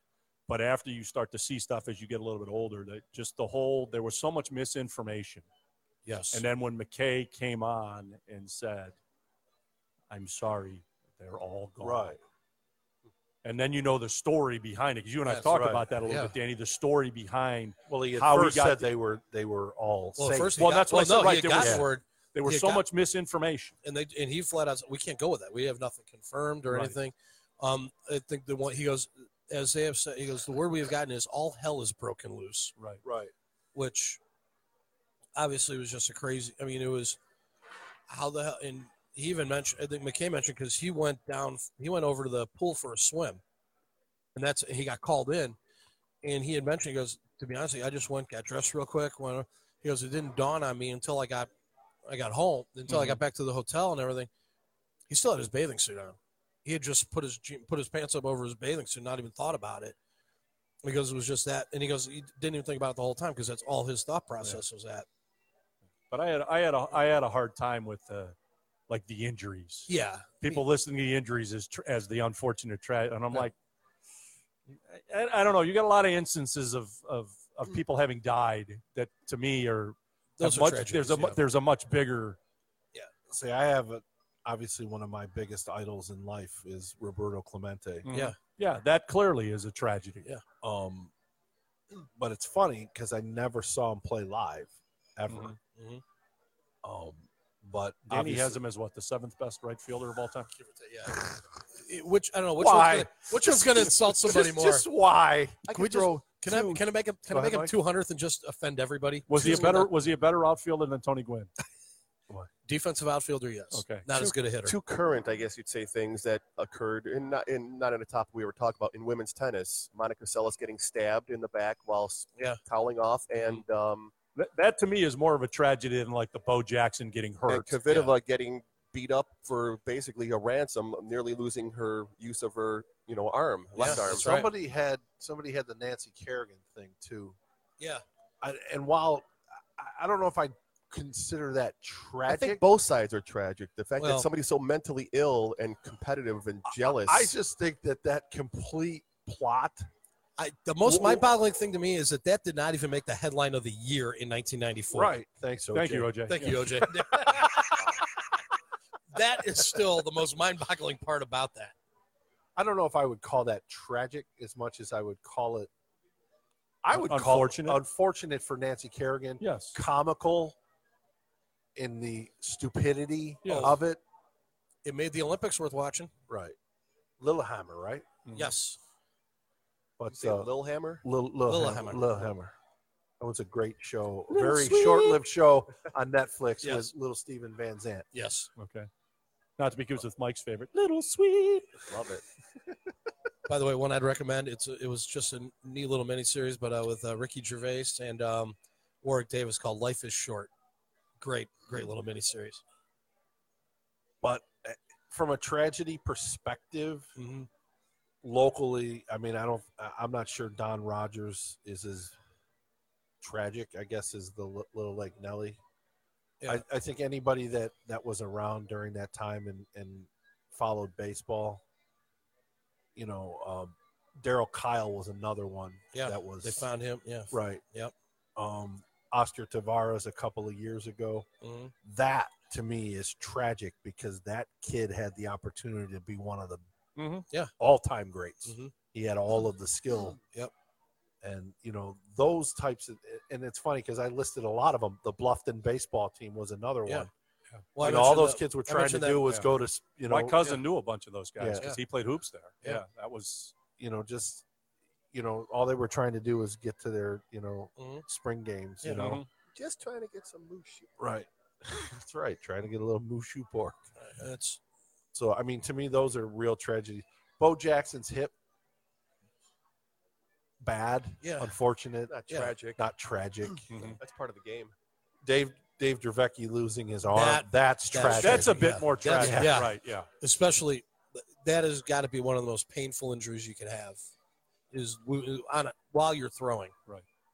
[SPEAKER 3] But after you start to see stuff as you get a little bit older, that just the whole there was so much misinformation.
[SPEAKER 2] Yes,
[SPEAKER 3] And then when McKay came on and said, "I'm sorry, they're all gone,"
[SPEAKER 1] right,
[SPEAKER 3] and then you know the story behind it. 'Cause you and I've
[SPEAKER 2] That's
[SPEAKER 3] talked
[SPEAKER 1] right.
[SPEAKER 3] about that a little
[SPEAKER 2] Yeah.
[SPEAKER 3] bit, Danny. The story behind
[SPEAKER 1] well, he at
[SPEAKER 3] How we
[SPEAKER 1] first
[SPEAKER 3] got
[SPEAKER 1] said
[SPEAKER 3] the-
[SPEAKER 1] they were they were all
[SPEAKER 2] Well,
[SPEAKER 1] safe.
[SPEAKER 2] first, he
[SPEAKER 3] Well,
[SPEAKER 2] got-
[SPEAKER 3] that's what I said,
[SPEAKER 2] no,
[SPEAKER 3] right,
[SPEAKER 2] he
[SPEAKER 3] there
[SPEAKER 2] got
[SPEAKER 1] was-
[SPEAKER 2] word,
[SPEAKER 3] there was
[SPEAKER 2] Yeah,
[SPEAKER 3] so
[SPEAKER 2] God.
[SPEAKER 3] much misinformation.
[SPEAKER 2] and they and he flat out, said, we can't go with that. We have nothing confirmed or
[SPEAKER 3] Right.
[SPEAKER 2] anything. Um, I think the one he goes, as they have said, he goes, the word we have gotten is all hell is broken loose.
[SPEAKER 3] Right.
[SPEAKER 1] right,
[SPEAKER 2] which obviously was just a crazy. I mean, it was how the hell. And he even mentioned, I think McKay mentioned because he went down, he went over to the pool for a swim, and that's he got called in, and he had mentioned, he goes, to be honest, with you, I just went got dressed real quick. Went, he goes, it didn't dawn on me until I got, I got home, until I got back to the hotel and everything. He still had his bathing suit on. He had just put his je- put his pants up over his bathing suit, not even thought about it because it was just that. And he goes, he didn't even think about it the whole time because that's all his thought process was at.
[SPEAKER 3] But I had I had a I had a hard time with uh, like the injuries.
[SPEAKER 2] Yeah,
[SPEAKER 3] people listening to the injuries as tr- as the unfortunate tragedy. And I'm
[SPEAKER 2] Yeah.
[SPEAKER 3] like, I, I don't know. You got a lot of instances of of, of people having died that to me are,
[SPEAKER 2] Hmm. those
[SPEAKER 3] have
[SPEAKER 2] are
[SPEAKER 3] much.
[SPEAKER 2] tragedies,
[SPEAKER 3] there's a mu
[SPEAKER 2] yeah.
[SPEAKER 3] there's a much bigger.
[SPEAKER 1] See, I have a, obviously one of my biggest idols in life is Roberto Clemente.
[SPEAKER 2] Yeah.
[SPEAKER 3] Mm-hmm. yeah. That clearly is a tragedy.
[SPEAKER 2] Yeah.
[SPEAKER 1] Um, but it's funny because I never saw him play live ever.
[SPEAKER 3] Mhm.
[SPEAKER 2] Mhm.
[SPEAKER 1] Um, but
[SPEAKER 3] Danny
[SPEAKER 1] obviously-
[SPEAKER 3] has him as what the seventh best right fielder of all time.
[SPEAKER 2] Yeah. It- Which I don't know which
[SPEAKER 1] Why?
[SPEAKER 2] one's gonna, which one's going to insult somebody
[SPEAKER 1] just,
[SPEAKER 2] more.
[SPEAKER 1] Just why?
[SPEAKER 4] I
[SPEAKER 2] Can we
[SPEAKER 4] could
[SPEAKER 2] just-
[SPEAKER 4] throw
[SPEAKER 2] can
[SPEAKER 4] two-
[SPEAKER 2] I can I make him can
[SPEAKER 1] Go
[SPEAKER 2] I make
[SPEAKER 1] ahead,
[SPEAKER 2] him
[SPEAKER 1] Mike.
[SPEAKER 2] two hundredth and just offend everybody?
[SPEAKER 3] Was he a
[SPEAKER 2] Two-
[SPEAKER 3] better was he a better outfielder than Tony Gwynn?
[SPEAKER 2] defensive outfielder? Yes.
[SPEAKER 3] Okay.
[SPEAKER 2] Not
[SPEAKER 4] Two-
[SPEAKER 2] as good a hitter.
[SPEAKER 4] two current, I guess you'd say, things that occurred in not in not in a topic we were talking about in women's tennis. Monica Seles getting stabbed in the back while s-
[SPEAKER 2] Yeah.
[SPEAKER 4] toweling off, and um,
[SPEAKER 3] That, that to me is more of a tragedy than like the Bo Jackson getting
[SPEAKER 4] and
[SPEAKER 3] hurt.
[SPEAKER 4] Kvitova getting beat up for basically a ransom, nearly losing her use of her you know arm, left
[SPEAKER 2] Yeah,
[SPEAKER 4] arm.
[SPEAKER 2] that's right.
[SPEAKER 1] Somebody had somebody had the Nancy Kerrigan thing too.
[SPEAKER 2] Yeah.
[SPEAKER 1] I, and while I, I don't know if I consider that tragic,
[SPEAKER 4] I think both sides are tragic. The fact
[SPEAKER 2] Well-
[SPEAKER 4] that somebody's so mentally ill and competitive and jealous.
[SPEAKER 1] I just think that that complete plot.
[SPEAKER 2] I, the most
[SPEAKER 1] Wh-
[SPEAKER 2] mind-boggling thing to me is that that did not even make the headline of the year in 1994.
[SPEAKER 1] Thanks. OJ.
[SPEAKER 3] Thank you, OJ.
[SPEAKER 2] Thank you, OJ. that is still the most mind-boggling part about that.
[SPEAKER 1] I don't know if I would call that tragic as much as I would call it. I would
[SPEAKER 3] Unfortunate?
[SPEAKER 1] call it unfortunate for Nancy Kerrigan,
[SPEAKER 3] Yes.
[SPEAKER 1] comical in the stupidity
[SPEAKER 3] Yes.
[SPEAKER 1] of it.
[SPEAKER 2] It made the Olympics worth watching.
[SPEAKER 1] Right, Lillehammer, right? uh,
[SPEAKER 3] Mhm.
[SPEAKER 2] Yes.
[SPEAKER 1] But
[SPEAKER 4] Say
[SPEAKER 1] uh,
[SPEAKER 4] Lillehammer?
[SPEAKER 1] Lil- Lillehammer,
[SPEAKER 2] Lillehammer.
[SPEAKER 1] Lillehammer. That was a great show, a
[SPEAKER 5] Little
[SPEAKER 1] very
[SPEAKER 5] sweet.
[SPEAKER 1] short-lived show on Netflix
[SPEAKER 2] Yes.
[SPEAKER 1] with little Steven Van Zant.
[SPEAKER 2] Yes.
[SPEAKER 3] Okay. Not to be confused with Mike's favorite, Little Sweet.
[SPEAKER 1] Love it.
[SPEAKER 2] By the way, one I'd recommend. It's it was just a neat little miniseries, but uh, with uh, Ricky Gervais and um, Warwick Davis called "Life Is Short." Great, great little miniseries.
[SPEAKER 1] But uh, from a tragedy perspective,
[SPEAKER 2] Mm-hmm.
[SPEAKER 1] locally, I mean, I don't, I- I'm not sure Don Rogers is as tragic, I guess, as the Li- Little Lake Nelly.
[SPEAKER 2] Yeah.
[SPEAKER 1] I, I think anybody that that was around during that time and and followed baseball, you know, um, Daryl Kyle was another one
[SPEAKER 2] Yeah,
[SPEAKER 1] that was
[SPEAKER 2] They found him. Yeah.
[SPEAKER 1] right.
[SPEAKER 2] Yep.
[SPEAKER 1] Um, Oscar Tavares a couple of years ago
[SPEAKER 2] Mhm.
[SPEAKER 1] that to me is tragic because that kid had the opportunity to be one of the
[SPEAKER 3] Mhm.
[SPEAKER 2] Mm-hmm. Yeah.
[SPEAKER 1] all-time greats.
[SPEAKER 2] Mhm.
[SPEAKER 1] He had all of the skill.
[SPEAKER 2] Yep.
[SPEAKER 1] And you know those types of, and it's funny because I listed a lot of them. The Bluffton baseball team was another
[SPEAKER 2] Yeah.
[SPEAKER 1] one.
[SPEAKER 2] Well, I
[SPEAKER 1] and all
[SPEAKER 2] mentioned
[SPEAKER 1] those
[SPEAKER 2] that-
[SPEAKER 1] kids were
[SPEAKER 2] I
[SPEAKER 1] trying to
[SPEAKER 2] mentioned that-
[SPEAKER 1] do was
[SPEAKER 3] yeah.
[SPEAKER 1] go to s- you know
[SPEAKER 3] My cousin knew a bunch of those guys
[SPEAKER 1] Yeah.
[SPEAKER 3] because he played hoops there.
[SPEAKER 2] Yeah.
[SPEAKER 3] Yeah. that was
[SPEAKER 1] you know just you know all they were trying to do was get to their you know
[SPEAKER 2] Mhm.
[SPEAKER 1] spring games. You
[SPEAKER 2] Yeah. Mm-hmm.
[SPEAKER 1] know
[SPEAKER 3] Mhm.
[SPEAKER 4] Just trying to get some moose shit.
[SPEAKER 1] right. That's right. Trying to get a little mushu pork.
[SPEAKER 2] That's
[SPEAKER 1] So I mean, to me, those are real tragedies. Bo Jackson's hip, bad,
[SPEAKER 2] yeah.
[SPEAKER 1] unfortunate, uh,
[SPEAKER 4] Not
[SPEAKER 2] Yeah.
[SPEAKER 4] tragic.
[SPEAKER 1] not tragic.
[SPEAKER 2] Mm. Mm-hmm.
[SPEAKER 3] Mhm.
[SPEAKER 4] That's part of the game.
[SPEAKER 1] Dave Dave Dravecki losing his arm,
[SPEAKER 2] That-
[SPEAKER 1] that's,
[SPEAKER 2] that's-
[SPEAKER 1] tragic.
[SPEAKER 3] That's a bit
[SPEAKER 2] Yeah.
[SPEAKER 3] more
[SPEAKER 2] That's-
[SPEAKER 3] tragic,
[SPEAKER 2] yeah.
[SPEAKER 3] right? Yeah.
[SPEAKER 2] especially that has got to be one of the most painful injuries you could have is lo- on a, while you're throwing.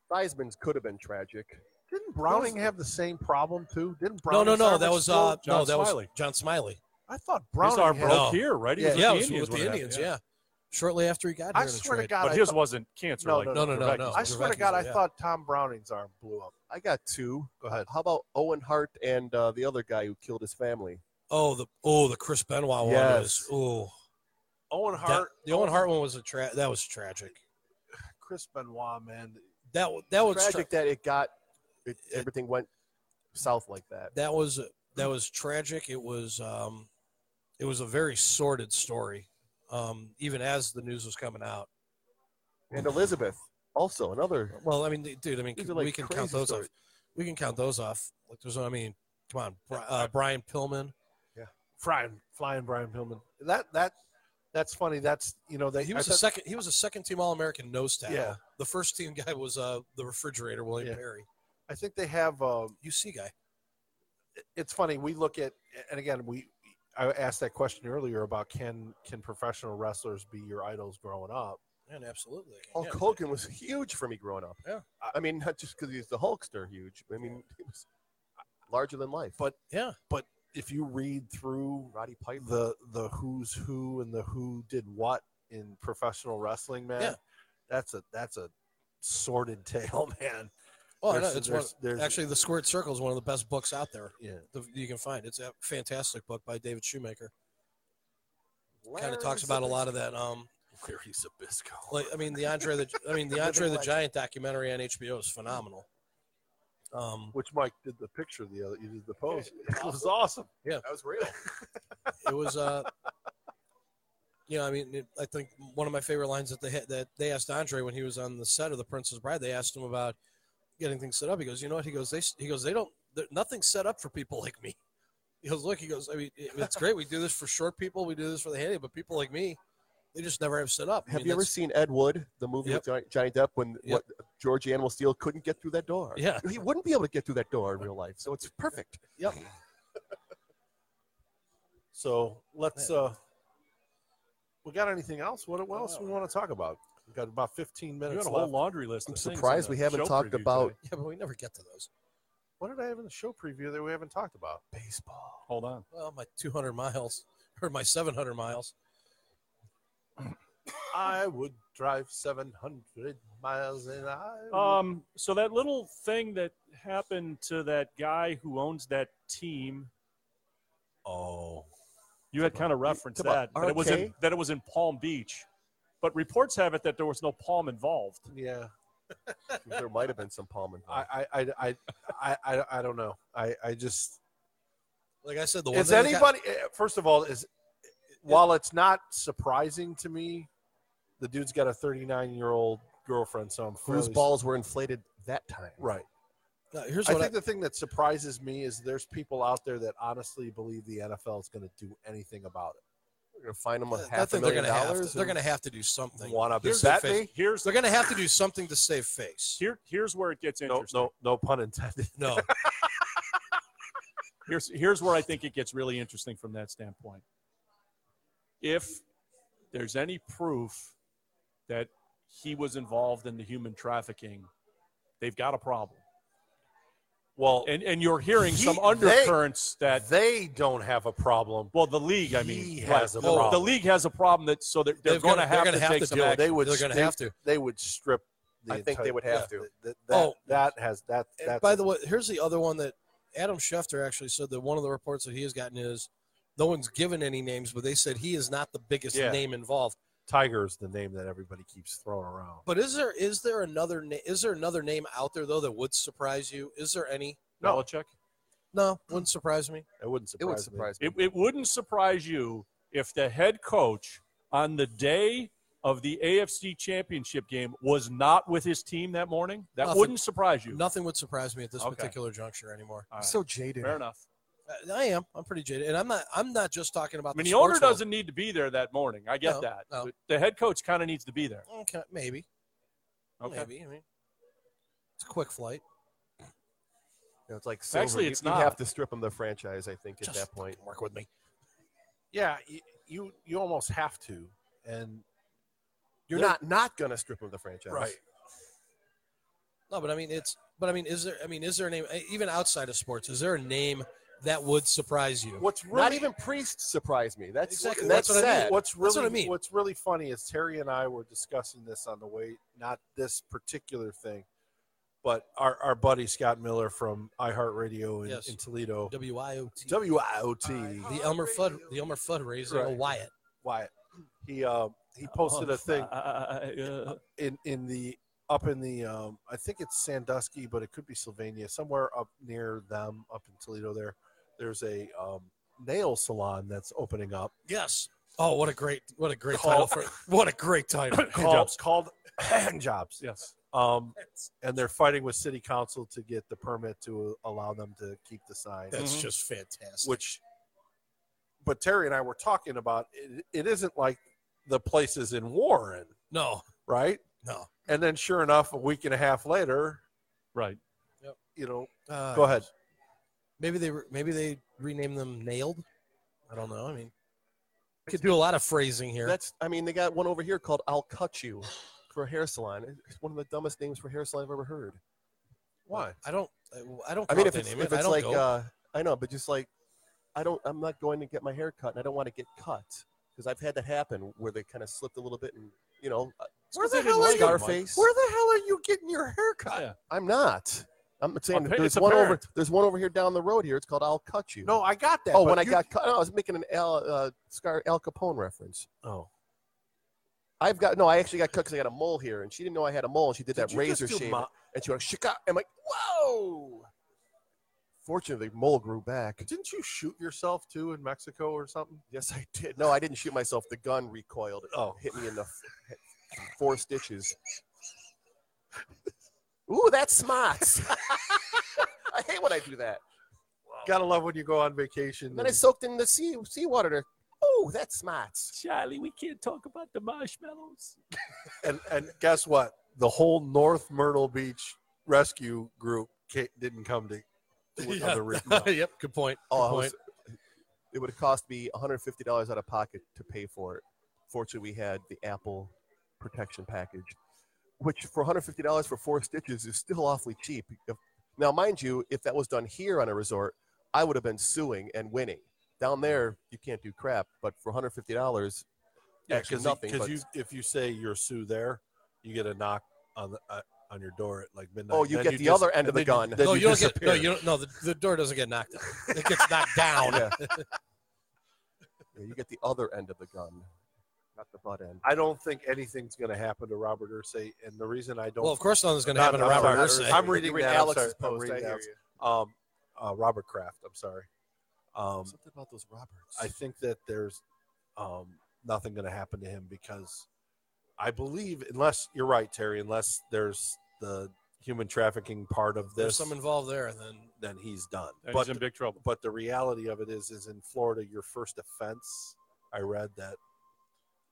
[SPEAKER 4] Theismann's could have been tragic.
[SPEAKER 1] Didn't Browning have the same problem too? Didn't
[SPEAKER 2] No,
[SPEAKER 1] Browning?
[SPEAKER 2] no, no. That was uh,
[SPEAKER 3] John
[SPEAKER 2] no, that was
[SPEAKER 3] Smiley.
[SPEAKER 2] John Smiley.
[SPEAKER 1] I thought
[SPEAKER 3] His arm
[SPEAKER 1] Browning. Had,
[SPEAKER 3] broke
[SPEAKER 2] No.
[SPEAKER 3] here, right? He
[SPEAKER 1] Yeah.
[SPEAKER 3] was
[SPEAKER 2] yeah, it
[SPEAKER 3] with
[SPEAKER 2] was
[SPEAKER 3] the Indians.
[SPEAKER 2] with the
[SPEAKER 3] when it
[SPEAKER 2] Indians.
[SPEAKER 3] happened,
[SPEAKER 2] Yeah. shortly after he got here.
[SPEAKER 1] I
[SPEAKER 2] in a
[SPEAKER 1] swear to
[SPEAKER 2] trade.
[SPEAKER 1] God,
[SPEAKER 3] But
[SPEAKER 1] I,
[SPEAKER 3] his
[SPEAKER 1] thought,
[SPEAKER 3] wasn't cancer.
[SPEAKER 1] No,
[SPEAKER 3] like
[SPEAKER 1] no,
[SPEAKER 2] no, no, no,
[SPEAKER 3] Rebecca's
[SPEAKER 2] no.
[SPEAKER 3] was.
[SPEAKER 1] I swear to
[SPEAKER 2] Dravecki's,
[SPEAKER 1] God, I
[SPEAKER 2] yeah.
[SPEAKER 1] thought Tom Browning's arm blew up.
[SPEAKER 4] I got two.
[SPEAKER 1] Go ahead.
[SPEAKER 4] How about Owen Hart and uh, the other guy who killed his family?
[SPEAKER 2] Oh, the oh the Chris Benoit one
[SPEAKER 4] Yes.
[SPEAKER 2] was oh
[SPEAKER 1] Owen
[SPEAKER 2] that-
[SPEAKER 1] Hart,
[SPEAKER 2] the Owen Hart one was a tra- that was tragic.
[SPEAKER 1] Chris Benoit, man.
[SPEAKER 2] That w- that was tra-
[SPEAKER 4] tragic that it got it, everything went south like that.
[SPEAKER 2] that was that was tragic. It was um, it was a very sordid story. Um, even as the news was coming out.
[SPEAKER 4] And Elizabeth, also another.
[SPEAKER 2] Well, I mean, dude, I mean,
[SPEAKER 4] These are, like,
[SPEAKER 2] we can count
[SPEAKER 4] crazy
[SPEAKER 2] those
[SPEAKER 4] stories.
[SPEAKER 2] off. We can count those off. Like, there's, no- I mean, come on, Bri- uh, Brian Pillman.
[SPEAKER 1] Flying, flying Brian Pillman. That that that's funny. That's you know they
[SPEAKER 2] He
[SPEAKER 1] I
[SPEAKER 2] was a
[SPEAKER 1] thought-
[SPEAKER 2] second. He was a second team All American nose tackle.
[SPEAKER 1] Yeah.
[SPEAKER 2] The first team guy was uh, the refrigerator William
[SPEAKER 1] Yeah.
[SPEAKER 2] Perry,
[SPEAKER 1] I think they have. Um,
[SPEAKER 2] UC guy.
[SPEAKER 1] it's funny we look at and again we i asked that question earlier about can can professional wrestlers be your idols growing up
[SPEAKER 2] And absolutely.
[SPEAKER 4] Hulk
[SPEAKER 2] yeah.
[SPEAKER 4] Hogan was huge for me growing up.
[SPEAKER 2] Yeah.
[SPEAKER 4] I- I mean, not just because he's the Hulkster, huge. I mean, he was larger than life.
[SPEAKER 1] But-
[SPEAKER 2] Yeah.
[SPEAKER 1] if you read through
[SPEAKER 4] Roddy Piper.
[SPEAKER 1] the the who's who and the who did what in professional wrestling man
[SPEAKER 2] Yeah.
[SPEAKER 1] that's a that's a sordid tale man
[SPEAKER 2] Well, Oh, I know,
[SPEAKER 1] There's-
[SPEAKER 2] it's one,
[SPEAKER 1] there's- there's-
[SPEAKER 2] actually the Squared Circle is one of the best books out there.
[SPEAKER 1] yeah
[SPEAKER 2] that You can find it's a fantastic book by David Shoemaker. Kind of talks about a lot of that. Um,
[SPEAKER 1] Larry Zabisco.
[SPEAKER 2] like I mean the Andre the I mean the
[SPEAKER 4] Living
[SPEAKER 2] Andre the
[SPEAKER 4] legend.
[SPEAKER 2] Giant documentary on HBO is phenomenal. Um,
[SPEAKER 1] which mike did the picture the other you did the pose it was awesome
[SPEAKER 4] That was real.
[SPEAKER 2] it was uh, you know I mean it, I think one of my favorite lines that they had, that they asked Andre when he was on the set of The Princess Bride they asked him about getting things set up. He goes, you know what? He goes, they s- he goes, they don't there- nothing's set up for people like me. He goes, look, he goes, I mean it- it's great. We do this for short people, we do this for the handy, but people like me, they just never have set up. I
[SPEAKER 4] Have
[SPEAKER 2] mean,
[SPEAKER 4] you ever
[SPEAKER 2] that's-
[SPEAKER 4] seen Ed Wood, the movie
[SPEAKER 2] Yep.
[SPEAKER 4] with Johnny, Johnny Depp, when
[SPEAKER 2] Yep.
[SPEAKER 4] what, George Animal Steel couldn't get through that door?
[SPEAKER 2] Yeah.
[SPEAKER 4] He wouldn't be able to get through that door in real life, so it's perfect.
[SPEAKER 1] so let's uh we got anything else what, what else we want to talk about we got about 15
[SPEAKER 3] You had
[SPEAKER 1] minutes
[SPEAKER 3] a whole
[SPEAKER 1] left.
[SPEAKER 3] laundry list.
[SPEAKER 4] I'm
[SPEAKER 3] of things
[SPEAKER 4] surprised
[SPEAKER 3] in
[SPEAKER 4] we
[SPEAKER 3] the
[SPEAKER 4] haven't
[SPEAKER 3] show
[SPEAKER 4] talked
[SPEAKER 3] preview
[SPEAKER 4] about-
[SPEAKER 3] today.
[SPEAKER 2] Yeah, but we never get to those.
[SPEAKER 1] What did I have in the show preview that we haven't talked about?
[SPEAKER 4] Baseball.
[SPEAKER 3] Hold on.
[SPEAKER 2] Well, my 200 miles or my 700 miles.
[SPEAKER 1] I would drive 700 miles and I. would-
[SPEAKER 3] Um, so that little thing that happened to that guy who owns that team,
[SPEAKER 1] oh.
[SPEAKER 3] you had kind of referenced
[SPEAKER 4] Come on,
[SPEAKER 3] that, that it was in,
[SPEAKER 4] RK?
[SPEAKER 3] that it was in Palm Beach, but reports have it that there was no palm involved.
[SPEAKER 1] Yeah.
[SPEAKER 4] uh, there might have been some palm involved.
[SPEAKER 1] I, I, I, I, I, I, I don't know. I, I just.
[SPEAKER 2] Like I said, the one
[SPEAKER 1] Is
[SPEAKER 2] thing that got-
[SPEAKER 1] anybody, eh, first of all, is while it's not surprising to me, the dude's got a 39 year old girlfriend, so I'm
[SPEAKER 4] Whose
[SPEAKER 1] fairly-
[SPEAKER 4] balls were inflated that time.
[SPEAKER 1] Right.
[SPEAKER 2] Now, uh, here's
[SPEAKER 1] I
[SPEAKER 2] what I,
[SPEAKER 1] think the thing that surprises me is there's people out there that honestly believe the NFL is going to do anything about it.
[SPEAKER 4] We're gonna find them a
[SPEAKER 2] I
[SPEAKER 4] half
[SPEAKER 2] think
[SPEAKER 4] a
[SPEAKER 2] they're
[SPEAKER 4] million
[SPEAKER 2] going to have.
[SPEAKER 4] dollars.
[SPEAKER 2] To, they're
[SPEAKER 4] and-
[SPEAKER 2] going to have to do something.
[SPEAKER 1] Want to
[SPEAKER 2] Here's
[SPEAKER 1] bet
[SPEAKER 2] the face-
[SPEAKER 1] me?
[SPEAKER 3] Here's
[SPEAKER 2] They're going to have to do something to save face.
[SPEAKER 3] here, here's where it gets
[SPEAKER 1] No,
[SPEAKER 3] interesting.
[SPEAKER 1] no, no pun intended.
[SPEAKER 2] No,
[SPEAKER 3] here's here's where I think it gets really interesting from that standpoint. If there's any proof that he was involved in the human trafficking, they've got a problem.
[SPEAKER 1] Well,
[SPEAKER 3] And and you're hearing
[SPEAKER 1] He-
[SPEAKER 3] some
[SPEAKER 1] they-
[SPEAKER 3] undercurrents that
[SPEAKER 1] they don't have a problem.
[SPEAKER 3] well, the league, I mean,
[SPEAKER 1] He
[SPEAKER 3] right.
[SPEAKER 1] has a
[SPEAKER 3] Well, the
[SPEAKER 1] problem.
[SPEAKER 3] league has a problem that so they're, they're
[SPEAKER 2] They've
[SPEAKER 3] going
[SPEAKER 2] gotta-
[SPEAKER 3] to
[SPEAKER 2] they're
[SPEAKER 3] have
[SPEAKER 2] gonna
[SPEAKER 3] to
[SPEAKER 2] have
[SPEAKER 3] take
[SPEAKER 2] to
[SPEAKER 3] some
[SPEAKER 2] do it.
[SPEAKER 3] action.
[SPEAKER 1] They would.
[SPEAKER 2] They're gonna
[SPEAKER 1] they-
[SPEAKER 2] have to.
[SPEAKER 1] They would strip. The
[SPEAKER 4] I think
[SPEAKER 1] entire-
[SPEAKER 4] they would have
[SPEAKER 1] yeah,
[SPEAKER 4] to.
[SPEAKER 1] That,
[SPEAKER 2] Oh.
[SPEAKER 1] that has that.
[SPEAKER 2] And
[SPEAKER 1] That's
[SPEAKER 2] by the way, here's the other one that Adam Schefter actually said that one of the reports that he has gotten is no one's given any names, but they said he is not the biggest
[SPEAKER 1] Yeah.
[SPEAKER 2] name involved.
[SPEAKER 1] Tiger is the name that everybody keeps throwing around.
[SPEAKER 2] But is there is there another na- is there another name out there though that would surprise you? Is there any?
[SPEAKER 1] No.
[SPEAKER 3] Belichick.
[SPEAKER 2] No, wouldn't surprise me.
[SPEAKER 1] It wouldn't
[SPEAKER 4] it
[SPEAKER 1] surprise.
[SPEAKER 4] would
[SPEAKER 1] me.
[SPEAKER 4] surprise me.
[SPEAKER 3] It, it wouldn't surprise you if the head coach on the day of the AFC championship game was not with his team that morning. That
[SPEAKER 2] Nothing.
[SPEAKER 3] wouldn't surprise you.
[SPEAKER 2] Nothing would surprise me at this
[SPEAKER 3] Okay.
[SPEAKER 2] particular juncture anymore.
[SPEAKER 3] All right.
[SPEAKER 4] so jaded.
[SPEAKER 3] Fair enough.
[SPEAKER 2] Uh, I am. I'm pretty jaded, and I'm not. I'm not just talking about.
[SPEAKER 3] I mean,
[SPEAKER 2] the
[SPEAKER 3] the owner
[SPEAKER 2] sports world.
[SPEAKER 3] doesn't need to be there that morning. I get
[SPEAKER 2] No,
[SPEAKER 3] that.
[SPEAKER 2] no.
[SPEAKER 3] But The head coach kind of needs to be there.
[SPEAKER 2] Okay, maybe.
[SPEAKER 3] Okay.
[SPEAKER 2] Maybe. I mean, it's a quick flight.
[SPEAKER 4] You know, it's like
[SPEAKER 3] Actually,
[SPEAKER 4] silver. You-
[SPEAKER 3] it's
[SPEAKER 4] you
[SPEAKER 3] not.
[SPEAKER 4] have to strip them the franchise. I think at
[SPEAKER 2] Just
[SPEAKER 4] that point.
[SPEAKER 2] fucking work with me.
[SPEAKER 1] Yeah, you, you you almost have to, and
[SPEAKER 4] You're
[SPEAKER 1] They're-
[SPEAKER 4] not not gonna strip them the franchise.
[SPEAKER 1] Right.
[SPEAKER 2] No, but I mean, it's. But I mean, is there? I mean, is there a name eh, even outside of sports? Is there a name that would surprise you?
[SPEAKER 1] what's really
[SPEAKER 4] Not even Priest surprised me. That's
[SPEAKER 2] Exactly,
[SPEAKER 4] That's,
[SPEAKER 2] that's what I mean.
[SPEAKER 4] sad.
[SPEAKER 1] what's really
[SPEAKER 2] what I mean.
[SPEAKER 1] what's really funny is Terry and I were discussing this on the way, not this particular thing, but our our buddy Scott Miller from iHeartRadio in,
[SPEAKER 2] Yes.
[SPEAKER 1] in Toledo,
[SPEAKER 2] W I O T.
[SPEAKER 1] WIOT,
[SPEAKER 2] The Elmer Fudd. The Elmer Fudd raiser.
[SPEAKER 1] Right.
[SPEAKER 2] a Wyatt.
[SPEAKER 1] uh, Wyatt. He uh, he
[SPEAKER 2] Oh,
[SPEAKER 1] posted a thing
[SPEAKER 3] Uh,
[SPEAKER 1] in in the up in the um, I think it's Sandusky, but it could be Sylvania, somewhere up near them, up in Toledo. There, there's a um, nail salon that's opening up
[SPEAKER 2] Yes. Oh, what a great, what a great
[SPEAKER 1] Call-
[SPEAKER 2] title for what a great title.
[SPEAKER 1] called called hand jobs.
[SPEAKER 3] yes.
[SPEAKER 1] Um, and they're fighting with city council to get the permit to allow them to keep the sign.
[SPEAKER 2] That's
[SPEAKER 3] Mhm.
[SPEAKER 2] just fantastic.
[SPEAKER 1] Which, but Terry and I were talking about it, it isn't like the places in Warren,
[SPEAKER 2] no,
[SPEAKER 1] right?
[SPEAKER 2] no.
[SPEAKER 1] And then, sure enough, a week and a half later,
[SPEAKER 3] Right.
[SPEAKER 1] you know,
[SPEAKER 2] Uh,
[SPEAKER 1] go ahead.
[SPEAKER 2] Maybe they re- maybe they rename them Nailed. I don't know. I mean, could do a lot of phrasing here.
[SPEAKER 4] That's. I mean, they got one over here called "I'll Cut You" for a hair salon. It's one of the dumbest names for hair salon I've ever heard.
[SPEAKER 1] Why?
[SPEAKER 2] I don't. I don't.
[SPEAKER 4] I mean,
[SPEAKER 2] count
[SPEAKER 4] if
[SPEAKER 2] that
[SPEAKER 4] it's,
[SPEAKER 2] name.
[SPEAKER 4] if
[SPEAKER 2] I
[SPEAKER 4] it's
[SPEAKER 2] don't
[SPEAKER 4] like,
[SPEAKER 2] go.
[SPEAKER 4] uh, I know, but just like, I don't, I'm not going to get my hair cut, and I don't want to get cut because I've had that happen where they kind of slipped a little bit, and you know, uh,
[SPEAKER 1] Where
[SPEAKER 4] they
[SPEAKER 1] the
[SPEAKER 4] didn't
[SPEAKER 1] hell are
[SPEAKER 4] like
[SPEAKER 1] you?
[SPEAKER 4] Scarface.
[SPEAKER 1] Where the hell are you getting your haircut?
[SPEAKER 3] Yeah.
[SPEAKER 4] I'm not. I'm saying that
[SPEAKER 3] Appa-
[SPEAKER 4] there's
[SPEAKER 3] it's
[SPEAKER 4] one over,
[SPEAKER 3] apparent.
[SPEAKER 4] there's one over here down the road here. It's called "I'll Cut You."
[SPEAKER 1] No, I got that.
[SPEAKER 4] oh,
[SPEAKER 1] but
[SPEAKER 4] when I
[SPEAKER 1] you-
[SPEAKER 4] got cut, no, I was making an Al, uh, Scar Al Capone reference.
[SPEAKER 1] oh,
[SPEAKER 4] I've got no. I actually got cut because I got a mole here, and she didn't know I had a mole, and she did,
[SPEAKER 1] did
[SPEAKER 4] that
[SPEAKER 1] you just
[SPEAKER 4] razor
[SPEAKER 1] do
[SPEAKER 4] shave,
[SPEAKER 1] mo-
[SPEAKER 4] and she went shika. I'm like, whoa. Fortunately, the mole grew back.
[SPEAKER 1] didn't you shoot yourself too in Mexico or something?
[SPEAKER 4] Yes, I did. No, I didn't shoot myself. The gun recoiled. It
[SPEAKER 1] Oh.
[SPEAKER 4] hit me in the f- four stitches. Ooh, that smarts. I hate when I do that.
[SPEAKER 1] Gotta love Oh. when you go on vacation.
[SPEAKER 4] And then I
[SPEAKER 1] and-
[SPEAKER 4] soaked in the sea seawater. To, Ooh, that smarts.
[SPEAKER 3] Charlie, we can't talk about the marshmallows.
[SPEAKER 1] and and guess what? The whole North Myrtle Beach rescue group ca didn't come to. to
[SPEAKER 2] Yeah.
[SPEAKER 1] the reef. No.
[SPEAKER 2] yep. Good point. Good
[SPEAKER 4] uh, Oh, I
[SPEAKER 2] point.
[SPEAKER 4] was, it would have cost me $150 out of pocket to pay for it. Fortunately, we had the Apple protection package, which for $150 for four stitches is still awfully cheap. If- now, mind you, if that was done here on a resort, I would have been suing and winning. Down there, you can't do crap, but for $150,
[SPEAKER 1] Yeah,
[SPEAKER 4] actually
[SPEAKER 1] because
[SPEAKER 4] nothing. but-
[SPEAKER 1] you if you say you're Sue there, you get a knock on the uh, on your door at like midnight.
[SPEAKER 4] oh, you
[SPEAKER 1] Then
[SPEAKER 4] get the
[SPEAKER 1] dis-
[SPEAKER 4] other end of the
[SPEAKER 1] then you-
[SPEAKER 4] gun.
[SPEAKER 1] then
[SPEAKER 2] no, you, don't get.
[SPEAKER 1] disappear.
[SPEAKER 2] No, you don't. No, the, the door doesn't get knocked. out. It gets knocked down.
[SPEAKER 4] Yeah. Yeah, you get the other end of the gun, not the butt end.
[SPEAKER 1] I don't think anything's going to happen to Robert Ursay, and the reason I don't.
[SPEAKER 2] Well, of course, nothing's going to
[SPEAKER 1] Not-
[SPEAKER 2] happen to
[SPEAKER 1] I'm
[SPEAKER 2] Robert
[SPEAKER 1] sorry,
[SPEAKER 2] Ursay.
[SPEAKER 1] I'm reading
[SPEAKER 4] Read
[SPEAKER 1] that. I'm
[SPEAKER 4] Alex's
[SPEAKER 1] sorry. I'm
[SPEAKER 4] post. I
[SPEAKER 1] reading
[SPEAKER 4] hear
[SPEAKER 1] that.
[SPEAKER 4] you.
[SPEAKER 1] um, uh, Robert Kraft. I'm sorry. Um,
[SPEAKER 4] Something about those Roberts.
[SPEAKER 1] I think that there's um, nothing going to happen to him because I believe, unless you're right, Terry, unless there's the human trafficking part of
[SPEAKER 2] There's
[SPEAKER 1] this,
[SPEAKER 2] some involved there. Then
[SPEAKER 1] then he's done.
[SPEAKER 3] And
[SPEAKER 1] but
[SPEAKER 3] he's in big trouble.
[SPEAKER 1] but the reality of it is, is in Florida, your first offense. I read that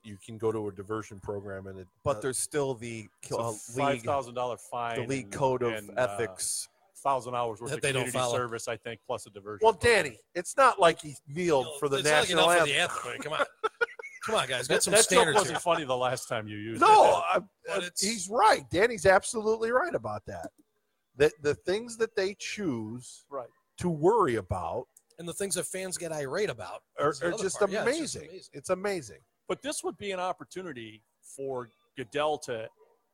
[SPEAKER 1] you can go to a diversion program and it.
[SPEAKER 4] But there's still the
[SPEAKER 3] It's
[SPEAKER 4] uh,
[SPEAKER 3] a five
[SPEAKER 4] league,
[SPEAKER 3] thousand dollar fine.
[SPEAKER 4] the league code of
[SPEAKER 3] uh,
[SPEAKER 4] ethics.
[SPEAKER 3] thousand hours worth
[SPEAKER 2] That
[SPEAKER 3] of
[SPEAKER 2] they don't
[SPEAKER 3] community
[SPEAKER 2] follow.
[SPEAKER 3] service, I think, plus a diversion.
[SPEAKER 1] well,
[SPEAKER 3] program.
[SPEAKER 1] Danny, it's not like he kneeled for the
[SPEAKER 2] It's not like you're
[SPEAKER 1] national
[SPEAKER 2] not for
[SPEAKER 1] anthem.
[SPEAKER 2] the anthem. Come on, come on, guys, get some
[SPEAKER 3] that joke
[SPEAKER 2] standards.
[SPEAKER 3] wasn't
[SPEAKER 2] Here.
[SPEAKER 3] funny the last time you used it.
[SPEAKER 1] No, I,
[SPEAKER 2] But
[SPEAKER 1] I-
[SPEAKER 2] it's-
[SPEAKER 1] he's right. Danny's absolutely right about that. That the things that they choose
[SPEAKER 3] Right.
[SPEAKER 1] to worry about
[SPEAKER 2] And the things that fans get irate about
[SPEAKER 1] are,
[SPEAKER 2] is the
[SPEAKER 1] are
[SPEAKER 2] other
[SPEAKER 1] just
[SPEAKER 2] part. Yeah,
[SPEAKER 1] amazing. it's
[SPEAKER 2] it's just
[SPEAKER 1] amazing. It's amazing.
[SPEAKER 3] But this would be an opportunity for Goodell to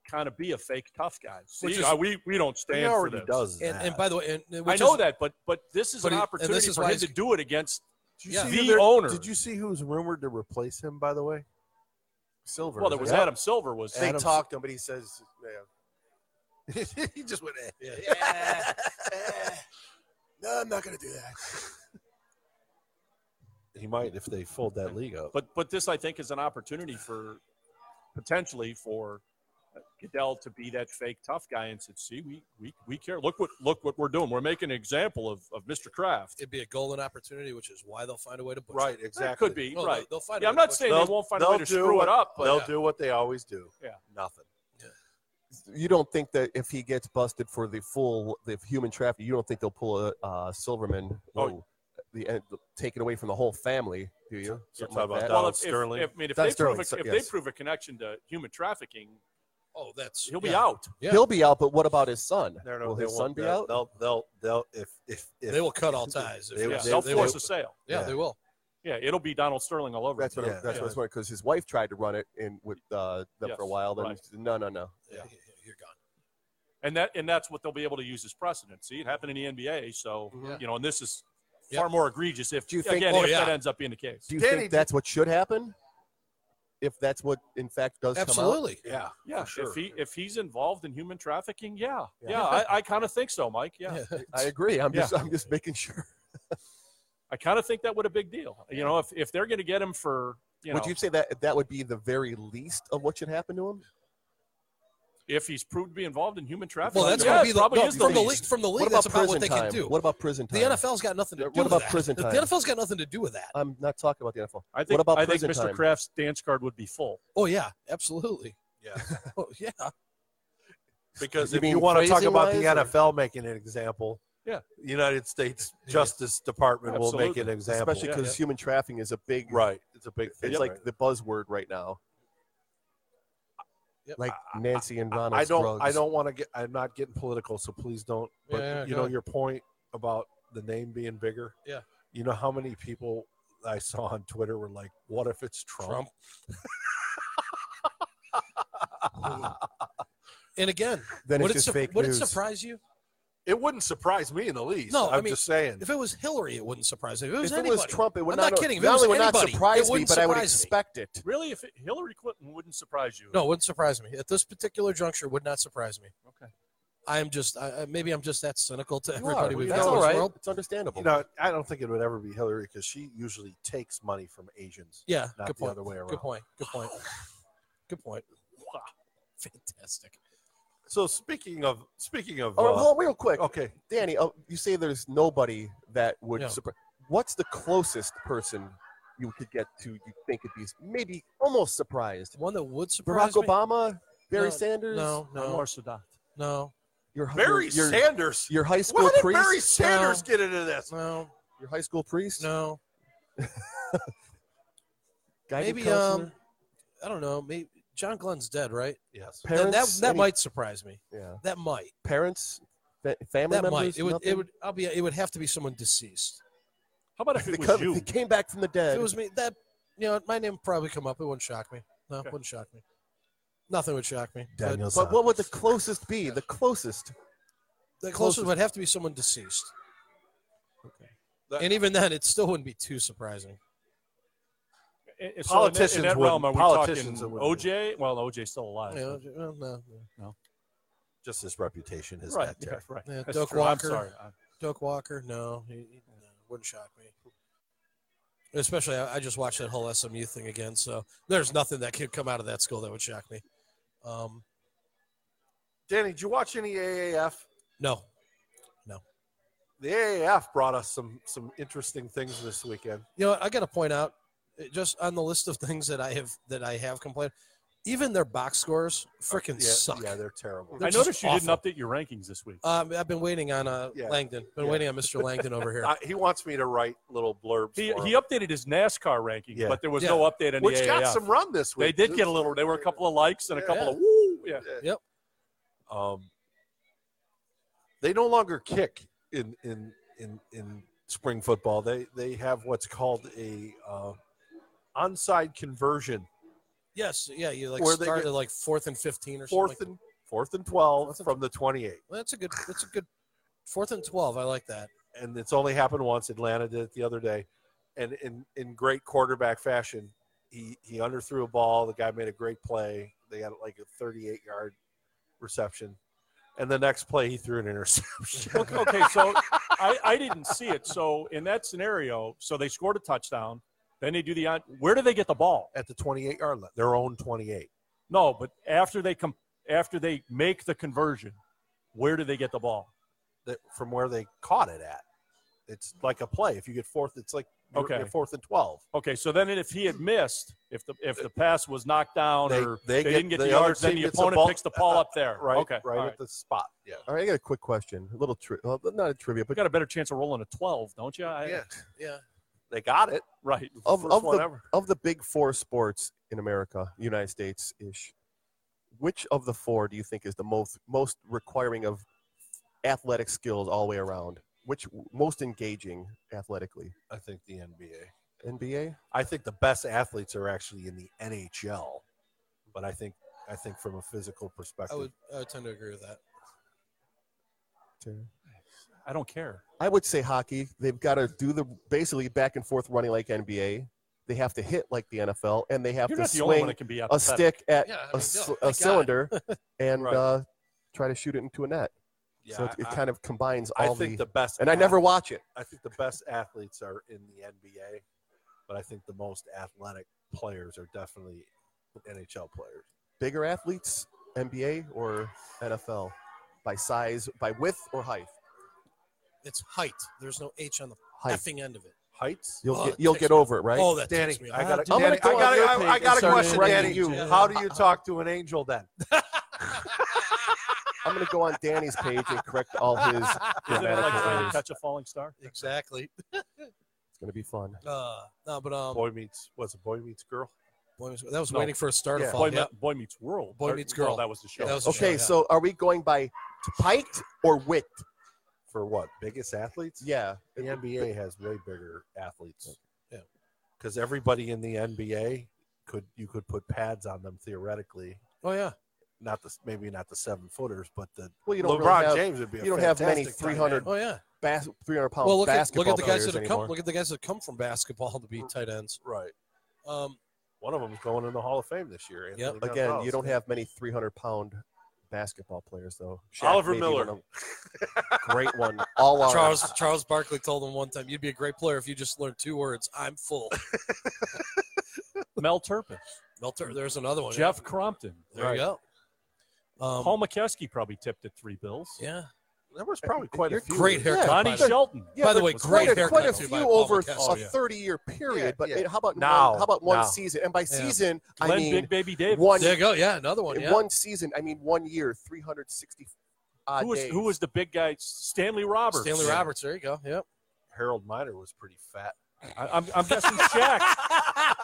[SPEAKER 3] kind of be a fake tough guy. See,
[SPEAKER 2] Which is-
[SPEAKER 3] uh, we we don't
[SPEAKER 1] He
[SPEAKER 3] stand for
[SPEAKER 1] already
[SPEAKER 3] this.
[SPEAKER 1] does
[SPEAKER 2] And,
[SPEAKER 1] that.
[SPEAKER 2] and by the way, and,
[SPEAKER 3] I
[SPEAKER 2] which
[SPEAKER 3] know
[SPEAKER 2] is-
[SPEAKER 3] that, but but this is
[SPEAKER 2] But
[SPEAKER 3] an
[SPEAKER 2] he- and
[SPEAKER 3] opportunity
[SPEAKER 2] this is
[SPEAKER 3] for
[SPEAKER 2] why
[SPEAKER 3] him to
[SPEAKER 2] he's-
[SPEAKER 3] do it against
[SPEAKER 1] Did you
[SPEAKER 2] yeah.
[SPEAKER 1] see who
[SPEAKER 3] the
[SPEAKER 1] they're-
[SPEAKER 3] owner.
[SPEAKER 1] Did you see who's rumored to replace him? By the way,
[SPEAKER 4] Silver.
[SPEAKER 3] well, there was
[SPEAKER 4] Yeah.
[SPEAKER 3] Adam Silver was
[SPEAKER 4] They
[SPEAKER 1] Adam-
[SPEAKER 4] talked to him, but he says, yeah,
[SPEAKER 1] he just went. Eh.
[SPEAKER 2] Yeah.
[SPEAKER 4] "No, I'm not going to do that."
[SPEAKER 1] He might if they fold that league up.
[SPEAKER 3] But but this I think is an opportunity for potentially for Goodell to be that fake tough guy and said, "See, we we, we care. Look what look what we're doing. We're making an example of, of Mr. Kraft."
[SPEAKER 2] it'd be a golden opportunity, which is why they'll find a way to butcher.
[SPEAKER 1] right,
[SPEAKER 2] it.
[SPEAKER 1] exactly.
[SPEAKER 3] That could be
[SPEAKER 2] No,
[SPEAKER 3] right.
[SPEAKER 2] They'll, they'll find. a
[SPEAKER 3] Yeah,
[SPEAKER 2] way
[SPEAKER 3] I'm
[SPEAKER 2] to
[SPEAKER 3] not
[SPEAKER 2] butcher
[SPEAKER 3] saying
[SPEAKER 2] it.
[SPEAKER 3] they won't find a way
[SPEAKER 1] They'll
[SPEAKER 3] to
[SPEAKER 1] do
[SPEAKER 3] screw
[SPEAKER 1] what-
[SPEAKER 3] it up, but
[SPEAKER 1] They'll
[SPEAKER 2] yeah.
[SPEAKER 1] do what they always do.
[SPEAKER 3] Yeah.
[SPEAKER 1] nothing.
[SPEAKER 4] You don't think that if he gets busted for the full the human trafficking, you don't think they'll pull a uh, Silverman,
[SPEAKER 3] Oh.
[SPEAKER 4] oh, the end, taken away from the whole family? Do you?
[SPEAKER 1] You're
[SPEAKER 4] Something
[SPEAKER 1] talking
[SPEAKER 4] like
[SPEAKER 1] about
[SPEAKER 4] that?
[SPEAKER 1] Donald
[SPEAKER 3] well, if, if,
[SPEAKER 1] Sterling.
[SPEAKER 3] if- I mean, if, they prove,
[SPEAKER 4] Donald Sterling,
[SPEAKER 3] a,
[SPEAKER 4] so-
[SPEAKER 3] if
[SPEAKER 4] yes.
[SPEAKER 3] they prove a connection to human trafficking,
[SPEAKER 2] Oh, that's
[SPEAKER 3] he'll be
[SPEAKER 2] yeah.
[SPEAKER 3] out.
[SPEAKER 2] Yeah.
[SPEAKER 4] He'll be out, but what about his son?
[SPEAKER 1] They're no-
[SPEAKER 4] Will
[SPEAKER 1] they
[SPEAKER 4] his son
[SPEAKER 1] won't-
[SPEAKER 4] be
[SPEAKER 1] they'll-
[SPEAKER 4] out?
[SPEAKER 1] They'll, they'll, they'll, if, if, if
[SPEAKER 2] They will cut all ties. if-
[SPEAKER 1] They-
[SPEAKER 3] yeah,
[SPEAKER 1] they-
[SPEAKER 3] they'll
[SPEAKER 1] they
[SPEAKER 3] force
[SPEAKER 1] will-
[SPEAKER 3] a sale.
[SPEAKER 2] yeah,
[SPEAKER 1] yeah.
[SPEAKER 2] they will.
[SPEAKER 3] Yeah, it'll be Donald Sterling all over.
[SPEAKER 4] That's what
[SPEAKER 3] again.
[SPEAKER 4] I'm, that's what I was wondering because his wife tried to run it in with uh, them
[SPEAKER 3] Yes,
[SPEAKER 4] for a while. Then
[SPEAKER 3] right.
[SPEAKER 4] no, no, no.
[SPEAKER 2] Yeah. You're gone.
[SPEAKER 3] and that and that's what they'll be able to use as precedent. See, it happened in the NBA, so
[SPEAKER 2] Mhm.
[SPEAKER 3] you know, and this is
[SPEAKER 2] Yeah.
[SPEAKER 3] far more egregious if
[SPEAKER 4] Do you think-
[SPEAKER 3] again
[SPEAKER 2] Oh,
[SPEAKER 3] if
[SPEAKER 2] yeah.
[SPEAKER 3] that ends up being the case.
[SPEAKER 4] Do you
[SPEAKER 1] Danny,
[SPEAKER 4] think that's what should happen? If that's what in fact does come out,
[SPEAKER 2] Absolutely.
[SPEAKER 1] yeah,
[SPEAKER 3] Yeah,
[SPEAKER 1] for sure.
[SPEAKER 3] if he if he's involved in human trafficking, yeah, yeah, I, I kind of think so, Mike. Yeah,
[SPEAKER 4] I agree. I'm just I'm just making sure.
[SPEAKER 3] I kind of think that would a big deal. You know, if if they're going to get him for you know
[SPEAKER 4] Would you say that that would be the very least of what should happen to him?
[SPEAKER 3] if he's proved to be involved in human trafficking,
[SPEAKER 2] Well, that's
[SPEAKER 3] yeah,
[SPEAKER 2] going
[SPEAKER 3] it
[SPEAKER 2] to be the,
[SPEAKER 3] probably
[SPEAKER 2] no,
[SPEAKER 3] is
[SPEAKER 2] from the
[SPEAKER 3] least.
[SPEAKER 2] league. From the league,
[SPEAKER 4] what about
[SPEAKER 2] that's about
[SPEAKER 4] prison
[SPEAKER 2] what they
[SPEAKER 4] time?
[SPEAKER 2] can do.
[SPEAKER 4] What about prison
[SPEAKER 2] the
[SPEAKER 4] time?
[SPEAKER 2] NFL's got nothing to do.
[SPEAKER 4] What
[SPEAKER 2] with
[SPEAKER 4] about
[SPEAKER 2] that.
[SPEAKER 4] prison time?
[SPEAKER 2] The NFL's got nothing to do with that.
[SPEAKER 4] I'm not talking about the NFL.
[SPEAKER 3] I think
[SPEAKER 4] about
[SPEAKER 3] I think
[SPEAKER 4] prison
[SPEAKER 3] Mr.
[SPEAKER 4] time?
[SPEAKER 3] Kraft's dance card would be full.
[SPEAKER 2] Oh yeah, absolutely.
[SPEAKER 1] Yeah.
[SPEAKER 2] Oh yeah.
[SPEAKER 1] Because
[SPEAKER 4] You
[SPEAKER 1] if you
[SPEAKER 4] mean
[SPEAKER 1] want to talk
[SPEAKER 4] phrasing
[SPEAKER 1] about the
[SPEAKER 4] wise, or-
[SPEAKER 1] NFL making an example,
[SPEAKER 3] Yeah.
[SPEAKER 1] the United States Justice Department will make
[SPEAKER 3] Absolutely.
[SPEAKER 1] an example.
[SPEAKER 4] Especially
[SPEAKER 3] Yeah,
[SPEAKER 4] because
[SPEAKER 3] yeah.
[SPEAKER 4] human trafficking is a big.
[SPEAKER 1] right, it's a big thing.
[SPEAKER 4] It's
[SPEAKER 1] right
[SPEAKER 4] like the buzzword right now.
[SPEAKER 2] Yep.
[SPEAKER 4] Like Nancy and Ronald.
[SPEAKER 1] I don't.
[SPEAKER 4] Scruggs.
[SPEAKER 1] I don't want to get. I'm not getting political, so please don't. But
[SPEAKER 2] Yeah, yeah,
[SPEAKER 1] you
[SPEAKER 2] go
[SPEAKER 1] know
[SPEAKER 2] ahead.
[SPEAKER 1] your point about the name being bigger.
[SPEAKER 2] Yeah.
[SPEAKER 1] You know how many people I saw on Twitter were like, "What if it's Trump?"
[SPEAKER 2] And again,
[SPEAKER 4] Then
[SPEAKER 2] would
[SPEAKER 4] it's
[SPEAKER 2] it,
[SPEAKER 4] just
[SPEAKER 2] sup-
[SPEAKER 4] fake
[SPEAKER 2] would it
[SPEAKER 4] news.
[SPEAKER 2] surprise you
[SPEAKER 1] It wouldn't surprise me in the least.
[SPEAKER 2] No, I
[SPEAKER 1] I'm
[SPEAKER 2] mean,
[SPEAKER 1] just saying.
[SPEAKER 2] if it was Hillary? It wouldn't surprise me. If it was
[SPEAKER 4] If it
[SPEAKER 2] anybody,
[SPEAKER 4] was Trump, it would
[SPEAKER 2] I'm
[SPEAKER 4] not.
[SPEAKER 2] not kidding. If it
[SPEAKER 4] Not
[SPEAKER 2] was
[SPEAKER 4] only would not
[SPEAKER 2] anybody, it
[SPEAKER 4] surprise me,
[SPEAKER 2] wouldn't
[SPEAKER 4] but I would
[SPEAKER 2] surprise me.
[SPEAKER 4] expect it.
[SPEAKER 3] Really, if it, Hillary Clinton wouldn't surprise you.
[SPEAKER 2] no, it wouldn't surprise me. At this particular juncture, would not surprise me.
[SPEAKER 3] okay.
[SPEAKER 2] I am just. I, I- maybe I'm just that cynical to
[SPEAKER 4] You
[SPEAKER 2] everybody
[SPEAKER 4] are.
[SPEAKER 2] we've
[SPEAKER 4] That's
[SPEAKER 2] known in
[SPEAKER 4] all
[SPEAKER 2] this
[SPEAKER 4] right.
[SPEAKER 2] world.
[SPEAKER 4] It's understandable.
[SPEAKER 1] you know, I don't think it would ever be Hillary because she usually takes money from Asians,
[SPEAKER 2] Yeah.
[SPEAKER 1] not
[SPEAKER 2] good
[SPEAKER 1] the
[SPEAKER 2] point.
[SPEAKER 1] other way around.
[SPEAKER 2] Good point. Good point. Good point. Wow. Fantastic.
[SPEAKER 1] So speaking of speaking of,
[SPEAKER 4] oh,
[SPEAKER 1] uh,
[SPEAKER 4] well, real quick,
[SPEAKER 1] okay,
[SPEAKER 4] Danny. Oh, you say there's nobody that would.
[SPEAKER 2] Yeah.
[SPEAKER 4] surpri- What's the closest person you could get to? You think would be maybe almost surprised?
[SPEAKER 2] One that would
[SPEAKER 4] Barack
[SPEAKER 2] surprise me.
[SPEAKER 4] Obama, Barry
[SPEAKER 2] No,
[SPEAKER 4] Sanders.
[SPEAKER 2] No, no,
[SPEAKER 3] Sadat.
[SPEAKER 2] no,
[SPEAKER 4] Your
[SPEAKER 1] Barry
[SPEAKER 4] your, your,
[SPEAKER 1] Sanders.
[SPEAKER 4] your high school
[SPEAKER 1] Why did
[SPEAKER 4] priest.
[SPEAKER 1] Barry Sanders
[SPEAKER 2] No.
[SPEAKER 1] get into this?
[SPEAKER 2] no,
[SPEAKER 4] your high school priest.
[SPEAKER 2] no.
[SPEAKER 4] Guided
[SPEAKER 2] Maybe
[SPEAKER 4] counselor?
[SPEAKER 2] um, I don't know. Maybe John Glenn's dead, right?
[SPEAKER 1] Yes.
[SPEAKER 2] Then that
[SPEAKER 4] Parents?
[SPEAKER 2] that
[SPEAKER 4] Any-
[SPEAKER 2] might surprise me.
[SPEAKER 4] Yeah.
[SPEAKER 2] That might.
[SPEAKER 4] Parents. Fa- family
[SPEAKER 2] that
[SPEAKER 4] members.
[SPEAKER 2] might. It would.
[SPEAKER 4] nothing?
[SPEAKER 2] It would. I'll be. It would have to be someone deceased.
[SPEAKER 3] How about if
[SPEAKER 4] They
[SPEAKER 3] it was
[SPEAKER 4] come-
[SPEAKER 3] you?
[SPEAKER 4] they came back from the
[SPEAKER 2] If
[SPEAKER 4] dead.
[SPEAKER 2] it was me, that you know, my name would probably come up. It wouldn't shock me. No,
[SPEAKER 3] Okay.
[SPEAKER 2] wouldn't shock me. Nothing would shock me. But
[SPEAKER 1] Daniel
[SPEAKER 4] but what would the closest be? The closest.
[SPEAKER 2] the closest,
[SPEAKER 4] closest-
[SPEAKER 2] would have to be someone deceased.
[SPEAKER 1] That-
[SPEAKER 2] and even then, it still wouldn't be too surprising.
[SPEAKER 3] And- and
[SPEAKER 1] Politicians
[SPEAKER 3] so in that, in that
[SPEAKER 1] wouldn't.
[SPEAKER 3] realm, are we
[SPEAKER 1] Politicians
[SPEAKER 3] talking
[SPEAKER 1] wouldn't do
[SPEAKER 3] OJ? Well, OJ's still alive.
[SPEAKER 2] You know,
[SPEAKER 3] but-
[SPEAKER 2] well, no, no.
[SPEAKER 1] just his reputation is
[SPEAKER 3] right,
[SPEAKER 1] not
[SPEAKER 3] yeah,
[SPEAKER 1] there.
[SPEAKER 3] right.
[SPEAKER 2] Yeah,
[SPEAKER 3] That's
[SPEAKER 2] Doak
[SPEAKER 3] true. I'm
[SPEAKER 2] Walker.
[SPEAKER 3] sorry. I-
[SPEAKER 2] Doak Walker, no, he, he- no, wouldn't shock me. Especially, I, I just watched that whole SMU thing again, so there's nothing that could come out of that school that would shock me. Um,
[SPEAKER 1] Danny, did you watch any AAF?
[SPEAKER 2] No.
[SPEAKER 1] The AAF brought us some some interesting things this weekend.
[SPEAKER 2] You know, what, I got to point out, uh, just on the list of things that I have that I have complained, even their box scores freaking
[SPEAKER 1] yeah,
[SPEAKER 2] suck.
[SPEAKER 1] Yeah, they're terrible.
[SPEAKER 2] They're
[SPEAKER 3] I
[SPEAKER 2] just
[SPEAKER 3] noticed you didn't
[SPEAKER 2] awful.
[SPEAKER 3] update your rankings this week.
[SPEAKER 2] Um, I've been waiting on uh,
[SPEAKER 1] Yeah.
[SPEAKER 2] Langdon. Been
[SPEAKER 1] Yeah.
[SPEAKER 2] waiting on Mr. Langdon over here.
[SPEAKER 1] I, he wants me to write little blurbs.
[SPEAKER 3] He,
[SPEAKER 1] for
[SPEAKER 3] he
[SPEAKER 1] him,
[SPEAKER 3] updated his NASCAR ranking,
[SPEAKER 1] Yeah.
[SPEAKER 3] but there was
[SPEAKER 2] Yeah.
[SPEAKER 3] no update on
[SPEAKER 1] which
[SPEAKER 3] the AAF.
[SPEAKER 1] got some run this
[SPEAKER 3] they
[SPEAKER 1] week.
[SPEAKER 3] did get a little. They were a couple of likes and a
[SPEAKER 1] Yeah.
[SPEAKER 3] couple of woo. Yeah.
[SPEAKER 2] Yep.
[SPEAKER 1] Um, they no longer kick in in in in spring football. They they have what's called a uh, onside conversion,
[SPEAKER 2] yes, yeah, you like
[SPEAKER 1] Where they
[SPEAKER 2] started
[SPEAKER 1] get-
[SPEAKER 2] like fourth and fifteen or
[SPEAKER 1] fourth
[SPEAKER 2] something.
[SPEAKER 1] and fourth and twelve
[SPEAKER 2] Fourth and-
[SPEAKER 1] from the twenty eight,
[SPEAKER 2] Well, that's a good. That's a good. Fourth and twelve. I like that.
[SPEAKER 1] and it's only happened once. Atlanta did it the other day, and in in great quarterback fashion, he he underthrew a ball. The guy made a great play. They got like a thirty eight yard reception. And the next play, he threw an interception.
[SPEAKER 3] Okay, okay, so I, I didn't see it. So in that scenario, so they scored a touchdown. Then they do the on. Where do they get the ball?
[SPEAKER 1] at the 28 yard line, their own 28.
[SPEAKER 3] No, but after they com- after they make the conversion, where do they get the ball?
[SPEAKER 1] That from where they caught it at. It's like a play. If you get fourth, it's like you're,
[SPEAKER 3] Okay.
[SPEAKER 1] you're fourth and 12.
[SPEAKER 3] Okay, so then if he had missed, if the if the pass was knocked down
[SPEAKER 1] They-
[SPEAKER 3] or
[SPEAKER 1] they
[SPEAKER 3] they,
[SPEAKER 1] get-
[SPEAKER 3] didn't get
[SPEAKER 1] the
[SPEAKER 3] the,
[SPEAKER 1] other
[SPEAKER 3] yards, then
[SPEAKER 1] team
[SPEAKER 3] the
[SPEAKER 1] gets the
[SPEAKER 3] opponent
[SPEAKER 1] ball-
[SPEAKER 3] picks the ball up there.
[SPEAKER 1] Right,
[SPEAKER 3] okay,
[SPEAKER 1] right
[SPEAKER 3] all
[SPEAKER 1] at the spot. Yeah.
[SPEAKER 4] All right, I got a quick question. A little, tri- well, not a trivia,
[SPEAKER 3] We
[SPEAKER 4] but
[SPEAKER 3] got a better chance of rolling a twelve, don't you? I,
[SPEAKER 1] yeah,
[SPEAKER 2] Yeah.
[SPEAKER 1] they got it.
[SPEAKER 3] Right.
[SPEAKER 4] Of-
[SPEAKER 1] First
[SPEAKER 4] of
[SPEAKER 1] one
[SPEAKER 4] the-
[SPEAKER 1] ever.
[SPEAKER 4] of the big four sports in America, United States ish, which of the four do you think is the most most requiring of athletic skills all the way around? Which most engaging athletically?
[SPEAKER 1] I think the NBA.
[SPEAKER 4] NBA.
[SPEAKER 1] I think the best athletes are actually in the NHL, but I think I think from a physical
[SPEAKER 2] I
[SPEAKER 1] perspective,
[SPEAKER 2] would. I would tend to agree with that.
[SPEAKER 3] I don't care.
[SPEAKER 4] I would say hockey. They've got to do the basically back and forth running like NBA. They have to hit like the NFL, and they have
[SPEAKER 3] You're
[SPEAKER 4] to
[SPEAKER 3] not the only one
[SPEAKER 4] swing
[SPEAKER 3] that can be
[SPEAKER 4] a
[SPEAKER 3] apathetic.
[SPEAKER 4] stick at
[SPEAKER 2] Yeah, I mean,
[SPEAKER 4] a,
[SPEAKER 2] no,
[SPEAKER 4] s-
[SPEAKER 2] my
[SPEAKER 4] a
[SPEAKER 2] God.
[SPEAKER 4] ceilinter and
[SPEAKER 1] Right.
[SPEAKER 4] uh, try to shoot it into a net.
[SPEAKER 1] yeah,
[SPEAKER 4] so it, it
[SPEAKER 1] I,
[SPEAKER 4] kind of combines
[SPEAKER 1] I
[SPEAKER 4] all
[SPEAKER 1] think
[SPEAKER 4] the,
[SPEAKER 1] the best.
[SPEAKER 4] and I never watch it.
[SPEAKER 1] I think the best athletes are in the NBA, but I think the most athletic players are definitely NHL players.
[SPEAKER 4] Bigger athletes, NBA or NFL, by size, by width or height.
[SPEAKER 2] It's height. There's no H on the
[SPEAKER 4] Height.
[SPEAKER 2] effing end of it.
[SPEAKER 1] Heights.
[SPEAKER 4] You'll
[SPEAKER 2] Oh,
[SPEAKER 4] get you'll
[SPEAKER 2] it
[SPEAKER 4] get
[SPEAKER 2] ticks me.
[SPEAKER 4] over it, right?
[SPEAKER 2] Oh, that
[SPEAKER 1] Danny,
[SPEAKER 2] ticks me.
[SPEAKER 1] I
[SPEAKER 2] Ah,
[SPEAKER 1] got
[SPEAKER 2] dude.
[SPEAKER 1] a, Danny,
[SPEAKER 4] go
[SPEAKER 1] I
[SPEAKER 4] on
[SPEAKER 1] got
[SPEAKER 4] your
[SPEAKER 1] a, I, I
[SPEAKER 4] page
[SPEAKER 1] got
[SPEAKER 4] and
[SPEAKER 1] a
[SPEAKER 4] start
[SPEAKER 1] question, Danny.
[SPEAKER 4] correcting you.
[SPEAKER 1] How do you talk to an angel then?
[SPEAKER 4] I'm gonna go on Danny's page and correct all his.
[SPEAKER 3] Isn't
[SPEAKER 4] it's
[SPEAKER 3] it like trying to
[SPEAKER 4] Grammatical
[SPEAKER 3] catch a falling star?
[SPEAKER 2] Exactly.
[SPEAKER 4] gonna be fun.
[SPEAKER 2] Uh, no, but um, boy,
[SPEAKER 1] Boy meets was it boy meets girl?
[SPEAKER 2] Meets- that was
[SPEAKER 3] No.
[SPEAKER 2] waiting for a star
[SPEAKER 4] Yeah.
[SPEAKER 2] to fall.
[SPEAKER 3] Boy,
[SPEAKER 2] Yeah.
[SPEAKER 3] Me- Boy Meets World.
[SPEAKER 2] Boy
[SPEAKER 3] Or-
[SPEAKER 2] Meets
[SPEAKER 3] no,
[SPEAKER 2] Girl.
[SPEAKER 3] that was the show.
[SPEAKER 2] That was a
[SPEAKER 4] Okay,
[SPEAKER 2] show, yeah.
[SPEAKER 4] so are we going by height or width?
[SPEAKER 1] For what? Biggest athletes?
[SPEAKER 4] Yeah,
[SPEAKER 1] The NBA has way bigger athletes.
[SPEAKER 2] Yeah.
[SPEAKER 1] Because everybody in the NBA could you could put pads on them theoretically.
[SPEAKER 2] oh yeah,
[SPEAKER 1] Not the maybe not the seven footers, but the
[SPEAKER 4] Well, you don't
[SPEAKER 1] LeBron
[SPEAKER 4] really have,
[SPEAKER 1] James would be. A
[SPEAKER 4] you don't have many
[SPEAKER 1] fantastic tight
[SPEAKER 4] 300
[SPEAKER 1] end.
[SPEAKER 2] oh yeah.
[SPEAKER 4] bas- 300 pound
[SPEAKER 2] Well, look at look
[SPEAKER 4] Oh, basketball
[SPEAKER 2] at the guys
[SPEAKER 4] players
[SPEAKER 2] that have
[SPEAKER 4] anymore. Mm.
[SPEAKER 2] come. Look at the guys that come from basketball to be tight ends.
[SPEAKER 1] Right.
[SPEAKER 2] Um,
[SPEAKER 1] One of them's going in the Hall of Fame this year.
[SPEAKER 2] Yep.
[SPEAKER 1] Anthony
[SPEAKER 4] Again,
[SPEAKER 1] Gonzalez.
[SPEAKER 4] you don't have many 300 pound basketball players though.
[SPEAKER 3] Oliver
[SPEAKER 4] may be
[SPEAKER 3] Miller.
[SPEAKER 4] one of- great one. All our
[SPEAKER 2] Charles Charles Barkley told him one time, "You'd be a great player if you just learned two words: I'm full."
[SPEAKER 3] Mel Turpin,
[SPEAKER 2] Melter, there's another one.
[SPEAKER 3] Jeff Crompton,
[SPEAKER 2] there you go. Um,
[SPEAKER 3] Paul McKeskey probably tipped at three bills.
[SPEAKER 2] yeah,
[SPEAKER 1] There was probably quite a
[SPEAKER 4] You're
[SPEAKER 1] few.
[SPEAKER 2] great haircut.
[SPEAKER 3] Donnie
[SPEAKER 2] by the-
[SPEAKER 3] Shelton.
[SPEAKER 4] Yeah,
[SPEAKER 2] by the
[SPEAKER 4] there
[SPEAKER 2] way,
[SPEAKER 4] was
[SPEAKER 2] great
[SPEAKER 4] quite a,
[SPEAKER 2] haircut
[SPEAKER 4] quite a
[SPEAKER 2] too
[SPEAKER 4] few
[SPEAKER 2] by Paul
[SPEAKER 4] over
[SPEAKER 2] McCaskey.
[SPEAKER 4] a
[SPEAKER 2] Oh, yeah.
[SPEAKER 4] 30 year period,
[SPEAKER 1] Yeah,
[SPEAKER 4] but
[SPEAKER 1] yeah.
[SPEAKER 4] how about
[SPEAKER 1] Now,
[SPEAKER 4] one, how about one
[SPEAKER 1] now.
[SPEAKER 4] season? And by season,
[SPEAKER 3] Glenn
[SPEAKER 4] I mean
[SPEAKER 3] Big Baby Davis.
[SPEAKER 4] one,
[SPEAKER 2] there you go. Yeah, another one. Yeah.
[SPEAKER 4] one season, I mean one year, 360 odd
[SPEAKER 3] who was
[SPEAKER 4] days.
[SPEAKER 3] who was the big guy? Stanley Roberts.
[SPEAKER 2] Stanley Roberts. There you go. Yep.
[SPEAKER 1] Harold Miner was pretty fat.
[SPEAKER 3] I, I'm, I'm guessing Shaq.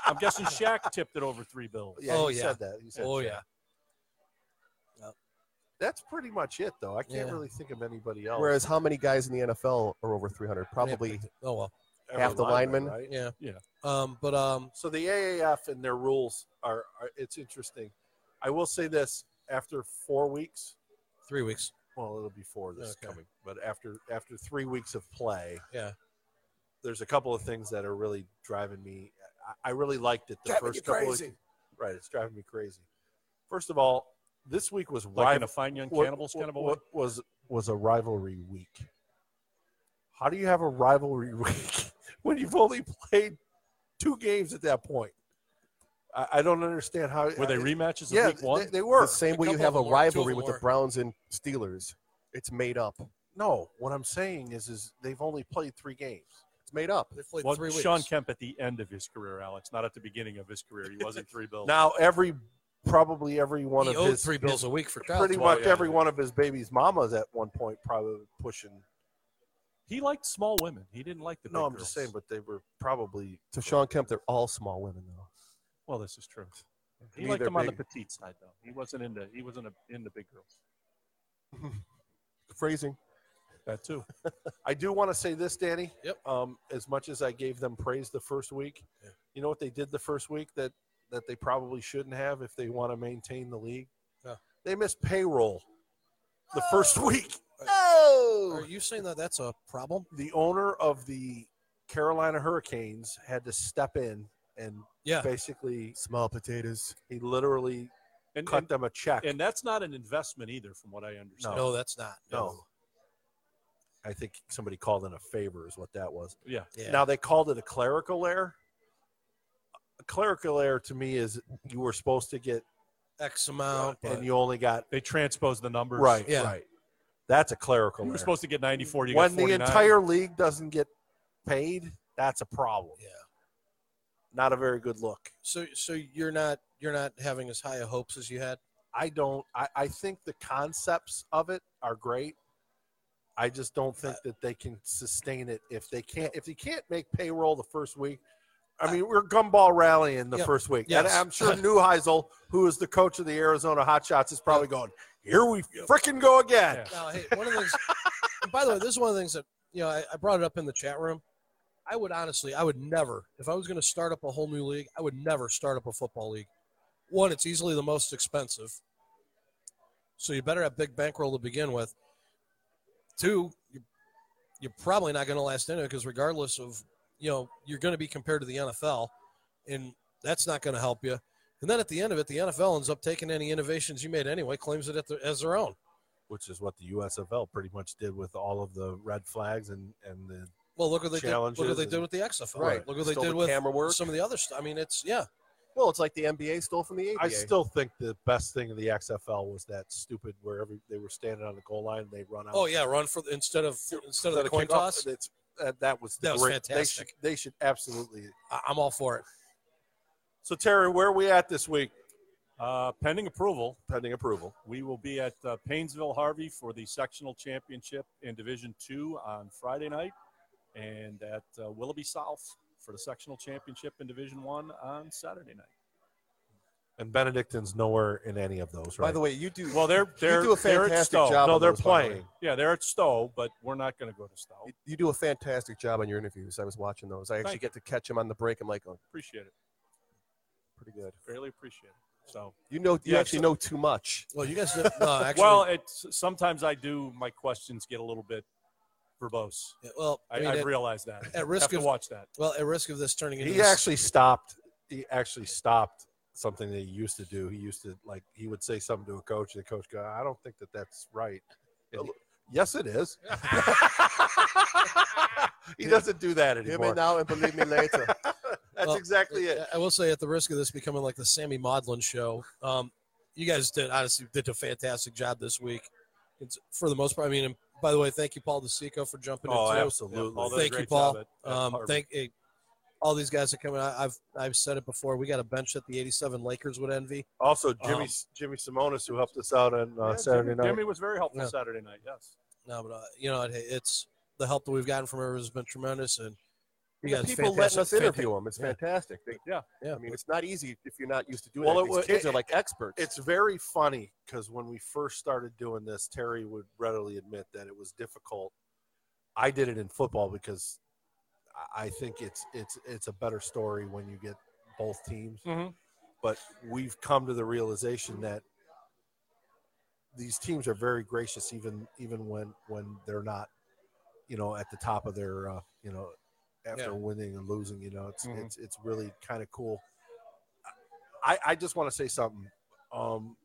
[SPEAKER 3] I'm guessing Shaq tipped it over three bills.
[SPEAKER 1] Yeah,
[SPEAKER 2] Oh,
[SPEAKER 1] he
[SPEAKER 2] yeah.
[SPEAKER 1] said that. He said
[SPEAKER 2] Oh
[SPEAKER 1] that.
[SPEAKER 2] yeah.
[SPEAKER 1] That's pretty much it, though. I can't
[SPEAKER 2] Yeah.
[SPEAKER 1] really think of anybody else.
[SPEAKER 4] Whereas how many guys in the NFL are over 300? Probably
[SPEAKER 2] Oh well.
[SPEAKER 1] Every
[SPEAKER 4] half the
[SPEAKER 1] lineman, right?
[SPEAKER 4] linemen.
[SPEAKER 2] Yeah.
[SPEAKER 3] Yeah.
[SPEAKER 2] Um, but um,
[SPEAKER 1] So the AAF and their rules are, are it's interesting. I will say this: after four weeks,
[SPEAKER 2] three weeks.
[SPEAKER 1] well, it'll be four this
[SPEAKER 2] Okay.
[SPEAKER 1] coming, but after after three weeks of play,
[SPEAKER 2] Yeah.
[SPEAKER 1] there's a couple of things that are really driving me. I, I really liked it the first couple. Of, right, it's driving me crazy. First of all, this week was
[SPEAKER 3] Like in
[SPEAKER 1] rival-
[SPEAKER 3] a fine young
[SPEAKER 1] what-
[SPEAKER 3] cannibals kind of a
[SPEAKER 1] what-
[SPEAKER 3] way.
[SPEAKER 1] was was a rivalry week. How do you have a rivalry week when you've only played two games at that point? I, I don't understand how.
[SPEAKER 3] Were they
[SPEAKER 1] I-
[SPEAKER 3] rematches of
[SPEAKER 1] Yeah,
[SPEAKER 3] week one?
[SPEAKER 1] They, they were.
[SPEAKER 4] The same
[SPEAKER 2] A
[SPEAKER 4] way you
[SPEAKER 2] couple
[SPEAKER 4] have
[SPEAKER 2] of
[SPEAKER 4] a
[SPEAKER 2] them are, two of
[SPEAKER 4] rivalry
[SPEAKER 2] them
[SPEAKER 4] with the
[SPEAKER 2] are.
[SPEAKER 4] Browns and Steelers. It's made up.
[SPEAKER 1] No, what I'm saying is, is they've only played three games.
[SPEAKER 4] It's made up.
[SPEAKER 2] They played
[SPEAKER 3] Well,
[SPEAKER 2] three weeks.
[SPEAKER 3] Sean Kemp at the end of his career, Alex, not at the beginning of his career. He wasn't three bills.
[SPEAKER 1] Now every, probably every one
[SPEAKER 2] he
[SPEAKER 1] of
[SPEAKER 2] owed
[SPEAKER 1] his
[SPEAKER 2] three bills a week for Oh, child
[SPEAKER 1] pretty
[SPEAKER 2] support.
[SPEAKER 3] well,
[SPEAKER 1] much
[SPEAKER 3] yeah.
[SPEAKER 1] every one of his baby's mamas at one point probably pushing.
[SPEAKER 3] he liked small women. He didn't like the.
[SPEAKER 1] No,
[SPEAKER 3] big
[SPEAKER 1] I'm just
[SPEAKER 3] girls.
[SPEAKER 1] saying, but they were probably
[SPEAKER 4] To Sean Kemp, they're all small women, though.
[SPEAKER 3] well, this is true. He
[SPEAKER 1] Neither
[SPEAKER 3] liked them on the
[SPEAKER 1] big-
[SPEAKER 3] petite side, though. He wasn't into. He wasn't a, into big girls.
[SPEAKER 4] Phrasing.
[SPEAKER 3] That too.
[SPEAKER 1] I do want to say this, Danny.
[SPEAKER 2] Yep.
[SPEAKER 1] Um, as much as I gave them praise the first week,
[SPEAKER 2] Yeah.
[SPEAKER 1] you know what they did the first week that that they probably shouldn't have if they want to maintain the league.
[SPEAKER 2] Yeah.
[SPEAKER 1] They missed payroll the first week.
[SPEAKER 2] Are
[SPEAKER 1] Oh.
[SPEAKER 2] you saying that that's a problem?
[SPEAKER 1] The owner of the Carolina Hurricanes had to step in and
[SPEAKER 2] Yeah.
[SPEAKER 1] basically
[SPEAKER 4] Small potatoes.
[SPEAKER 1] he literally
[SPEAKER 3] And,
[SPEAKER 1] cut
[SPEAKER 3] and,
[SPEAKER 1] them a check.
[SPEAKER 3] and that's not an investment either, from what I understand.
[SPEAKER 2] No, that's not.
[SPEAKER 1] no. I think somebody called in a favor is what that was.
[SPEAKER 3] Yeah.
[SPEAKER 2] Yeah.
[SPEAKER 1] Now they called it a clerical error. A clerical error to me is you were supposed to get
[SPEAKER 2] X amount.
[SPEAKER 1] and
[SPEAKER 2] but-
[SPEAKER 1] you only got
[SPEAKER 3] They transposed the numbers.
[SPEAKER 1] right,
[SPEAKER 2] Yeah.
[SPEAKER 1] right. That's a clerical
[SPEAKER 3] You were
[SPEAKER 1] error.
[SPEAKER 3] supposed to get 94. You
[SPEAKER 1] when
[SPEAKER 3] got
[SPEAKER 1] the
[SPEAKER 3] 49.
[SPEAKER 1] entire league doesn't get paid, that's a problem.
[SPEAKER 2] yeah.
[SPEAKER 1] Not a very good look.
[SPEAKER 2] So so you're not you're not having as high of hopes as you had.
[SPEAKER 1] I don't. I, I think the concepts of it are great. I just don't think that they can sustain it if they can't. If you can't make payroll the first week, I mean, we're gumball rallying the
[SPEAKER 2] Yeah.
[SPEAKER 1] first week, and
[SPEAKER 2] Yes.
[SPEAKER 1] I'm sure Neuheisel, who is the coach of the Arizona Hotshots, is probably going, "Here we frickin' go again."
[SPEAKER 3] Yeah.
[SPEAKER 2] Now, hey, one of the things. and by the way, this is one of the things that you know I, I brought it up in the chat room. I would honestly, I would never, if I was going to start up a whole new league, I would never start up a football league. One, it's easily the most expensive, so you better have big bankroll to begin with. Two, you- you're probably not going to last in it because regardless of you know you're going to be compared to the NFL, and that's not going to help you. And then at the end of it, the NFL ends up taking any innovations you made anyway, claims it at the, as their own.
[SPEAKER 1] Which is what the USFL pretty much did with all of the red flags and and the
[SPEAKER 2] Well, look what they did. Look what
[SPEAKER 1] Challenges
[SPEAKER 2] they did
[SPEAKER 1] and-
[SPEAKER 2] with the XFL.
[SPEAKER 1] Right.
[SPEAKER 2] Look what they
[SPEAKER 4] Stole
[SPEAKER 2] did
[SPEAKER 4] the
[SPEAKER 2] with
[SPEAKER 4] camera work.
[SPEAKER 2] some of the other stuff. I mean, it's yeah.
[SPEAKER 4] Well, it's like the NBA stole from the ABA.
[SPEAKER 1] I still think the best thing of the XFL was that stupid where every, they were standing on the goal line and they run out.
[SPEAKER 2] Oh yeah, run for instead of instead of the
[SPEAKER 1] Instead
[SPEAKER 2] coin
[SPEAKER 1] of
[SPEAKER 2] toss.
[SPEAKER 1] kickoff, That's, that, that was the
[SPEAKER 2] That was
[SPEAKER 1] great- they
[SPEAKER 2] fantastic.
[SPEAKER 1] should- They should, absolutely.
[SPEAKER 2] I- I'm all for it.
[SPEAKER 1] So Terry, where are we at this week,
[SPEAKER 3] Uh, pending approval,
[SPEAKER 1] pending approval?
[SPEAKER 3] we will be at uh, Paynesville Harvey for the sectional championship in Division Two on Friday night, and at uh, Willoughby South for the sectional championship in Division One on Saturday night.
[SPEAKER 1] And Benedictine's nowhere in any of those. Right?
[SPEAKER 4] By the way, you do.
[SPEAKER 3] Well, they're
[SPEAKER 4] you
[SPEAKER 3] they're
[SPEAKER 4] do a
[SPEAKER 3] they're at
[SPEAKER 4] fantastic
[SPEAKER 3] Stowe.
[SPEAKER 4] job.
[SPEAKER 1] no,
[SPEAKER 4] on
[SPEAKER 1] they're
[SPEAKER 4] those, by the way.
[SPEAKER 1] playing.
[SPEAKER 3] Yeah, they're at Stowe, but we're not going to go to Stowe.
[SPEAKER 4] You- You do a fantastic job on your interviews. I was watching those. I actually
[SPEAKER 3] Thank
[SPEAKER 4] get to catch them on the break. I'm like, oh,
[SPEAKER 3] Appreciate it.
[SPEAKER 4] pretty good.
[SPEAKER 3] Really appreciate it. So
[SPEAKER 4] You know, you
[SPEAKER 3] Yeah,
[SPEAKER 4] actually
[SPEAKER 3] so-
[SPEAKER 4] know too much.
[SPEAKER 2] Well, you guys. did- No, actually.
[SPEAKER 3] well, it's sometimes I do. My questions get a little bit verbose.
[SPEAKER 2] yeah, well,
[SPEAKER 3] I,
[SPEAKER 2] I
[SPEAKER 3] I
[SPEAKER 2] mean, at,
[SPEAKER 3] realize that.
[SPEAKER 2] at risk
[SPEAKER 3] Have to
[SPEAKER 2] of
[SPEAKER 3] watch that.
[SPEAKER 2] well, at risk of this turning into
[SPEAKER 1] He
[SPEAKER 2] this-
[SPEAKER 1] actually stopped. He actually stopped something that he used to do. He used to like he would say something to a coach, and the coach go, "I don't think that that's right." And he- yes, it is. he doesn't do that
[SPEAKER 4] Hear me
[SPEAKER 1] anymore.
[SPEAKER 4] now and believe me later.
[SPEAKER 1] That's
[SPEAKER 2] Well,
[SPEAKER 1] exactly it. uh,
[SPEAKER 2] I I will say, at the risk of this becoming like the Sammy Maudlin show, um, you guys did honestly did a fantastic job this week. It's, for the most part, I mean, and by the way, thank you, Paul DeSico, for jumping in. too.
[SPEAKER 3] Paul did a
[SPEAKER 2] Thank you,
[SPEAKER 3] great
[SPEAKER 2] Paul.
[SPEAKER 3] job at- at
[SPEAKER 2] Um,
[SPEAKER 3] Harvard.
[SPEAKER 2] thank eh, all these guys that come in. I, I've I've said it before. We got a bench that the '87 Lakers would envy.
[SPEAKER 1] Also, Jimmy
[SPEAKER 2] Um,
[SPEAKER 1] Jimmy Simonis, who helped us out on uh,
[SPEAKER 3] Yeah,
[SPEAKER 1] Saturday
[SPEAKER 3] Jimmy,
[SPEAKER 1] night.
[SPEAKER 3] Jimmy was very helpful
[SPEAKER 2] Yeah.
[SPEAKER 3] Saturday night. Yes.
[SPEAKER 2] No, but uh, you know, it, it's the help that we've gotten from everyone has been tremendous, and you
[SPEAKER 4] The
[SPEAKER 2] guys
[SPEAKER 4] people letting us interview them. It's
[SPEAKER 2] Yeah.
[SPEAKER 4] fantastic. They-
[SPEAKER 2] Yeah,
[SPEAKER 4] I mean, it's not easy if you're not used to doing
[SPEAKER 1] Well,
[SPEAKER 4] that.
[SPEAKER 1] it
[SPEAKER 4] These
[SPEAKER 1] wa-
[SPEAKER 4] kids
[SPEAKER 1] it-
[SPEAKER 4] are like experts.
[SPEAKER 1] it's very funny because when we first started doing this, Terry would readily admit that it was difficult. I did it in football because I- I think it's it's it's a better story when you get both teams.
[SPEAKER 3] Mhm.
[SPEAKER 1] But we've come to the realization that these teams are very gracious, even even when when they're not, you know, at the top of their, uh, you know, after
[SPEAKER 2] Yeah.
[SPEAKER 1] winning and losing. You know, it's
[SPEAKER 3] Mhm.
[SPEAKER 1] it's it's really kind of cool. I I just want to say something. Um,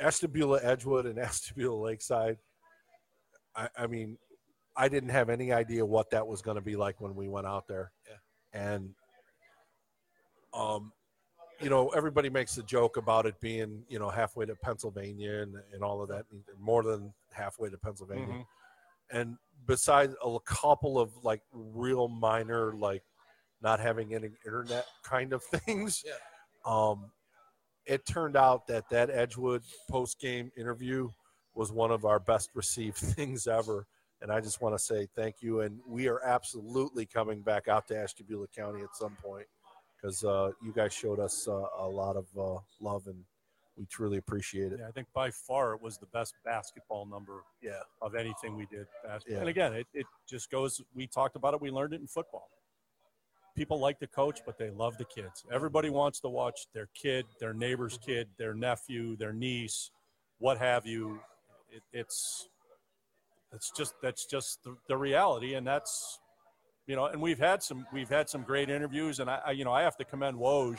[SPEAKER 1] Estabula Edgewood and Estabula Lakeside. I, I mean, I didn't have any idea what that was going to be like when we went out there. And um, you know, everybody makes a joke about it being, you know, halfway to Pennsylvania and, and all of that, and more than halfway to Pennsylvania.
[SPEAKER 6] Mhm.
[SPEAKER 1] And besides a couple of like real minor, like not having any internet kind of things,
[SPEAKER 2] Yeah.
[SPEAKER 1] um, it turned out that that Edgewood post game interview was one of our best received things ever. And I just want to say thank you. And we are absolutely coming back out to Ashtabula County at some point because uh, you guys showed us uh, a lot of uh, love and we truly appreciate it.
[SPEAKER 3] Yeah, I think by far it was the best basketball number
[SPEAKER 1] Yeah.
[SPEAKER 3] of anything we did. Basketball.
[SPEAKER 1] Yeah.
[SPEAKER 3] And again, it, it just goes, we talked about it, we learned it in football. People like the coach, but they love the kids. Everybody wants to watch their kid, their neighbor's kid, their nephew, their niece, what have you. It, it's that's just that's just the, the reality, and that's you know, and we've had some we've had some great interviews, and I, I you know I have to commend Woj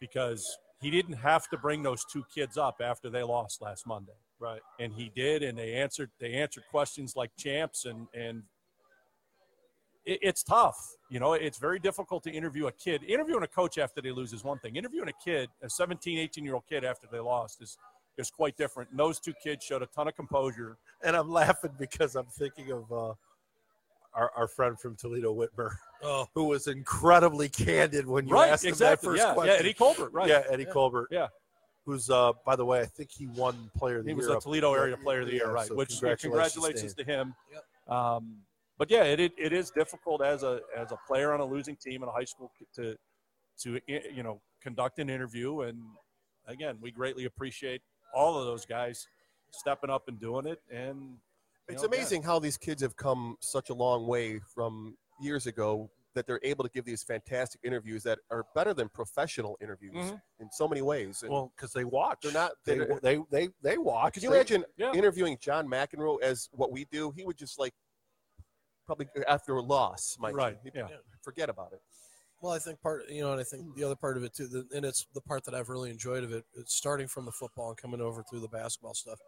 [SPEAKER 3] because he didn't have to bring those two kids up after they lost last Monday
[SPEAKER 1] Right.
[SPEAKER 3] and he did and they answered they answered questions like champs and and it, it's tough you know it's very difficult to interview a kid interviewing a coach after they lose is one thing interviewing a kid a 17 18 year old kid after they lost is is quite different and those two kids showed a ton of composure
[SPEAKER 1] And I'm laughing because I'm thinking of uh, our, our friend from Toledo, Whitmer,
[SPEAKER 2] Oh,
[SPEAKER 1] who was incredibly candid when you
[SPEAKER 3] right
[SPEAKER 1] asked him
[SPEAKER 3] exactly
[SPEAKER 1] that first
[SPEAKER 3] yeah, yeah
[SPEAKER 1] question.
[SPEAKER 3] eddie colbert right
[SPEAKER 1] Yeah, Eddie
[SPEAKER 2] Yeah.
[SPEAKER 1] Colbert.
[SPEAKER 3] Yeah.
[SPEAKER 1] Who's uh by the way, I think he won player of the
[SPEAKER 3] he
[SPEAKER 1] year.
[SPEAKER 3] was a
[SPEAKER 1] up-
[SPEAKER 3] Toledo area player of the year,
[SPEAKER 1] Yeah,
[SPEAKER 3] right?
[SPEAKER 1] so
[SPEAKER 3] Which
[SPEAKER 1] congratulations
[SPEAKER 3] congratulations,
[SPEAKER 1] to
[SPEAKER 3] to him.
[SPEAKER 2] Yep.
[SPEAKER 3] Um, but yeah, it, it, it is difficult as a as a player on a losing team in a high school to to you know conduct an interview. And again, we greatly appreciate all of those guys stepping up and doing it. And you
[SPEAKER 4] It's
[SPEAKER 3] know, again,
[SPEAKER 4] amazing how these kids have come such a long way from years ago that they're able to give these fantastic interviews that are better than professional interviews
[SPEAKER 3] Mhm.
[SPEAKER 4] in so many ways. And
[SPEAKER 1] Mm-hmm. well, because they watch.
[SPEAKER 4] they're not.
[SPEAKER 1] They
[SPEAKER 4] They're,
[SPEAKER 1] they they they watch.
[SPEAKER 4] could you
[SPEAKER 1] They-
[SPEAKER 4] imagine
[SPEAKER 3] Yeah.
[SPEAKER 4] interviewing John McEnroe as what we do? He would just like probably after a loss, might
[SPEAKER 3] right?
[SPEAKER 4] he'd
[SPEAKER 3] Yeah,
[SPEAKER 4] forget about it.
[SPEAKER 2] Well, I think part, you know, and I think the other part of it too, the, and it's the part that I've really enjoyed of it, it's starting from the football and coming over through the basketball stuff,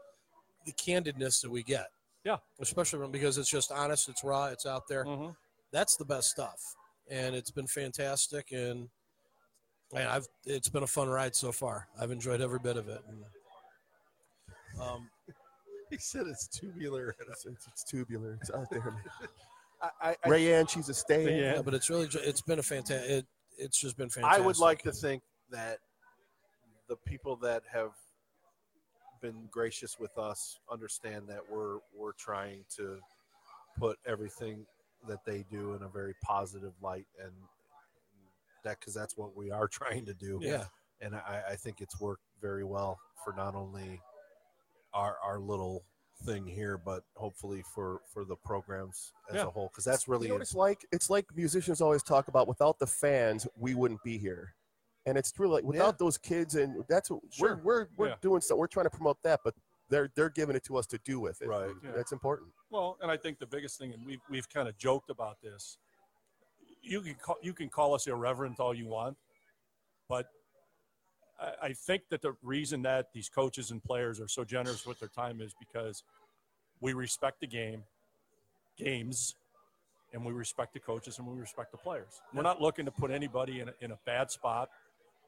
[SPEAKER 2] the candidness that we get.
[SPEAKER 3] Yeah.
[SPEAKER 2] Especially when, because it's just honest, it's raw, it's out there.
[SPEAKER 1] Mm-hmm.
[SPEAKER 3] Mhm.
[SPEAKER 2] That's the best stuff. And it's been fantastic. And, man, I've, it's been a fun ride so far. I've enjoyed every bit of it. And, um,
[SPEAKER 1] He said it's tubular.
[SPEAKER 4] It's, it's, it's tubular. It's out there.
[SPEAKER 1] I I,
[SPEAKER 4] Rayanne, she's a stay.
[SPEAKER 3] Yeah.
[SPEAKER 2] yeah, but it's really, ju- it's been a fantastic, it, it's just been
[SPEAKER 1] I
[SPEAKER 2] fantastic.
[SPEAKER 1] would like to think that the people that have been gracious with us understand that we're we're trying to put everything that they do in a very positive light and that because that's what we are trying to do.
[SPEAKER 2] Yeah.
[SPEAKER 1] and I, I think it's worked very well for not only our our little thing here, but hopefully for for the programs as
[SPEAKER 3] Yeah.
[SPEAKER 1] a whole, because that's really
[SPEAKER 4] You know what it's like it's like musicians always talk about without the fans we wouldn't be here and it's really like without those kids and that's what
[SPEAKER 3] Sure.
[SPEAKER 4] we're we're, we're
[SPEAKER 3] Yeah.
[SPEAKER 4] doing so we're trying to promote that but they're they're giving it to us to do with it
[SPEAKER 1] Right.
[SPEAKER 4] And
[SPEAKER 3] Yeah.
[SPEAKER 4] that's important
[SPEAKER 3] Well, and I think the biggest thing, and we've we've kind of joked about this. You can call you can call us irreverent all you want, but I, I think that the reason that these coaches and players are so generous with their time is because we respect the game, games, and we respect the coaches and we respect the players. We're not looking to put anybody in a, in a bad spot.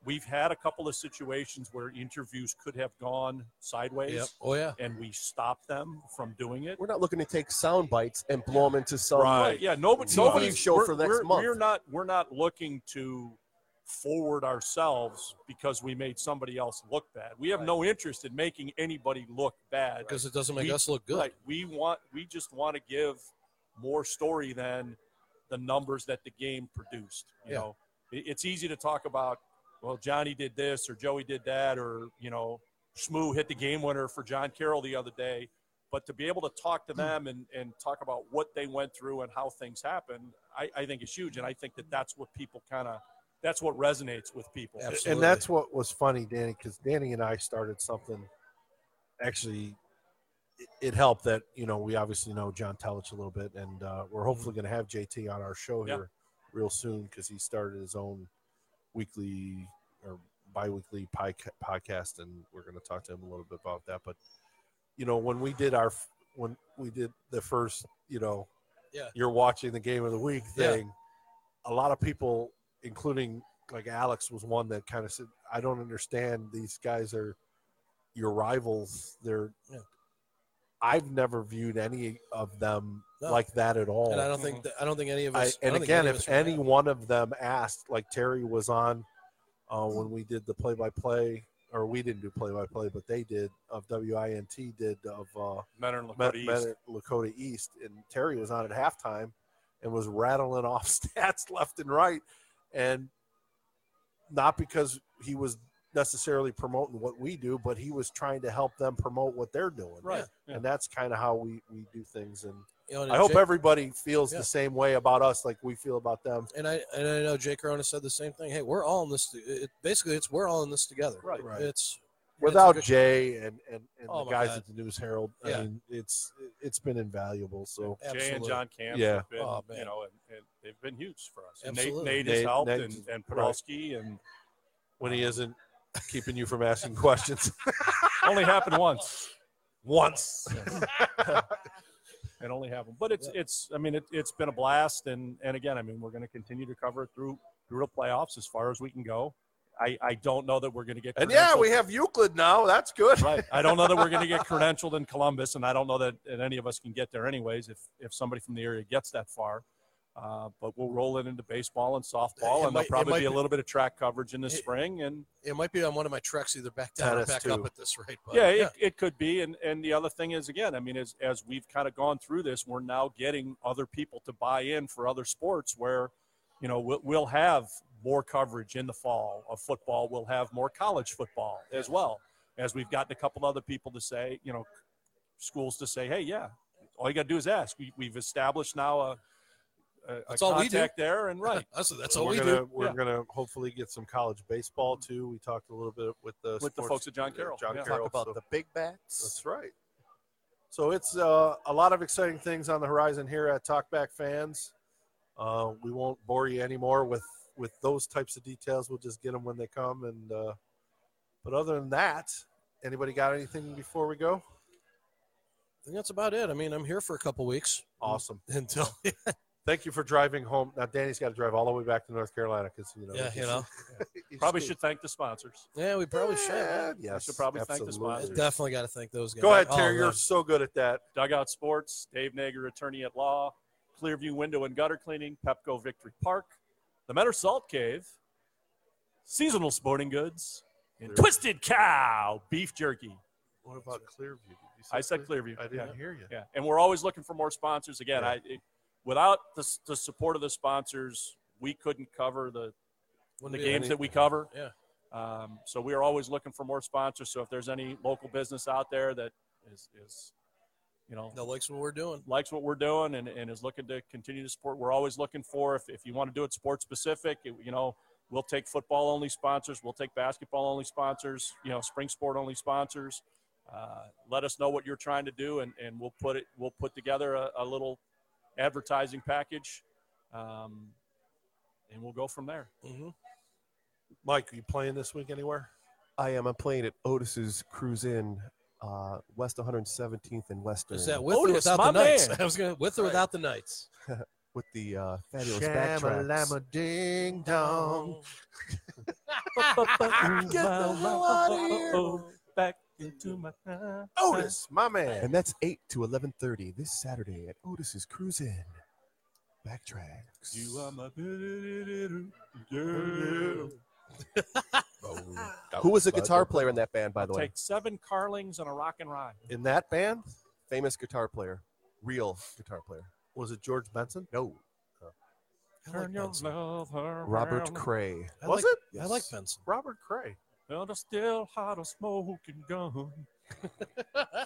[SPEAKER 3] We've had a couple of situations where interviews could have gone sideways,
[SPEAKER 2] Yep. Oh, yeah.
[SPEAKER 3] and we stopped them from doing it.
[SPEAKER 4] we're not looking to take sound bites and blow them into some
[SPEAKER 3] Right. Yeah. Nobody.
[SPEAKER 4] Right.
[SPEAKER 3] Nobody's
[SPEAKER 4] Show
[SPEAKER 3] we're-
[SPEAKER 4] for next
[SPEAKER 3] we're,
[SPEAKER 4] month.
[SPEAKER 3] We're not. We're not looking to forward ourselves because we made somebody else look bad. We have no interest in making anybody look bad.
[SPEAKER 2] Because it doesn't make
[SPEAKER 3] We-
[SPEAKER 2] us look good.
[SPEAKER 3] Right. We want. We just want to give more story than the numbers that the game produced. You
[SPEAKER 2] Yeah.
[SPEAKER 3] know, It- it's easy to talk about. Well, Johnny did this, or Joey did that, or you know, Schmoo hit the game winner for John Carroll the other day. But to be able to talk to them and, and talk about what they went through and how things happened, I, I think is huge. And I think that that's what people kind of that's what resonates with people.
[SPEAKER 2] Absolutely.
[SPEAKER 1] And that's what was funny, Danny, because Danny and I started something. Actually, it- it helped that you know we obviously know John Telich a little bit, and uh, we're hopefully going to have JT on our show
[SPEAKER 3] Yeah.
[SPEAKER 1] here real soon because he started his own weekly or biweekly podca- podcast, and we're going to talk to him a little bit about that. But you know, when we did our f- when we did the first, you know,
[SPEAKER 2] Yeah.
[SPEAKER 1] you're watching the game of the week
[SPEAKER 2] Yeah.
[SPEAKER 1] thing, a lot of people, including like Alex was one that kind of said, I don't understand. These guys are your rivals. They're,
[SPEAKER 2] Yeah.
[SPEAKER 1] I've never viewed any of them
[SPEAKER 2] No.
[SPEAKER 1] like that at all.
[SPEAKER 2] And I don't think that, I don't think any of
[SPEAKER 1] I,
[SPEAKER 2] us. I
[SPEAKER 1] and
[SPEAKER 2] don't think
[SPEAKER 1] again,
[SPEAKER 2] of
[SPEAKER 1] if
[SPEAKER 2] us were
[SPEAKER 1] any
[SPEAKER 2] there.
[SPEAKER 1] one of them asked, like Terry was on uh, when we did the play-by-play, or we didn't do play-by-play, but they did of WINT did of uh,
[SPEAKER 3] Men are
[SPEAKER 1] Met,
[SPEAKER 3] Lakota East.
[SPEAKER 1] Met- Lakota East, and Terry was on at halftime and was rattling off stats left and right, and not because he was necessarily promoting what we do, but he was trying to help them promote what they're doing,
[SPEAKER 3] Right. Yeah.
[SPEAKER 1] And that's kind of how we we do things, and
[SPEAKER 2] You know, and
[SPEAKER 1] I hope
[SPEAKER 2] Jake-
[SPEAKER 1] everybody feels
[SPEAKER 2] Yeah.
[SPEAKER 1] the same way about us, like we feel about them.
[SPEAKER 2] And I and I know Jake Rona said the same thing. Hey, we're all in this. It, basically, it's we're all in this together.
[SPEAKER 3] Right.
[SPEAKER 1] Right.
[SPEAKER 2] It's
[SPEAKER 1] Without
[SPEAKER 2] it's a good-
[SPEAKER 1] Jay and and, and
[SPEAKER 2] Oh,
[SPEAKER 1] the
[SPEAKER 2] my
[SPEAKER 1] guys
[SPEAKER 2] God.
[SPEAKER 1] at the News Herald,
[SPEAKER 2] Yeah.
[SPEAKER 1] I mean, it's it's been invaluable. So
[SPEAKER 3] Jay and
[SPEAKER 2] absolutely.
[SPEAKER 3] John Camp
[SPEAKER 1] Yeah.
[SPEAKER 3] have been,
[SPEAKER 2] Oh, man.
[SPEAKER 3] you know, and, and they've been huge for us. And Nate,
[SPEAKER 2] Absolutely.
[SPEAKER 3] Nate has
[SPEAKER 1] Nate-
[SPEAKER 3] helped,
[SPEAKER 1] Nate-
[SPEAKER 3] and, and Podolsky, and
[SPEAKER 1] when he isn't keeping you from asking questions
[SPEAKER 3] only happened once.
[SPEAKER 1] once,
[SPEAKER 3] It only happened, but it's it's. I mean, it, it's been a blast, and and again, I mean, we're going to continue to cover it through through the playoffs as far as we can go. I I don't know that we're going to get
[SPEAKER 1] and yeah,
[SPEAKER 3] credentialed-
[SPEAKER 1] we have Euclid now. That's good.
[SPEAKER 3] right. I don't know that we're going to get credentialed in Columbus, and I don't know that, that any of us can get there anyways. If if somebody from the area gets that far, uh, but we'll roll it into baseball and softball, and
[SPEAKER 2] It might-
[SPEAKER 3] there'll
[SPEAKER 2] it
[SPEAKER 3] probably
[SPEAKER 2] might
[SPEAKER 3] be, a
[SPEAKER 2] be-
[SPEAKER 3] little bit of track coverage in the
[SPEAKER 2] It-
[SPEAKER 3] spring, and
[SPEAKER 2] It might be on one of my treks, either back down or
[SPEAKER 1] Tennis,
[SPEAKER 2] back
[SPEAKER 1] too.
[SPEAKER 2] up at this rate. But
[SPEAKER 3] yeah, it, it could be. And and the other thing is, again, I mean, as as we've kind of gone through this, we're now getting other people to buy in for other sports where, you know, we'll, we'll have more coverage in the fall of football. We'll have more college football as well. As we've gotten a couple other people to say, you know, schools to say, hey, yeah, all you got to do is ask. We, we've established now a, a, a
[SPEAKER 2] That's all we do.
[SPEAKER 3] contact there, and right.
[SPEAKER 2] that's that's all
[SPEAKER 1] we're
[SPEAKER 2] we
[SPEAKER 1] gonna,
[SPEAKER 2] do.
[SPEAKER 1] We're
[SPEAKER 3] Yeah.
[SPEAKER 1] gonna hopefully get some college baseball too. We talked a little bit with the
[SPEAKER 3] With the
[SPEAKER 1] sports-
[SPEAKER 3] folks at John Carroll.
[SPEAKER 1] John
[SPEAKER 3] Yeah.
[SPEAKER 1] Carroll
[SPEAKER 4] Talk about
[SPEAKER 1] so-
[SPEAKER 4] the big bats.
[SPEAKER 1] That's right. So it's uh, a lot of exciting things on the horizon here at Talkback Fans. Uh, we won't bore you anymore with with those types of details. We'll just get them when they come. And uh, but other than that, anybody got anything before we
[SPEAKER 2] Mm.
[SPEAKER 1] go?
[SPEAKER 2] I think that's about it. I mean, I'm here for a couple weeks
[SPEAKER 1] Awesome.
[SPEAKER 2] until
[SPEAKER 1] Thank you for driving home. Now Danny's got to drive all the way back to North Carolina because you know.
[SPEAKER 2] yeah, you
[SPEAKER 1] it's-
[SPEAKER 2] know.
[SPEAKER 1] it's-
[SPEAKER 3] Probably should thank the sponsors.
[SPEAKER 2] Yeah, we probably should.
[SPEAKER 1] Yes,
[SPEAKER 3] should probably thank the
[SPEAKER 1] absolutely.
[SPEAKER 3] sponsors.
[SPEAKER 2] Definitely got to thank those guys.
[SPEAKER 1] Go ahead,
[SPEAKER 4] Oh,
[SPEAKER 2] All
[SPEAKER 1] Terry.
[SPEAKER 2] of
[SPEAKER 1] You're
[SPEAKER 2] them.
[SPEAKER 1] so good at that.
[SPEAKER 3] Dugout Sports, Dave Nager, attorney at law, Clearview Window and Gutter Cleaning, Pepco Victory Park, the Menor Salt Cave, Seasonal Sporting Goods, and Twisted Cow Beef Jerky.
[SPEAKER 1] What about Clearview? Did you say
[SPEAKER 3] I said Clearview.
[SPEAKER 1] I
[SPEAKER 3] yeah.
[SPEAKER 1] didn't hear you.
[SPEAKER 3] Yeah, and we're always looking for more sponsors. Again,
[SPEAKER 1] Yeah.
[SPEAKER 3] I it, without the, s- the support of the sponsors, we couldn't cover the, the
[SPEAKER 2] Wouldn't be
[SPEAKER 3] games
[SPEAKER 2] any-
[SPEAKER 3] that we cover.
[SPEAKER 2] Yeah.
[SPEAKER 3] Um, so we are always looking for more sponsors. So if there's any local business out there that is, is you know,
[SPEAKER 2] that likes what we're doing.
[SPEAKER 3] likes what we're doing and, and is looking to continue to support. We're always looking for if, if you want to do it sports specific, it- you know, we'll take football only sponsors, we'll take basketball only sponsors, you know, spring sport only sponsors. Uh, let us know what you're trying to do and, and we'll put it we'll put together a, a little advertising package um, and we'll go from there.
[SPEAKER 2] hmm
[SPEAKER 1] Mike, are you playing this week anywhere?
[SPEAKER 4] I am. I'm playing at Otis's Cruise Inn, uh, West 117th and Western.
[SPEAKER 2] Is that with
[SPEAKER 3] Otis,
[SPEAKER 2] or without
[SPEAKER 3] my
[SPEAKER 2] the knights?
[SPEAKER 3] man.
[SPEAKER 2] I was gonna with or without the knights.
[SPEAKER 4] with the uh, fabulous backtracks?
[SPEAKER 1] Shamalama ding
[SPEAKER 3] Um,
[SPEAKER 1] dong.
[SPEAKER 3] Get
[SPEAKER 1] the hell outta here.
[SPEAKER 3] Back into my time.
[SPEAKER 1] Otis, my man.
[SPEAKER 4] And that's eight to eleven thirty this Saturday at Otis's Cruise Inn. Backtracks.
[SPEAKER 3] You
[SPEAKER 2] um,
[SPEAKER 3] are my girl.
[SPEAKER 1] Oh,
[SPEAKER 4] Who was the guitar player in that band, by the way?
[SPEAKER 3] Take seven carlings and a rock and ride.
[SPEAKER 1] in that band?
[SPEAKER 4] Famous guitar player, real guitar player.
[SPEAKER 1] Was it George Benson?
[SPEAKER 4] No,
[SPEAKER 2] I like
[SPEAKER 3] Turn your
[SPEAKER 2] Benson.
[SPEAKER 3] love
[SPEAKER 4] Robert
[SPEAKER 3] around.
[SPEAKER 4] Cray.
[SPEAKER 2] I
[SPEAKER 1] was
[SPEAKER 2] like,
[SPEAKER 1] it
[SPEAKER 2] I like Benson.
[SPEAKER 1] Robert Cray?
[SPEAKER 3] And a still hot a smoking gun.
[SPEAKER 4] There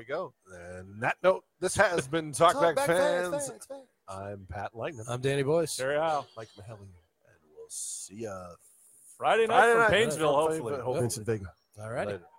[SPEAKER 4] you go.
[SPEAKER 1] And that note, this has been Talkback
[SPEAKER 4] Talkback
[SPEAKER 1] fans.
[SPEAKER 4] fans, fans.
[SPEAKER 1] I'm Pat Langman,
[SPEAKER 2] I'm Danny Boyce.
[SPEAKER 3] There you are.
[SPEAKER 4] Mike Mahaly.
[SPEAKER 1] and we'll see ya
[SPEAKER 3] Friday night
[SPEAKER 1] Friday
[SPEAKER 3] from
[SPEAKER 1] night.
[SPEAKER 3] Painesville, hopefully.
[SPEAKER 1] Hopefully.
[SPEAKER 4] Vincent Vega.
[SPEAKER 2] All righty.
[SPEAKER 1] later.